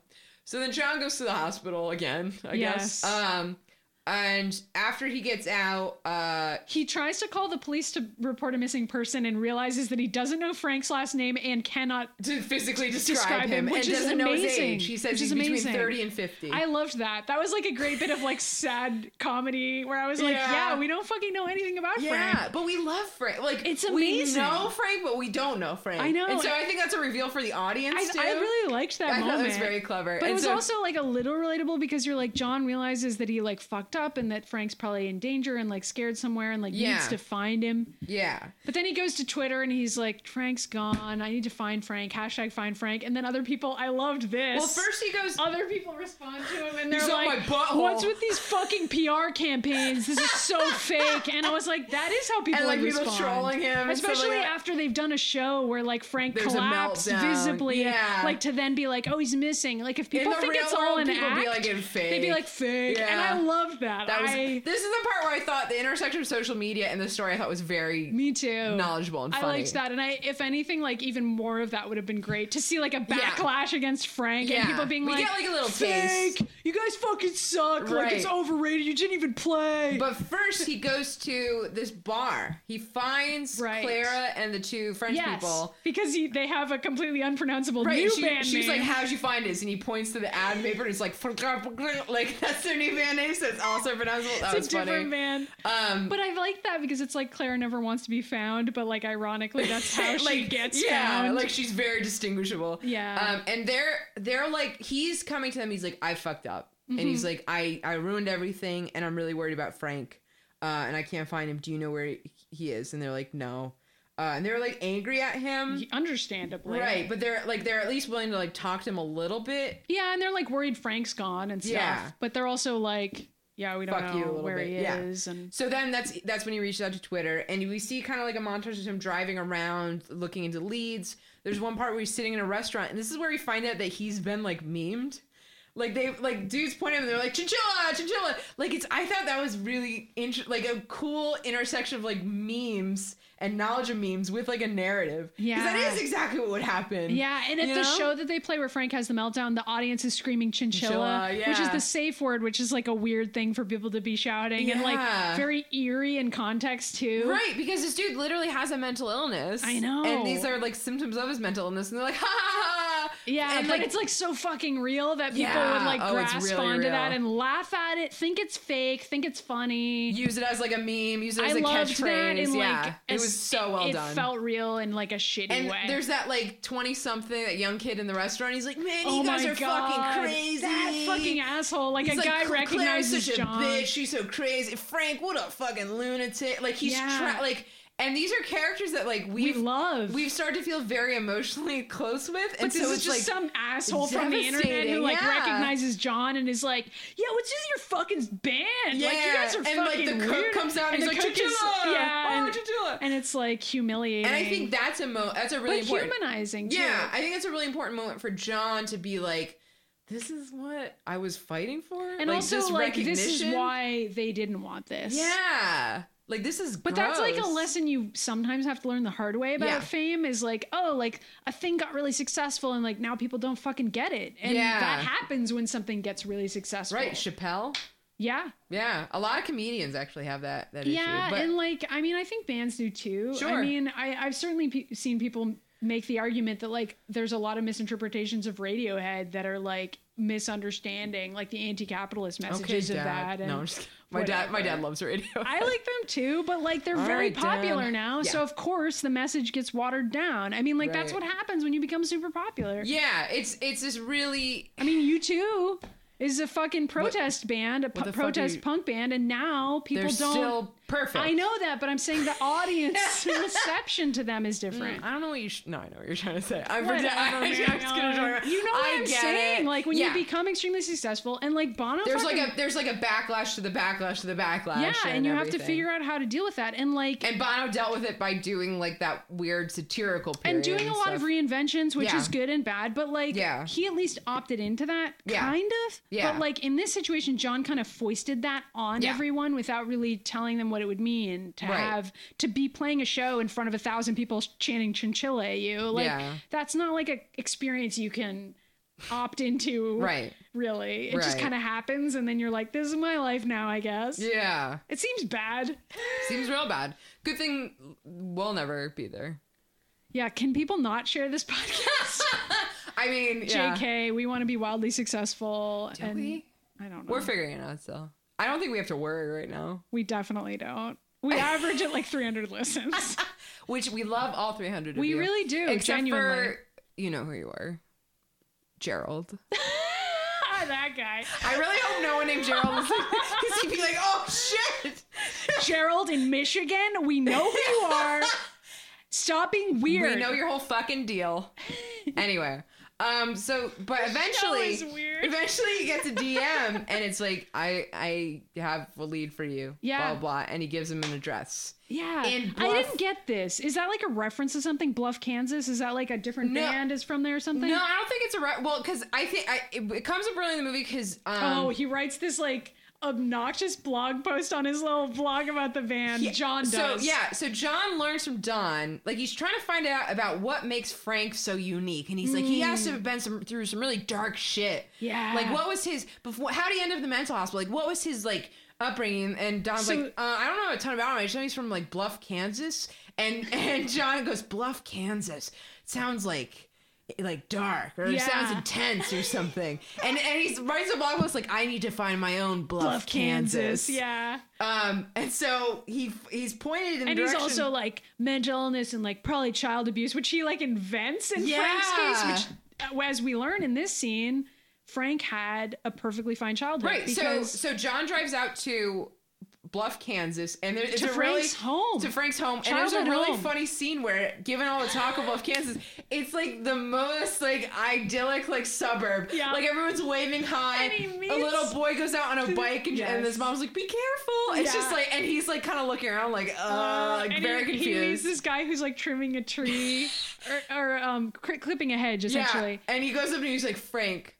A: So then John goes to the hospital again. I
B: Yes.
A: guess. Um, and after he gets out, uh,
B: He tries to call the police to report a missing person and realizes that he doesn't know Frank's last name and cannot.
A: to physically describe,
B: Describe
A: him,
B: him, which
A: and
B: is
A: doesn't know his
B: amazing,
A: age. He says
B: which
A: he's
B: is amazing.
A: between thirty and fifty.
B: I loved that. That was like a great bit of like sad comedy where I was like, yeah,
A: Yeah.
B: we don't fucking know anything about
A: yeah,
B: Frank.
A: but we love Frank. Like
B: It's
A: We
B: amazing.
A: know Frank, but we don't know Frank.
B: I know.
A: And so I think that's a reveal for the audience
B: I,
A: too.
B: I really liked that
A: I
B: moment.
A: thought that was very clever.
B: But
A: and
B: it was
A: so,
B: also like a little relatable because you're like John realizes that he like fucked up and that Frank's probably in danger and like scared somewhere and like needs
A: Yeah.
B: to find him.
A: yeah.
B: But then he goes to Twitter and he's like, Frank's gone. I need to find Frank. Hashtag find Frank. And then other people, I loved this.
A: Well, first he goes.
B: other people respond to him and they're
A: He's on
B: like,
A: my butthole.
B: "What's with these fucking PR campaigns? This is so fake." And I was like, "That is how people
A: And, like,
B: would
A: people
B: respond.
A: trolling him and stuff like
B: especially
A: that.
B: after they've done a show where like Frank
A: There's a
B: collapsed
A: meltdown.
B: visibly,
A: Yeah.
B: like to then be like, "Oh, he's missing." Like if people
A: the
B: think
A: real
B: it's all
A: world,
B: an
A: people
B: act,
A: be like, "It's fake."
B: they'd be like, "Fake," and
A: Yeah.
B: I loved that.
A: That was,
B: I,
A: this is the part where I thought the intersection of social media and the story I thought was very
B: me too.
A: knowledgeable and funny.
B: I liked that, and I, if anything, like even more of that would have been great to see, like a backlash against Frank and
A: Yeah.
B: people being
A: We
B: like,
A: get, like, a little
B: fake.
A: taste."
B: You guys fucking suck. Like it's
A: Right.
B: overrated. You didn't even play."
A: But first, he goes to this bar. He finds
B: Right.
A: Clara and the two French
B: yes,
A: people.
B: because he, they have a completely unpronounceable
A: Right,
B: new
A: she,
B: band
A: she's
B: name.
A: like, "How'd you find this?" And he points to the ad paper and it's like, like that's their new band name, so it's also pronounceable. That
B: it's
A: was
B: a
A: funny.
B: different man.
A: Um,
B: But I like that because it's like Claire never wants to be found, but like ironically, that's how she gets
A: yeah,
B: found.
A: like she's very distinguishable.
B: Yeah.
A: Um, and they're they're like he's coming to them. He's like, I fucked up, and
B: Mm-hmm.
A: he's like, I I ruined everything, and I'm really worried about Frank, uh, and I can't find him. Do you know where he- he is? And they're like, No. Uh, and they're like angry at him,
B: understandably,
A: right? But they're like they're at least willing to like talk to him a little bit.
B: yeah, and they're like worried Frank's gone and stuff,
A: Yeah.
B: but they're also like, yeah, we don't
A: Fuck
B: know
A: you a little
B: where
A: bit,
B: he
A: yeah.
B: is, and
A: So then that's that's when he reaches out to Twitter, and we see kind of like a montage of him driving around, looking into leads. There's one part where he's sitting in a restaurant, and this is where we find out that he's been like memed. Like they like dudes point at him, and they're like chinchilla, chinchilla. Like it's I thought that was really interesting, like a cool intersection of like memes and knowledge of memes with like a narrative. 'Cause
B: Yeah.
A: that is exactly what would happen.
B: Yeah, and at
A: You
B: the
A: know?
B: show that they play where Frank has the meltdown, the audience is screaming chinchilla,
A: Chinchilla,
B: which is
A: yeah.
B: the safe word, which is like a weird thing for people to be shouting and like
A: Yeah.
B: very eerie in context too.
A: Right, because this dude literally has a mental illness.
B: I know.
A: And these are like symptoms of his mental illness, and they're like, ha ha ha. ha."
B: Yeah,
A: and
B: but it's like so fucking real that people
A: Yeah.
B: would like
A: Oh, it's
B: grasp
A: really
B: onto
A: real.
B: that and laugh at it, think it's fake, think it's funny.
A: use it as like a meme, use it
B: I
A: as a
B: loved
A: catchphrase.
B: that and
A: yeah,
B: like
A: it
B: as-
A: was so well
B: it
A: done.
B: felt real in like a shitty
A: and
B: way.
A: there's that like twenty something that young kid in the restaurant. He's like, man,
B: oh
A: you guys
B: my
A: are
B: God,
A: fucking crazy.
B: That fucking asshole. Like
A: He's
B: a
A: like,
B: guy
A: "Cla- Claire's
B: recognizes
A: such
B: John.
A: a bitch. She's so crazy. Frank, what a fucking lunatic. Like he's
B: Yeah.
A: tra- like, and these are characters that like we've
B: love.
A: We've started to feel very emotionally close with, and
B: But this
A: so
B: is
A: it's
B: just
A: like
B: some asshole from the internet who
A: devastating,
B: like
A: yeah.
B: recognizes John and is like, "Yeah, what's with your fucking band? like you
A: Yeah,
B: guys are
A: and, like,
B: fucking
A: the cook
B: weird."
A: comes out and he's
B: the
A: like,
B: cook is-
A: "Chinchilla!
B: yeah,
A: Oh,
B: and,
A: chinchilla!"
B: and it's like humiliating.
A: and I think that's a mo. That's a really
B: but
A: important.
B: humanizing. Too.
A: Yeah, I think it's a really important moment for John to be like, "This is what I was fighting for,"
B: and
A: like,
B: also like this is
A: recognition.
B: why they didn't want this.
A: Yeah, like this is.
B: But that's like a
A: gross.
B: lesson you sometimes have to learn the hard way about
A: Yeah.
B: fame is like, oh, like a thing got really successful and like now people don't fucking get it. And
A: Yeah.
B: that happens when something gets really successful.
A: right? Chappelle.
B: Yeah.
A: Yeah, a lot of comedians actually have that that
B: Yeah.
A: issue. But
B: and like, I mean, I think bands do too. I
A: Sure.
B: mean, I, I've certainly pe- seen people make the argument that like there's a lot of misinterpretations of Radiohead that are like misunderstanding like the anti capitalist messages
A: okay, Dad.
B: of that. And
A: no, I'm just kidding. my dad. My
B: whatever.
A: dad loves radio.
B: I like them too, but like they're
A: All
B: very
A: right,
B: popular
A: Dan.
B: now. So
A: Yeah.
B: of course the message gets watered down. I mean, like that's what
A: Right.
B: happens when you become super popular.
A: yeah, it's it's this really
B: I mean, you too is a fucking protest band, a
A: the
B: pu-
A: fuck are
B: protest
A: you-
B: punk band, and now people
A: they're
B: don't.
A: still Perfect.
B: I know that, but I'm saying the audience reception to them is different.
A: Mm, I don't know what you. Sh- no, I know what you're trying to say. I'm,
B: Whatever,
A: pretend- I'm
B: man.
A: just gonna try.
B: You know what
A: I
B: I am
A: get
B: saying?
A: it.
B: Like when
A: Yeah.
B: you become extremely successful, and like Bono,
A: there's
B: fucking,
A: like a there's like a backlash to the backlash to the backlash.
B: yeah, and you have to
A: everything.
B: figure out how to deal with that, and like
A: And
B: and,
A: Bono dealt with it by doing like that weird satirical period
B: doing a lot of
A: stuff.
B: reinventions, which
A: Yeah.
B: is good and bad, but like
A: Yeah.
B: he at least opted into that
A: Yeah.
B: kind of.
A: Yeah.
B: But like in this situation, John kind of foisted that on
A: Yeah.
B: everyone without really telling them what it would mean to
A: Right.
B: have to be playing a show in front of a thousand people chanting chinchilla at you. Like
A: Yeah.
B: that's not like a experience you can opt into
A: right.
B: really. It just
A: Right.
B: kind of happens, and then you're like, this is my life now, I guess.
A: Yeah,
B: It seems bad.
A: seems real bad. Good thing we'll never be there.
B: Yeah, can people not share this podcast?
A: I mean, yeah.
B: JK, we want to be wildly successful.
A: Do
B: and
A: we?
B: I don't know.
A: We're figuring it out still. I don't think we have to worry right now.
B: we definitely don't. We average at like 300 listens.
A: Which we love all 300 of
B: We
A: you.
B: really do,
A: Except
B: genuinely.
A: for, you know who you are. Gerald.
B: that guy.
A: I really hope no one named Gerald is because he'd be like, oh shit.
B: Gerald in Michigan, we know who you are. Stop being weird.
A: We know your whole fucking deal. Anyway. Um, so but eventually
B: is weird.
A: eventually he gets a DM and it's like, I I have a lead for you.
B: Yeah.
A: Blah blah. And he gives him an address.
B: yeah.
A: in
B: I
A: Bluff-
B: didn't get this. Is that like a reference to something? Bluff, Kansas? Is that like a different
A: No.
B: band is from there or something?
A: No, I don't think it's a re- well because I think I, it, it comes up early in the movie because um,
B: oh, he writes this like obnoxious blog post on his little blog about the van.
A: Yeah,
B: John does.
A: So yeah, so John learns from Don, like he's trying to find out about what makes Frank so unique, and he's like he has to have been some through some really dark shit.
B: Yeah.
A: like what was his before? How did he end up in the mental hospital? Like what was his like upbringing? And Don's
B: So-
A: like, uh, I don't know a ton about him. I just know he's from like Bluff, Kansas, and and John goes Bluff, Kansas sounds like. Like dark, or it
B: Yeah.
A: sounds intense, or something, and and he writes a blog post like, "I need to find my own bluff,
B: Bluff, Kansas.
A: Kansas.
B: Yeah.
A: Um, and so he he's pointed in
B: And
A: the
B: he's
A: direction-
B: also like mental illness and like probably child abuse, which he like invents in
A: Yeah.
B: Frank's case, which uh, as we learn in this scene, Frank had a perfectly fine childhood.
A: right. So
B: Because
A: so John drives out to Bluff, Kansas, and there, it's
B: To
A: a
B: Frank's
A: really,
B: home.
A: to Frank's home, and there's a
B: Childhood
A: really
B: home.
A: funny scene where, given all the talk of Bluff, Kansas, it's like the most like idyllic like suburb.
B: Yeah.
A: Like everyone's waving high.
B: And he
A: a
B: meets-
A: little boy goes out on a bike, and, and
B: Yes.
A: his mom's like, "Be careful!" It's
B: Yeah.
A: just like, and he's like kind of looking around, like, uh, like,
B: and
A: very
B: he, He meets
A: confused.
B: this guy who's like trimming a tree or, or um, cri- clipping a hedge, essentially.
A: yeah, and he goes up and he's like, "Frank,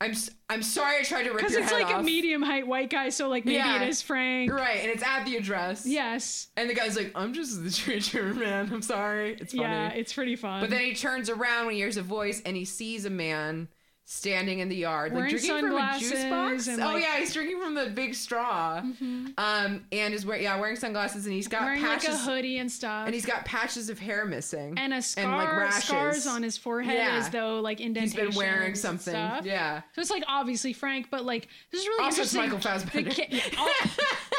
A: I'm s- I'm sorry I tried to rip
B: Because
A: your
B: it's
A: head
B: like a
A: off."
B: medium height white guy, so like maybe
A: Yeah.
B: it is Frank.
A: Right, and it's at the address.
B: Yes.
A: And the guy's like, I'm just the treasure man. I'm sorry. It's funny.
B: Yeah, it's pretty fun.
A: but then he turns around when he hears a voice and he sees a man standing in the yard, like
B: Wearing
A: drinking from a juice box.
B: sunglasses and,
A: oh
B: like- Mm-hmm.
A: yeah, he's drinking from the big straw. Um, and is wearing yeah wearing sunglasses and he's got
B: wearing
A: patches
B: like a hoodie and stuff.
A: and he's got patches of hair missing
B: and a scar, scars on his forehead
A: Yeah.
B: as though like
A: He's
B: indentations.
A: been wearing
B: and
A: something.
B: stuff.
A: Yeah.
B: So it's like obviously Frank, but like this is really
A: Also, it's
B: interesting.
A: Michael Fassbender.
B: The ki- yeah, oh,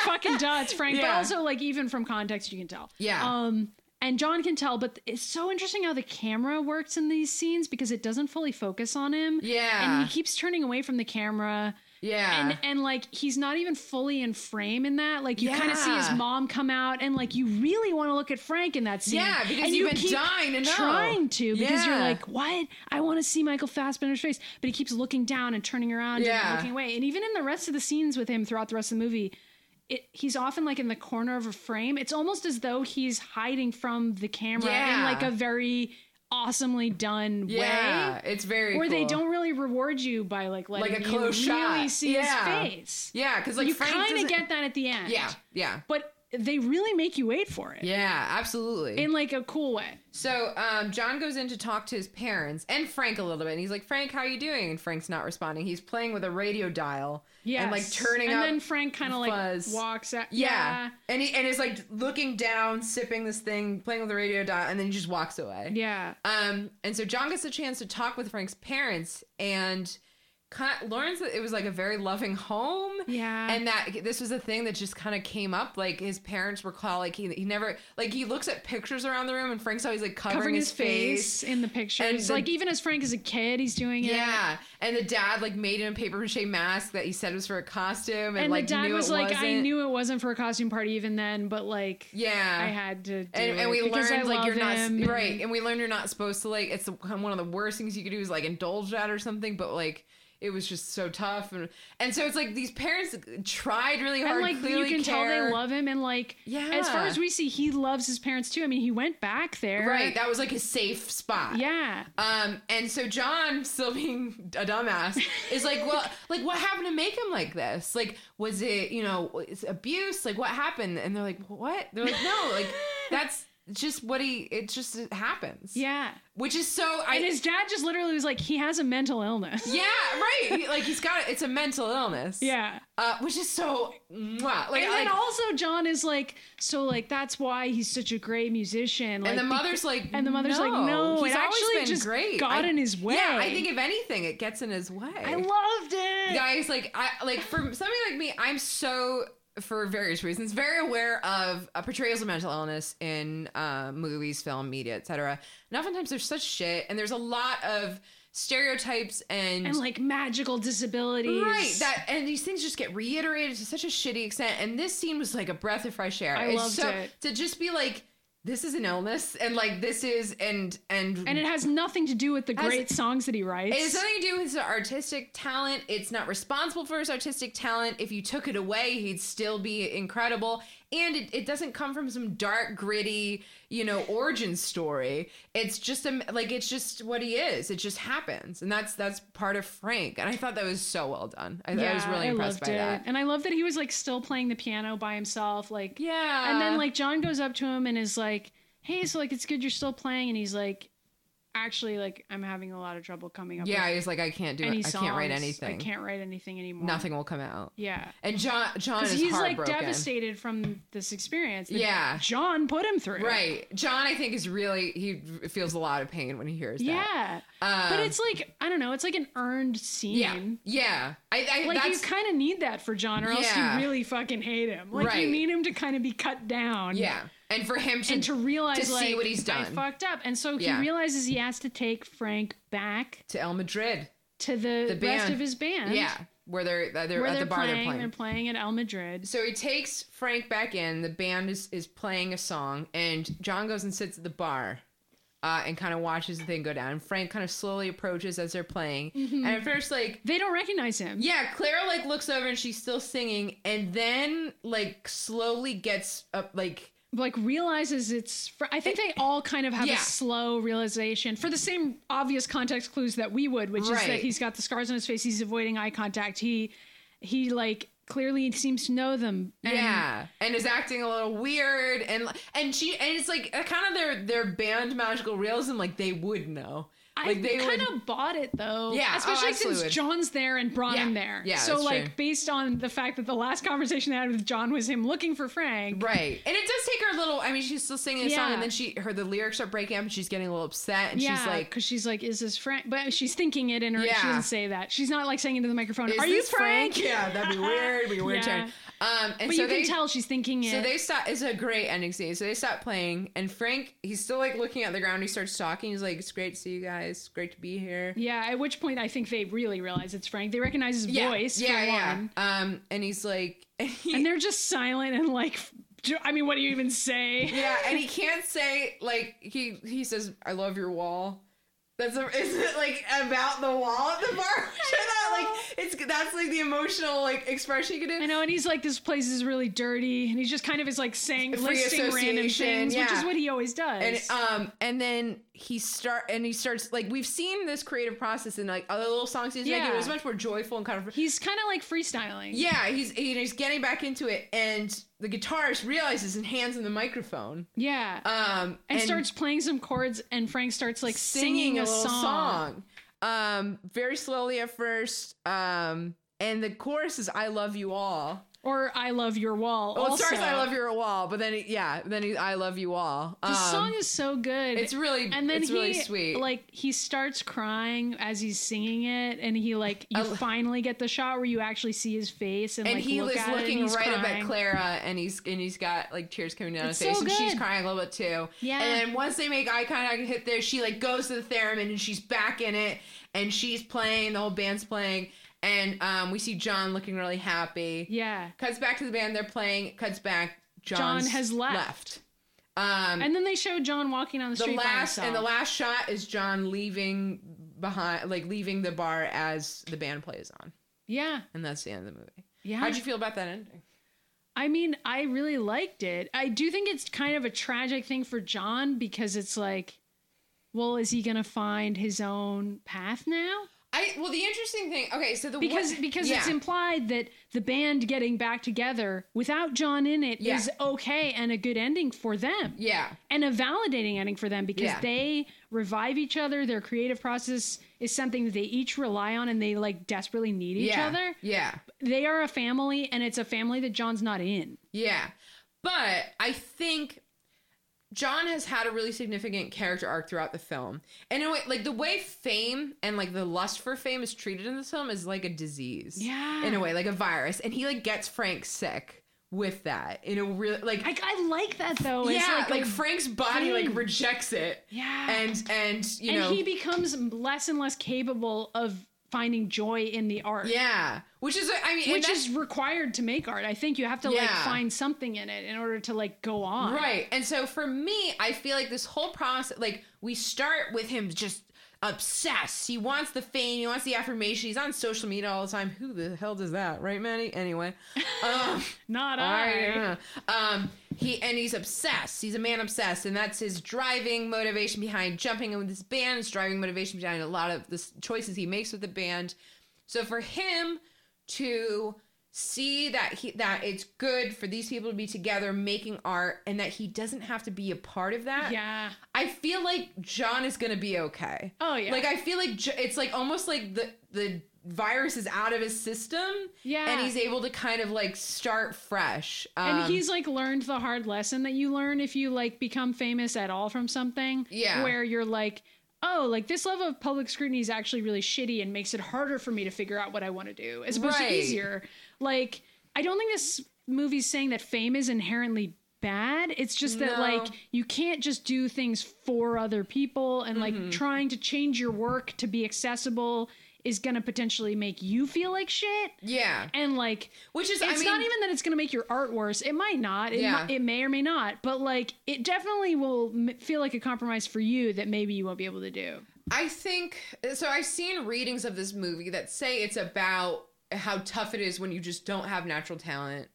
B: fucking duds, Frank. But
A: Yeah.
B: also like even from context, you can tell.
A: Yeah.
B: Um, and John can tell, but it's so interesting how the camera works in these scenes because it doesn't fully focus on him.
A: Yeah.
B: And he keeps turning away from the camera.
A: Yeah.
B: And and like he's not even fully in frame in that. Like you kind of see his
A: Yeah.
B: mom come out, and like you really want to look at Frank in that scene.
A: Yeah, because
B: and
A: you've been dying to know.
B: trying to because you're
A: Yeah.
B: like, what? I want to see Michael Fassbender's face, but he keeps looking down and turning around
A: Yeah.
B: and looking away. And even in the rest of the scenes with him throughout the rest of the movie. It, he's often like in the corner of a frame. It's almost as though he's hiding from the camera in
A: Yeah.
B: like a very awesomely done way
A: yeah. It's very
B: where they
A: cool.
B: don't really reward you by like letting
A: Like a
B: you
A: close shot.
B: really see
A: Yeah.
B: his face.
A: Yeah, because like
B: you
A: Frank
B: kind
A: doesn't-
B: of get that at the end.
A: Yeah, yeah.
B: but they really make you wait for it
A: Yeah, absolutely.
B: in like a cool way.
A: so um, John goes in to talk to his parents and Frank a little bit, and he's like, "Frank, how you doing?" And Frank's not responding. He's playing with a radio dial
B: Yeah,
A: and like turning
B: and
A: up.
B: then Frank kind of like
A: fuzz.
B: walks out.
A: yeah.
B: Yeah.
A: and he and is like looking down, sipping this thing, playing with the radio dial, and then he just walks away.
B: yeah,
A: Um, and so John gets a chance to talk with Frank's parents, and ki- Lawrence, it was like a very loving home.
B: Yeah.
A: And that this was a thing that just kind of came up. Like his parents were called, like he, he never, like he looks at pictures around the room and Frank's always like covering,
B: Covering his
A: face.
B: face in the pictures.
A: the-
B: like even as Frank is a kid, he's doing it.
A: Yeah, and the dad like made him a paper mache mask that he said was for a costume, and,
B: And
A: like
B: the dad
A: knew
B: was
A: it
B: like,
A: wasn't.
B: I knew it wasn't for a costume party even then, but like
A: Yeah,
B: I had to do
A: and,
B: it
A: and we
B: because
A: learned
B: I
A: like you're
B: love
A: not
B: him.
A: right, and we learned you're not supposed to like. It's the, one of the worst things you could do is like indulge that or something, but like. It was just so tough, and and so it's like these parents tried really hard.
B: and like you
A: clearly
B: can tell
A: care.
B: they love him and like
A: Yeah.
B: as far as we see he loves his parents too i mean he went back there
A: right. That was like his safe spot.
B: yeah
A: Um, and so John, still being a dumbass, is like, well, like what happened to make him like this? Like, was it you know is abuse? Like what happened? And they're like, what? They're like, no, like that's just what he. It just it happens.
B: yeah
A: which is so. I
B: and his dad just literally was like he has a mental illness
A: yeah, right. He- Like he's got it's a mental illness.
B: yeah
A: uh, which is so mwah. like
B: and then
A: like-
B: also john is like so like that's why he's such a great musician like,
A: and the
B: be-
A: mother's like,
B: and the mother's like, no,
A: he's always
B: it actually
A: been
B: just
A: great.
B: got
A: I-
B: in his way.
A: Yeah, I think if anything, it gets in his way.
B: i loved it
A: guys like i like for somebody like me i'm so for various reasons very aware of uh, portrayals of mental illness in uh, movies film media etc and oftentimes there's such shit and there's a lot of stereotypes and,
B: and like magical disabilities
A: right that and these things just get reiterated to such a shitty extent and this scene was like a breath of fresh air
B: I
A: It's
B: loved
A: so-
B: it.
A: to just be like this is an illness and like this is and and
B: and it has nothing to do with the
A: Has-
B: great songs that he writes
A: it has something to do with his artistic talent. It's not responsible for his artistic talent. If you took it away, he'd still be incredible. And it, it doesn't come from some dark, gritty, you know, origin story. It's just a, like it's just what he is. It just happens, and that's that's part of Frank. And I thought that was so well done. I, I was really impressed by
B: loved it.
A: that.
B: And I love that he was like still playing the piano by himself. Like,
A: Yeah.
B: And then like John goes up to him and is like, "Hey, so like it's good you're still playing." And he's like, "Actually, like I'm having a lot of trouble coming up
A: yeah,
B: with
A: he's like, I can't do
B: any
A: it. I can't write
B: songs.
A: anything.
B: I can't write anything anymore.
A: Nothing will come out.
B: Yeah."
A: And John, John is
B: Because he's like
A: heartbroken.
B: devastated from this experience. That
A: Yeah.
B: John put him through.
A: Right. John, I think, is really, he feels a lot of pain when he hears that.
B: Yeah.
A: Um,
B: but it's like I don't know. It's like an earned scene.
A: Yeah. Yeah. I, I
B: Like you
A: that's,
B: kind of need that for John, or else
A: Yeah.
B: you really fucking hate him. Like
A: Right.
B: you need him to kind of be cut down.
A: yeah. And for him to,
B: and to realize
A: to
B: like,
A: see what he's
B: I
A: done
B: fucked up, and so he
A: Yeah.
B: realizes he has to take Frank back
A: to El Madrid.
B: to the,
A: The
B: rest
A: band.
B: of his band.
A: Yeah. Where they're, uh, they're
B: where
A: at
B: they're
A: the bar
B: playing,
A: they're playing.
B: at El Madrid.
A: So he takes Frank back in. The band is, is playing a song, and John goes and sits at the bar. Uh, and kind of watches the thing go down. And Frank kind of slowly approaches as they're playing.
B: Mm-hmm.
A: And at first, like,
B: They don't recognize him.
A: Yeah, Clara like looks over and she's still singing, and then like slowly gets up, like
B: Like realizes it's. Fr- I think they all kind of have
A: Yeah.
B: a slow realization for the same obvious context clues that we would, which is
A: Right.
B: that he's got the scars on his face. He's avoiding eye contact. He he like clearly seems to know them. And
A: yeah, and is acting a little weird, and and she and it's like uh, kind of their their band magical realism, like they would know,
B: I
A: like they
B: kind of bought it though.
A: Yeah, oh,
B: Especially
A: absolutely
B: since
A: would.
B: John's there and brought
A: Yeah,
B: him there.
A: yeah,
B: So
A: that's
B: like
A: true.
B: based on the fact that the last conversation they had with John was him looking for Frank.
A: right, and it does take her a little. I mean, she's still singing the song,
B: Yeah.
A: and then she her the lyrics are breaking up, and she's getting a little upset, and
B: Yeah,
A: she's like,
B: because she's like, "Is this Frank?" But she's thinking it in her.
A: Yeah.
B: She doesn't say that. She's not like saying into the microphone,
A: "Is
B: "Are you
A: this
B: Frank?"
A: Yeah, that'd be weird. Be a weird
B: Yeah.
A: turn. Um, and
B: But
A: so
B: you
A: they,
B: can tell she's thinking it.
A: So they stop. It's a great ending scene. So they stop playing, and Frank, he's still like looking at the ground. He starts talking. He's like, "It's great to see you guys. It's great to be here."
B: yeah. At which point, I think they really realize it's Frank. They recognize his voice. for one.
A: Um, and he's like,
B: And they're just silent and like, f- I mean, what do you even say?
A: yeah, and he can't say like he he says, "I love your wall." That's a, is it like about the wall at the bar? Which I thought, like it's that's like the emotional like expression you could do.
B: I know, and he's like, this place is really dirty, and he just kind of is like saying
A: Free
B: listing random
A: association,
B: things, which
A: yeah.
B: is what he always does.
A: and um and then he start and he starts like we've seen this creative process in like other little songs he's making. It
B: Yeah.
A: was much more joyful and kind of
B: he's kind of like freestyling.
A: Yeah, he's he- he's getting back into it, and the guitarist realizes and hands him the microphone.
B: yeah.
A: Um,
B: and, starts playing some chords, and Frank starts like singing, a,
A: little
B: song.
A: Um, very slowly at first. Um, and the chorus is "I love you all."
B: Or I Love Your Wall.
A: Well,
B: also.
A: it starts I love your wall, but then it, yeah, then he, I love you all.
B: The
A: Um,
B: song is so good.
A: it's really-
B: and then
A: it's
B: he,
A: really sweet.
B: Like he starts crying as he's singing it, and he like you
A: I-
B: finally get the shot where you actually see his face, and,
A: and
B: like,
A: he
B: look
A: was
B: at it, and
A: looking
B: he's
A: right up at
B: crying.
A: Clara, and he's and he's got like tears coming down
B: It's
A: his face,
B: so
A: and she's
B: good.
A: crying a little bit too.
B: Yeah.
A: And then once they make eye contact, and hit there, she like goes to the theremin, and she's back in it, and she's playing. The whole band's playing, and um, we see John looking really happy.
B: Yeah,
A: Cuts back to the band they're playing. Cuts back.
B: John
A: John's
B: has left.
A: Um,
B: and then they show John walking on the,
A: the
B: street. by
A: last
B: himself.
A: and the last shot is John leaving behind, like leaving the bar as the band plays on,
B: Yeah,
A: and that's the end of the movie.
B: yeah.
A: How'd you feel about that ending?
B: I mean, I really liked it. I do think it's kind of a tragic thing for John because it's like, well, is he going to find his own path now?
A: I well, the interesting thing. Okay, so the one-
B: Because because it's
A: yeah.
B: implied that the band getting back together without John in it is
A: Yeah.
B: okay and a good ending for them.
A: yeah,
B: And a validating ending for them because
A: Yeah.
B: they revive each other. Their creative process is something that they each rely on and they like desperately need each
A: yeah,
B: other.
A: yeah,
B: They are a family and it's a family that John's not in.
A: yeah. But I think John has had a really significant character arc throughout the film, and in a way, like the way fame and like the lust for fame is treated in this film is like a disease.
B: Yeah.
A: in a way, like a virus, and he like gets Frank sick with that in a real like
B: I, I like that though. It's
A: yeah, like,
B: like, a-
A: Frank's body
B: thing.
A: like rejects it.
B: Yeah.
A: and and you
B: and
A: know,
B: he becomes less and less capable of finding joy in the art.
A: yeah, which is I mean, and
B: Which
A: that's-
B: is required to make art. I think you have to like
A: Yeah.
B: find something in it in order to like go on.
A: right. And so for me, I feel like this whole process, like we start with him just obsessed. He wants the fame, he wants the affirmation. He's on social media all the time. Who the hell does that, right, Manny? Anyway, um,
B: Not I.
A: I, um, he and he's obsessed. He's a man obsessed, and that's his driving motivation behind jumping in with this band. His driving motivation behind a lot of the s- choices he makes with the band. So for him to see that he that it's good for these people to be together making art, and that he doesn't have to be a part of that.
B: Yeah.
A: I feel like John is gonna be okay.
B: Oh, yeah.
A: Like I feel like Jo- it's like almost like the the virus is out of his system.
B: Yeah.
A: And he's able to kind of like start fresh. Um,
B: and he's like learned the hard lesson that you learn if you like become famous at all from something.
A: Yeah.
B: Where you're like, oh, like this level of public scrutiny is actually really shitty and makes it harder for me to figure out what I want to do as opposed
A: Right.
B: to easier. Like, I don't think this movie's saying that fame is inherently bad. It's just that
A: No.
B: like you can't just do things for other people and
A: Mm-hmm.
B: like trying to change your work to be accessible is going to potentially make you feel like shit.
A: yeah,
B: And like
A: which is I
B: it's
A: mean,
B: not even that it's going to make your art worse. It might not. It,
A: Yeah.
B: mi- it may or may not. But like, it definitely will m- feel like a compromise for you that maybe you won't be able to do.
A: I think so. I've seen readings of this movie that say it's about how tough it is when you just don't have natural talent.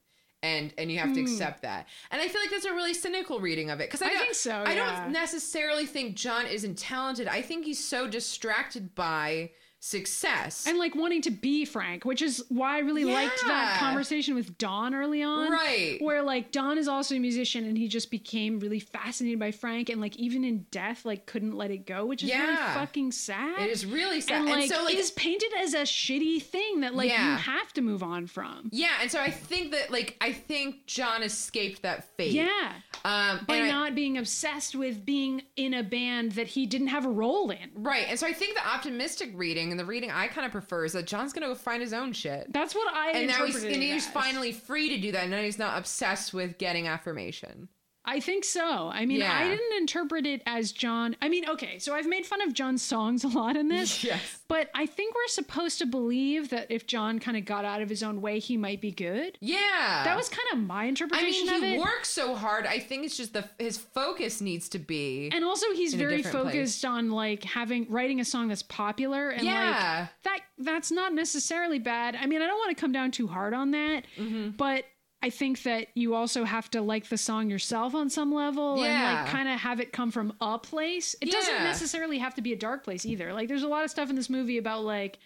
A: And, and you have to accept that. And I feel like that's a really cynical reading of it. Because I,
B: Hmm. I
A: don't-
B: think so,
A: I
B: yeah.
A: don't necessarily think John isn't talented. I think he's so distracted by success.
B: And like wanting to be Frank, which is why I really liked that
A: Yeah.
B: conversation with Don early on.
A: Right.
B: Where like Don is also a musician and he just became really fascinated by Frank and like even in death, like couldn't let it go, which is really
A: Yeah.
B: fucking sad.
A: it is really sad.
B: And
A: And,
B: like,
A: so like
B: it is painted as a shitty thing that like you
A: Yeah.
B: have to move on from.
A: yeah. And so I think that like I think John escaped that fate.
B: Yeah.
A: Um,
B: by
A: and I-
B: not being obsessed with being in a band that he didn't have a role in.
A: Right. And so I think the optimistic reading and the reading I kind of prefer is that John's going to go find his own shit.
B: That's what I
A: And now he's,
B: interpreted
A: and
B: it
A: he's
B: as.
A: finally free to do that. And now he's not obsessed with getting affirmation.
B: I think so. I mean, I
A: Yeah.
B: didn't interpret it as John. I mean, okay, so I've made fun of John's songs a lot in this.
A: Yes.
B: But I think we're supposed to believe that if John kind of got out of his own way, he might be good.
A: Yeah.
B: That was kind of my
A: I
B: interpretation
A: mean,
B: of
A: he
B: it.
A: works so hard. I think it's just the his focus needs to be.
B: and also, he's
A: in a
B: very
A: different
B: focused on like having writing a song that's popular and like
A: yeah.
B: that that's not necessarily bad. I mean, I don't want to come down too hard on that,
A: Mm-hmm.
B: but I think that you also have to like the song yourself on some level and like
A: Yeah.
B: kind of have it come from a place. It doesn't
A: Yeah.
B: necessarily have to be a dark place either. Like there's a lot of stuff in this movie about like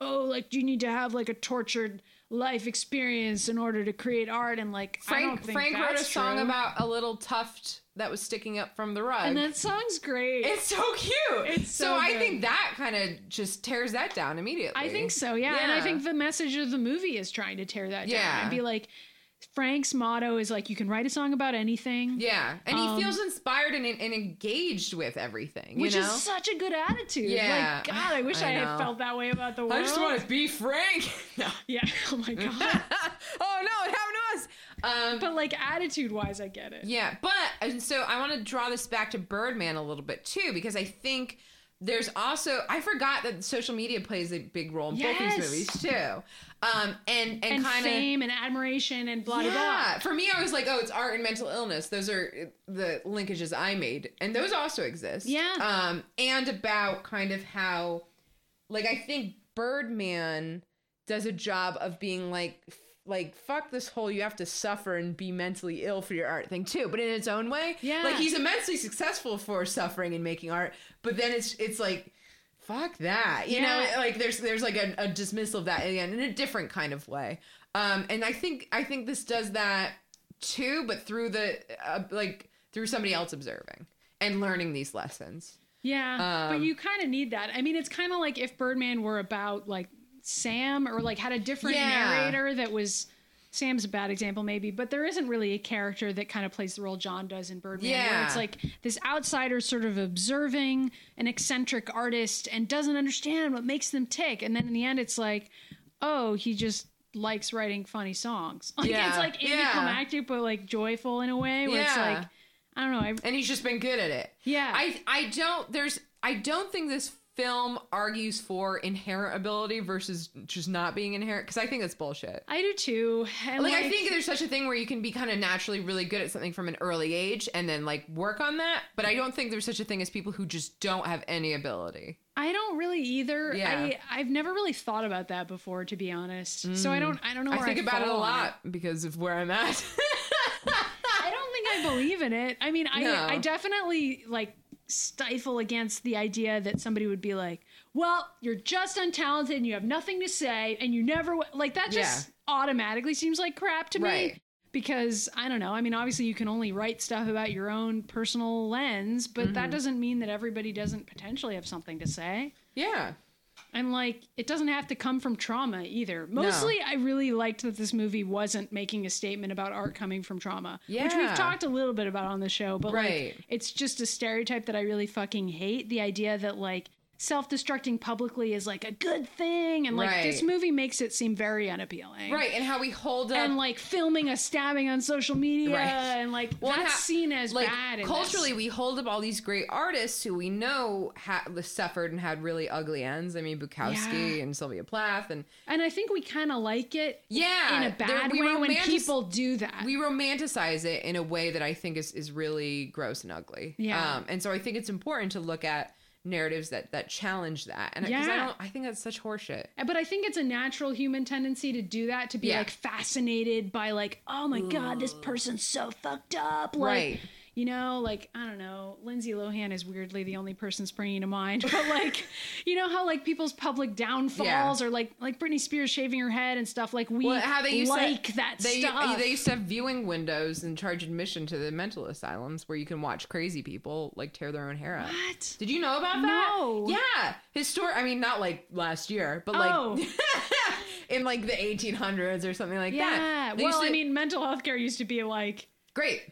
B: oh, like you need to have like a tortured life experience in order to create art and like I
A: Frank
B: don't think
A: Frank wrote a
B: that's
A: song
B: true.
A: about a little tuft that was sticking up from the rug.
B: And that song's great.
A: it's so cute.
B: It's so
A: I
B: good.
A: think that kind of just tears that down immediately.
B: I think so, yeah. And I
A: Yeah.
B: think the message of the movie is trying to tear that down
A: Yeah.
B: and be like, Frank's motto is like, you can write a song about anything,
A: Yeah, and
B: Um,
A: he feels inspired and, and engaged with everything. You
B: which
A: know?
B: is such a good attitude.
A: Yeah.
B: Like, God, I wish
A: I
B: I, had
A: know.
B: felt that way about the world.
A: to be Frank. no.
B: Yeah. Oh my
A: Mm-hmm.
B: God.
A: oh no, it happened to us. Um,
B: but like, attitude wise, I get it.
A: yeah, but and so I want to draw this back to Birdman a little bit too because I think there's also I forgot that social media plays a big role in both
B: Yes.
A: these movies too. Um, and and,
B: And
A: kind of
B: fame and admiration and blah, blah,
A: yeah.
B: blah.
A: For me, I was like, oh, it's art and mental illness. Those are the linkages I made, and those also exist.
B: Yeah.
A: Um, and about kind of how, like, I think Birdman does a job of being like, f- like fuck this whole you have to suffer and be mentally ill for your art thing too, but in its own way.
B: Yeah.
A: Like he's immensely successful for suffering and making art, but then it's it's like. Fuck that, you
B: Yeah.
A: know. Like there's there's like a, a dismissal of that again in a different kind of way. Um, and I think I think this does that too, but through the uh, like through somebody else observing and learning these lessons.
B: Yeah, but
A: Um,
B: you kind of need that. I mean, it's kind of like if Birdman were about like Sam or like had a different
A: Yeah.
B: narrator that was. Sam's a bad example, maybe, but there isn't really a character that kind of plays the role John does in Birdman. Where
A: Yeah.
B: it's like this outsider sort of observing an eccentric artist and doesn't understand what makes them tick. And then in the end, it's like, oh, he just likes writing funny songs. Like, It's
A: Yeah.
B: like
A: Yeah.
B: anticlimactic, but like joyful in a way where it's
A: Yeah.
B: like, I don't know. I,
A: And he's just been good at it.
B: yeah.
A: I I don't there's I don't think this film argues for inherent ability versus just not being inherent because I think that's bullshit.
B: I do too. And
A: Like, I think there's such a thing where you can be kind of naturally really good at something from an early age and then like work on that, but I don't think there's such a thing as people who just don't have any ability.
B: I don't really either.
A: Yeah.
B: I I've never really thought about that before, to be honest. So I don't I don't know.
A: Mm. I
B: Where
A: think about it a
B: fall on
A: lot because of where I'm at.
B: I don't think I believe in it. I mean, I
A: No.
B: I definitely like stifle against the idea that somebody would be like, "Well, you're just untalented and you have nothing to say and you never w-. like that." Just automatically seems like crap to me.
A: Right.
B: Because I don't know. I mean, obviously, you can only write stuff about your own personal lens, but that
A: Mm-hmm.
B: doesn't mean that everybody doesn't potentially have something to say.
A: yeah.
B: And like, it doesn't have to come from trauma either. Mostly, I really liked that this movie wasn't making a statement about art coming from trauma, which we've
A: Yeah.
B: talked a little bit about on the show. But
A: Right.
B: like, it's just a stereotype that I really fucking hate. The idea that like self-destructing publicly is like a good thing, and like this
A: Right.
B: movie makes it seem very unappealing.
A: Right, and how we hold up
B: And like filming a stabbing on social media,
A: Right.
B: and like
A: Well, and
B: that's
A: how-
B: seen as
A: like
B: bad. in this.
A: culturally we hold up all these great artists who we know ha- suffered and had really ugly ends i mean bukowski
B: Yeah.
A: and sylvia plath and
B: and I think we kind of like it
A: yeah
B: in a
A: there-
B: bad
A: we
B: way when
A: romantic-
B: people do that.
A: we romanticize it in a way that i think is, is really gross and ugly
B: Yeah.
A: um, and so i think it's important to look at narratives that that challenge that and because i
B: Yeah.
A: don't i think that's such horseshit
B: But I think it's a natural human tendency to do that, to be
A: Yeah.
B: like fascinated by like, oh my god, this person's so fucked up. Like,
A: Right.
B: You know, like I don't know, Lindsay Lohan is weirdly the only person springing to mind. But like, you know how like people's public downfalls or like like Britney Spears shaving her head and stuff. Like we
A: well, how they used
B: like
A: to,
B: that
A: they,
B: stuff.
A: They used to have viewing windows and charge admission to the mental asylums where you can watch crazy people like tear their own hair out.
B: What?
A: Did you know about that?
B: No.
A: Yeah. Historic. I mean, not like last year, but like
B: Oh.
A: in like the 1800s or something like
B: yeah.
A: that. They
B: Well,
A: used
B: I
A: to-
B: mean, mental health care used to be like,
A: great.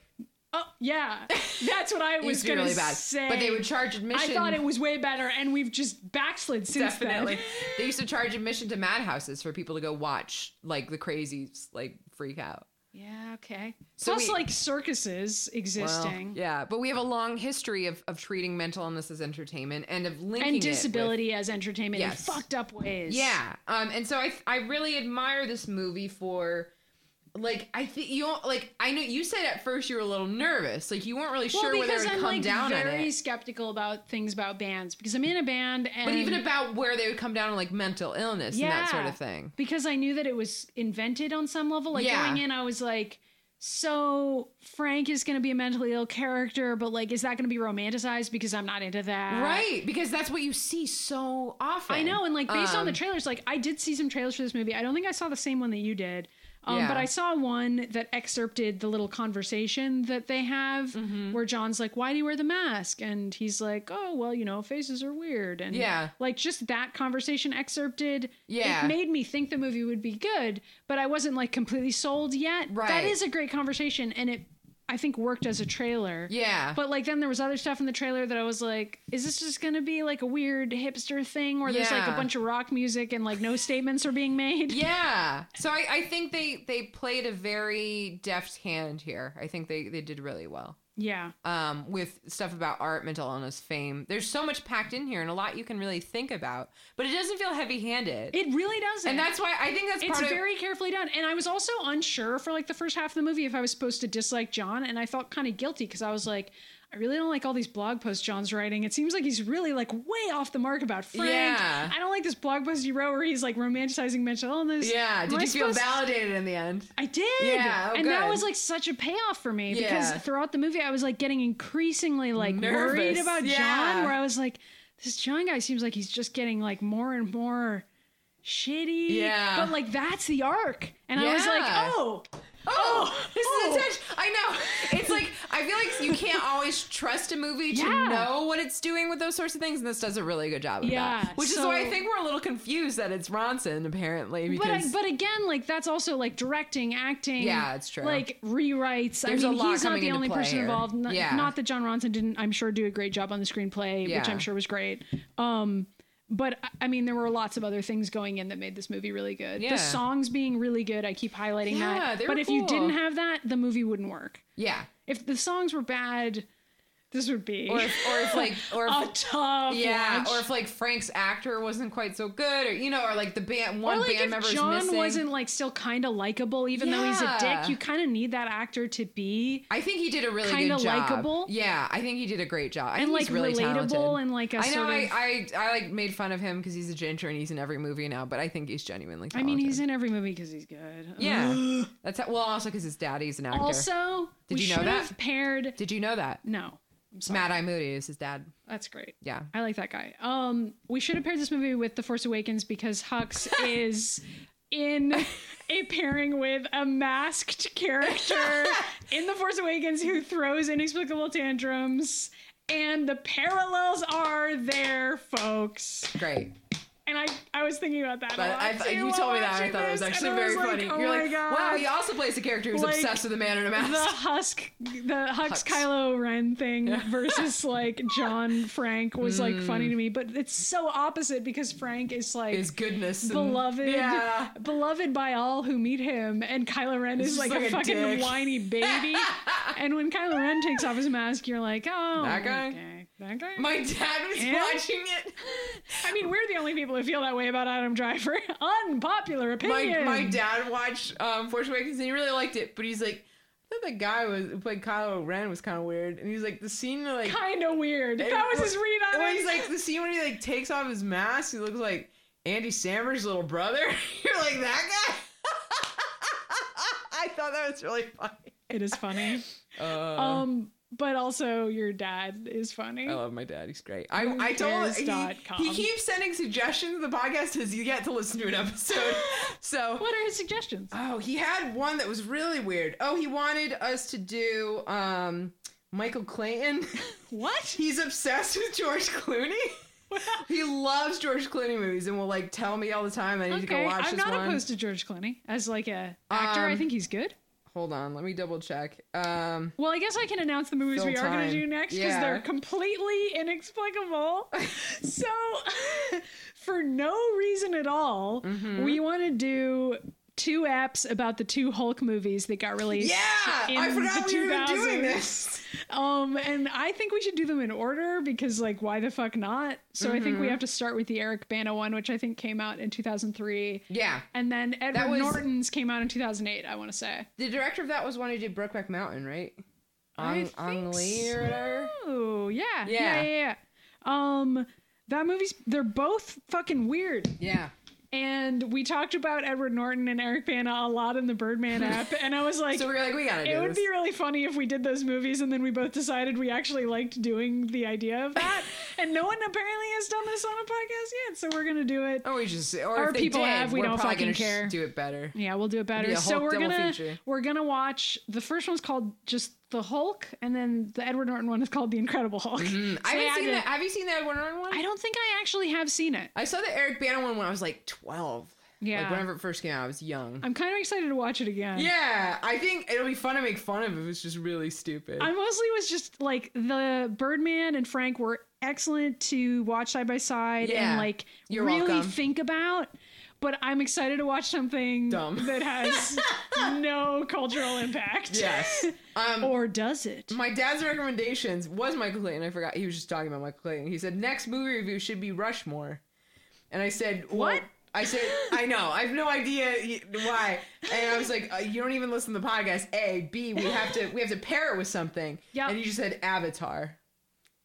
B: oh yeah, that's what I
A: It
B: was
A: used to be
B: gonna
A: really bad,
B: say.
A: but they would charge admission.
B: I thought it was way better, and we've just backslid since
A: definitely.
B: then.
A: they used to charge admission to madhouses for people to go watch like the crazies like freak out.
B: Yeah, okay.
A: So
B: Plus,
A: we-
B: like circuses
A: Well,
B: existing
A: yeah, but we have a long history of, of treating mental illness as entertainment and of linking it
B: and
A: with-
B: disability as entertainment in
A: Yes.
B: fucked up ways.
A: Yeah. Um, and so I I really admire this movie for like I think you don't- like I know you said at first you were a little nervous, like you weren't really
B: Well,
A: sure whether it
B: because
A: would
B: I'm
A: come
B: like
A: down on
B: very
A: it.
B: skeptical about things about bands because I'm in a band and
A: But even about where they would come down on like mental illness and that sort
B: Yeah.
A: of thing.
B: because I knew that it was invented on some level. Like
A: Yeah.
B: going in, I was like, so Frank is going to be a mentally ill character, but like, is that going to be romanticized? Because I'm not into that,
A: right, because that's what you see so often.
B: I know, and like based on the
A: Um,
B: trailers, like I did see some trailers for this movie. I don't think I saw the same one that you did. Um,
A: Yeah.
B: But I saw one that excerpted the little conversation that they have
A: Mm-hmm.
B: where John's like, Why do you wear the mask? And he's like, Oh, well, you know, faces are weird. And
A: Yeah.
B: like just that conversation excerpted.
A: Yeah.
B: It made me think the movie would be good, but I wasn't like completely sold yet. That
A: Right.
B: is a great conversation. And it, I think, worked as a trailer.
A: Yeah.
B: But like then there was other stuff in the trailer that I was like, is this just gonna be like a weird hipster thing where there's like a
A: Yeah.
B: bunch of rock music and like no statements are being made?
A: yeah. So I, I think they they played a very deft hand here. I think they they did really well.
B: Yeah.
A: um, with stuff about art, mental illness, fame. There's so much packed in here and a lot you can really think about, but it doesn't feel heavy handed.
B: It really doesn't.
A: And that's why I think that's
B: it's
A: part
B: very carefully done. And I was also unsure for like the first half of the movie if I was supposed to dislike John, and I felt kind of guilty because I was like, I really don't like all these blog posts John's writing. It seems like he's really like way off the mark about Frank.
A: Yeah.
B: I don't like this blog post you wrote where he's like romanticizing mental
A: of.
B: illness.
A: Yeah.
B: Am
A: Did
B: I
A: you feel
B: supposed-
A: validated in the end?
B: I did.
A: Yeah, oh,
B: and that
A: good.
B: was like such a payoff for me because
A: Yeah.
B: throughout the movie I was like getting increasingly like worried
A: Nervous,
B: about John
A: yeah.
B: where I was like this John guy seems like he's just getting like more and more shitty.
A: Yeah.
B: But like that's the arc. And I was like,
A: Yeah.
B: "Oh,
A: Oh, this
B: oh.
A: is intense. I know. It's like I feel like you can't always trust a movie to
B: Yeah.
A: know what it's doing with those sorts of things, and this does a really good job of
B: Yeah,
A: that. Which is
B: so-
A: why I think we're a little confused that it's Ronson apparently because
B: but I, but again, like that's also like directing, acting.
A: Yeah, it's true.
B: Like rewrites.
A: There's
B: I
A: a
B: mean,
A: lot
B: he's not
A: coming
B: the
A: into
B: only
A: play
B: person
A: here.
B: involved. Not,
A: Yeah.
B: not that John Ronson didn't, I'm sure, do a great job on the screenplay, which
A: Yeah.
B: I'm sure was great. Um, but I- I mean, there were lots of other things going in that made this movie really good.
A: Yeah.
B: The songs being really good. I keep highlighting
A: Yeah,
B: that.
A: they were
B: but if you
A: cool.
B: didn't have that, the movie wouldn't work.
A: yeah,
B: If the songs were bad, this would be
A: or if, or if like or if,
B: a tough
A: Yeah,
B: watch.
A: or if like Frank's actor wasn't quite so good, or you know, or like the band
B: Or
A: one
B: like
A: band
B: if
A: member's
B: John
A: missing.
B: wasn't like still kind of likable, even though he's a
A: Yeah.
B: dick, you kind of need that actor to be
A: I think he did a really
B: kinda
A: good job.
B: likable.
A: Yeah, I think he did a great job. I
B: and
A: think
B: like
A: he's really
B: relatable
A: talented.
B: and like a
A: I know
B: sort of. I,
A: I, I I like made fun of him because he's a ginger and he's in every movie now, but I think he's genuinely. Talented.
B: mean, he's in every movie because he's good.
A: yeah. That's how, well, also because his daddy's an actor.
B: Also,
A: Did
B: we
A: you know
B: should
A: that?
B: have paired.
A: did you know that
B: No, I'm sorry.
A: Mad Eye Moody is his dad?
B: That's great.
A: Yeah,
B: I like that guy. Um, we should have paired this movie with The Force Awakens because Hux is in a pairing with a masked character in The Force Awakens who throws inexplicable tantrums. And the parallels are there, folks.
A: great.
B: And I, I was thinking about that. a
A: But
B: lot
A: I,
B: too
A: you
B: while
A: told me that, and I
B: watching
A: thought that was
B: this, and
A: actually
B: I
A: very
B: was
A: funny.
B: Like, oh
A: You're
B: my
A: like,
B: God.
A: wow, he also plays a character who's
B: Like,
A: obsessed with a man in a mask.
B: the Husk, the Hux
A: Hux.
B: Kylo Ren thing versus like John Frank was like funny
A: Mm.
B: to me, but it's so opposite because Frank is like
A: His goodness, and-
B: beloved,
A: Yeah,
B: beloved by all who meet him, and Kylo Ren is
A: just
B: like,
A: like
B: a,
A: a
B: fucking
A: dick.
B: whiny baby. and when Kylo Ren takes off his mask, you're like, oh,
A: That guy?
B: okay, that guy.
A: My dad was
B: And-
A: watching it.
B: I mean, we're the only people who feel that way about Adam Driver. Unpopular
A: My
B: opinion.
A: my dad watched um, Force Awakens and he really liked it, but he's like, I thought the guy was who played Kylo Ren was kind of weird, and he's like the scene where, like
B: Kind of weird.
A: it-
B: That was his read on
A: when
B: it.
A: he's like the scene when he like takes off his mask, he looks like Andy Samberg's little brother. You're like that guy. I thought that was really funny.
B: it is funny.
A: Uh,
B: Um, but also your dad is funny.
A: I love my dad. He's great. I, I told
B: cares.com.
A: he, he keeps sending suggestions. to The podcast has yet to listen to an episode, so
B: What are his suggestions?
A: Oh, he had one that was really weird. Oh, he wanted us to do um Michael Clayton.
B: What?
A: He's obsessed with George Clooney. he loves George Clooney movies and will like tell me all the time I need to go
B: Okay,
A: watch
B: I'm
A: this
B: not
A: one.
B: opposed to George Clooney as like a actor. I
A: Um,
B: think he's good.
A: Hold on, let me double check. Um
B: Well, I guess I can announce the movies
A: Fill
B: we are going
A: time.
B: to do next because
A: Yeah.
B: they're completely inexplicable. so, for no reason at all,
A: Mm-hmm.
B: we want to do two apps about the two Hulk movies that got released.
A: yeah,
B: in
A: I forgot
B: the
A: we were doing
B: 2000s.
A: this.
B: Um, and I think we should do them in order because, like, why the fuck not? So I think we have to start with the Eric Bana one, which I think came out in 2003,
A: Yeah,
B: and then Edward
A: was-
B: Norton's came out in 2008. I want to say.
A: the director of that was one who did Brokeback Mountain, right?
B: I
A: Ang-
B: think
A: Ang Lee or whatever.
B: Oh yeah, yeah, yeah,
A: Yeah.
B: yeah. Um, that movie's they're both fucking weird.
A: Yeah.
B: And we talked about Edward Norton and Eric Bana a lot in the Birdman app. And I was like,
A: So we were like, we gotta do
B: it would
A: this.
B: be really funny if we did those movies and then we both decided we actually liked doing the idea of that. and no one apparently has done this on a podcast yet, so we're gonna do it.
A: or we just, or
B: Our
A: if they
B: people
A: did,
B: have, we
A: we're
B: don't
A: probably
B: fucking
A: gonna just
B: care.
A: Do it better.
B: Yeah, we'll do it better.
A: It'll be a
B: so
A: Hulk
B: we're
A: double
B: gonna
A: feature.
B: we're gonna watch the first one's called just the Hulk, and then the Edward Norton one is called the Incredible Hulk. Hmm, So
A: Mm-hmm. I haven't
B: yeah,
A: seen
B: did-
A: that. Have you seen that one on one?
B: I don't think I actually have seen it.
A: I saw the Eric Bana one when I was like twelve.
B: Yeah.
A: Like whenever it first came out, I was young.
B: I'm kind of excited to watch it again.
A: yeah, I think it'll be fun to make fun of if it's just really stupid.
B: I mostly was just like the Birdman and Frank were excellent to watch side by side
A: Yeah.
B: and like
A: You're
B: really
A: welcome.
B: think about. But I'm excited to watch something
A: Dumb.
B: that has no cultural impact.
A: yes. Um,
B: or does it?
A: My dad's recommendations was Michael Clayton. I forgot he was just talking about Michael Clayton. He said next movie review should be Rushmore, and I said well-
B: What?
A: I said I know. I have no idea y- why. And I was like, uh, you don't even listen to the podcast. A B. We have to we have to pair it with something.
B: Yep.
A: And you just said Avatar,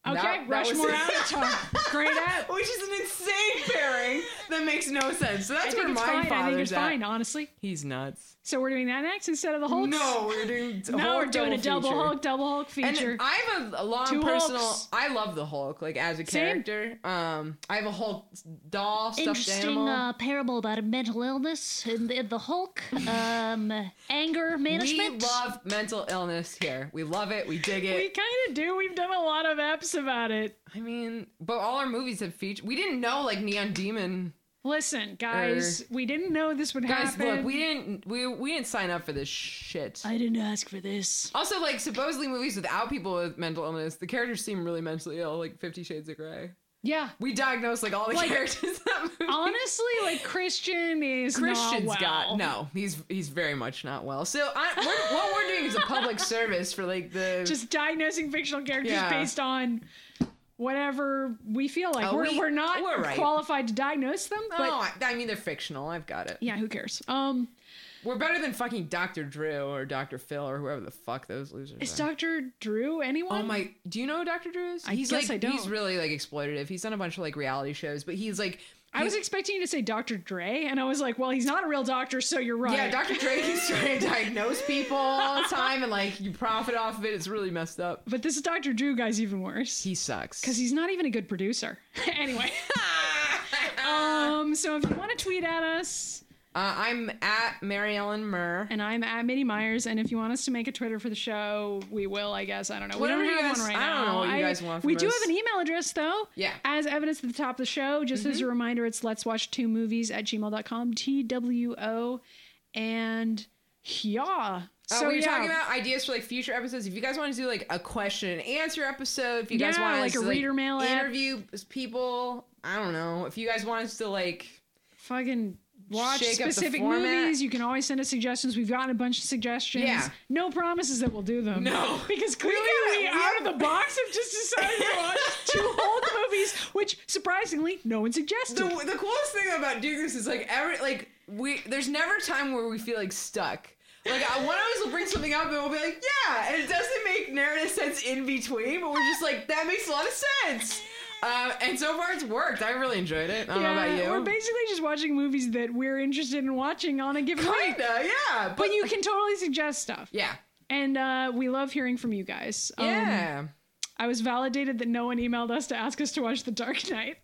B: Okay,
A: that- that was
B: Rushmore
A: it.
B: Avatar. Great app.
A: which is an insane pairing that makes no sense. So
B: I
A: that's
B: think
A: where
B: it's
A: my
B: fine. I think it's
A: father's at.
B: fine, honestly.
A: He's nuts.
B: So we're doing that next instead of the Hulk.
A: No, we're doing a
B: no,
A: whole
B: we're doing a double
A: feature.
B: Hulk, double Hulk
A: And
B: feature.
A: I have a, a long
B: Two
A: personal.
B: Hulks.
A: I love the Hulk, like as a
B: Same.
A: character. Um, I have a Hulk doll, stuffed
D: Interesting
A: animal.
D: uh, parable about mental illness and the, the Hulk, um, anger
A: we
D: management.
A: love mental illness here. We love it. We dig
B: we
A: it.
B: kind of do. We've done a lot of apps about it.
A: I mean, but all our movies have featured. We didn't know like Neon Demon.
B: Listen, guys, we didn't know this would
A: Er. Guys,
B: happen.
A: look, we didn't we we didn't sign up for this shit.
D: I didn't ask for this.
A: also, like supposedly movies without people with mental illness, the characters seem really mentally ill, like Fifty Shades of Grey.
B: yeah.
A: We diagnosed like all the
B: Like,
A: characters. In that movie.
B: Honestly, like Christian is
A: Christian's
B: not well.
A: got no. He's he's very much not well. So I, we're, what we're doing is a public service for like the
B: Just diagnosing fictional characters
A: Yeah.
B: based on whatever we feel like.
A: Oh, we-
B: we're, we, are not
A: we're right. Oh.
B: qualified to diagnose them,
A: No,
B: but
A: I, I mean they're fictional. I've got it.
B: yeah, who cares? Um,
A: We're better than fucking Doctor Drew or Doctor Phil or whoever the fuck those losers
B: is
A: are.
B: Doctor Drew anyone?
A: Oh my! Do you know who Dr. Drew is?
B: I
A: he's
B: guess
A: like
B: I don't.
A: he's really like exploitative. He's done a bunch of like reality shows, but he's like
B: I was expecting you to say Doctor Dre, and I was like, well, he's not a real doctor, so you're right.
A: yeah. Dr. Dre he's trying to diagnose people all the time, and like you profit off of it. It's really messed up.
B: But this Doctor Drew guy's even worse.
A: He sucks.
B: because he's not even a good producer. anyway, um, so if you want to tweet at us,
A: uh, I'm at Mary Ellen Murr.
B: and I'm at Mitty Myers, and if you want us to make a Twitter for the show, we will, I guess. I don't know.
A: Whatever
B: we
A: you
B: don't have
A: guys-
B: one right
A: I don't
B: now.
A: know what you guys want
B: we
A: from
B: do
A: us.
B: have an email address though.
A: Yeah. Mm-hmm.
B: As evidence at the top of the show, just as a reminder, it's let's watch two movies at gmail.com, T W O, and yeah.
A: Uh,
B: so
A: we were
B: yeah.
A: talking about ideas for like future episodes. If you guys want to do like a question and answer episode, if you guys
B: Yeah,
A: want
B: like
A: us
B: a
A: to,
B: reader mail app.
A: interview people, I don't know. If you guys want us to like,
B: fucking watch
A: Shake up the
B: specific
A: format.
B: movies. You can always send us suggestions. We've gotten a bunch of suggestions.
A: Yeah.
B: No promises that we'll do them.
A: No.
B: Because clearly
A: gotta-
B: we,
A: we
B: out of the box have just decided to watch two Hulk movies, which surprisingly no one suggested.
A: the the coolest thing about doing this is like every like we there's never a time where we feel like stuck. Like I, one of us will bring something up and we'll be like, yeah, and it doesn't make narrative sense in between, but we're just like that makes a lot of sense. Um, and so far, it's worked. I really enjoyed it. I don't know about you.
B: We're basically just watching movies that we're interested in watching on a given week.
A: Kinda, yeah. But,
B: But you can totally suggest stuff.
A: yeah,
B: And uh, we love hearing from you guys. Um,
A: yeah.
B: I was validated that no one emailed us to ask us to watch The Dark Knight.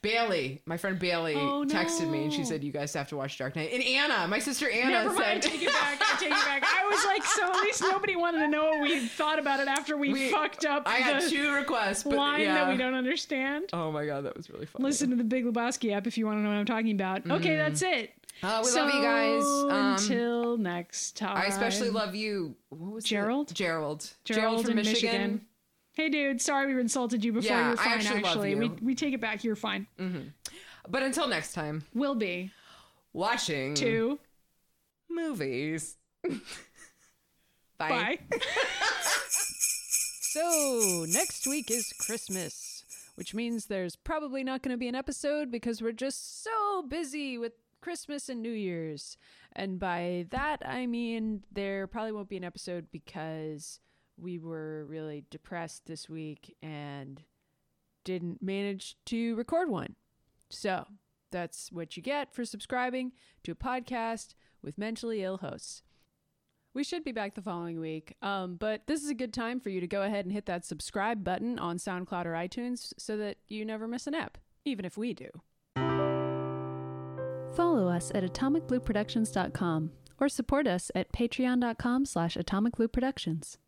A: Bailey, my friend Bailey,
B: Oh,
A: texted me and she
B: no.
A: said, "You guys have to watch Dark Knight." And Anna, my sister Anna,
B: Never mind.
A: said,
B: Take it back. I take it back. I was like, so at least nobody wanted to know what we thought about it after we,
A: We-
B: fucked up
A: "I got
B: the
A: two requests, but
B: line
A: yeah.
B: that we don't understand.
A: Oh my god, that was really funny.
B: Listen to the Big Lebowski app if you want to know what I'm talking about. Okay, that's it.
A: Uh, Mm-hmm. we love you guys.
B: So
A: Um,
B: until next time.
A: I especially love you. What was the-
B: Gerald?
A: Gerald.
B: Gerald in Michigan. Hey, dude. Sorry we insulted you before.
A: Yeah,
B: You're
A: I
B: fine.
A: actually love
B: we
A: you.
B: we take it back. You're fine.
A: But until next time,
B: Will be
A: watching
B: too.
A: movies. Bye.
B: Bye.
E: So, next week is Christmas, which means there's probably not going to be an episode because we're just so busy with Christmas and New Year's. And by that, I mean there probably won't be an episode because we were really depressed this week and didn't manage to record one. So, That's what you get for subscribing to a podcast with mentally ill hosts. We should be back the following week, um, but this is a good time for you to go ahead and hit that subscribe button on SoundCloud or iTunes so that you never miss an app, even if we do.
C: Follow us at atomicblueproductions.com or support us at patreon.com slash atomicblueproductions.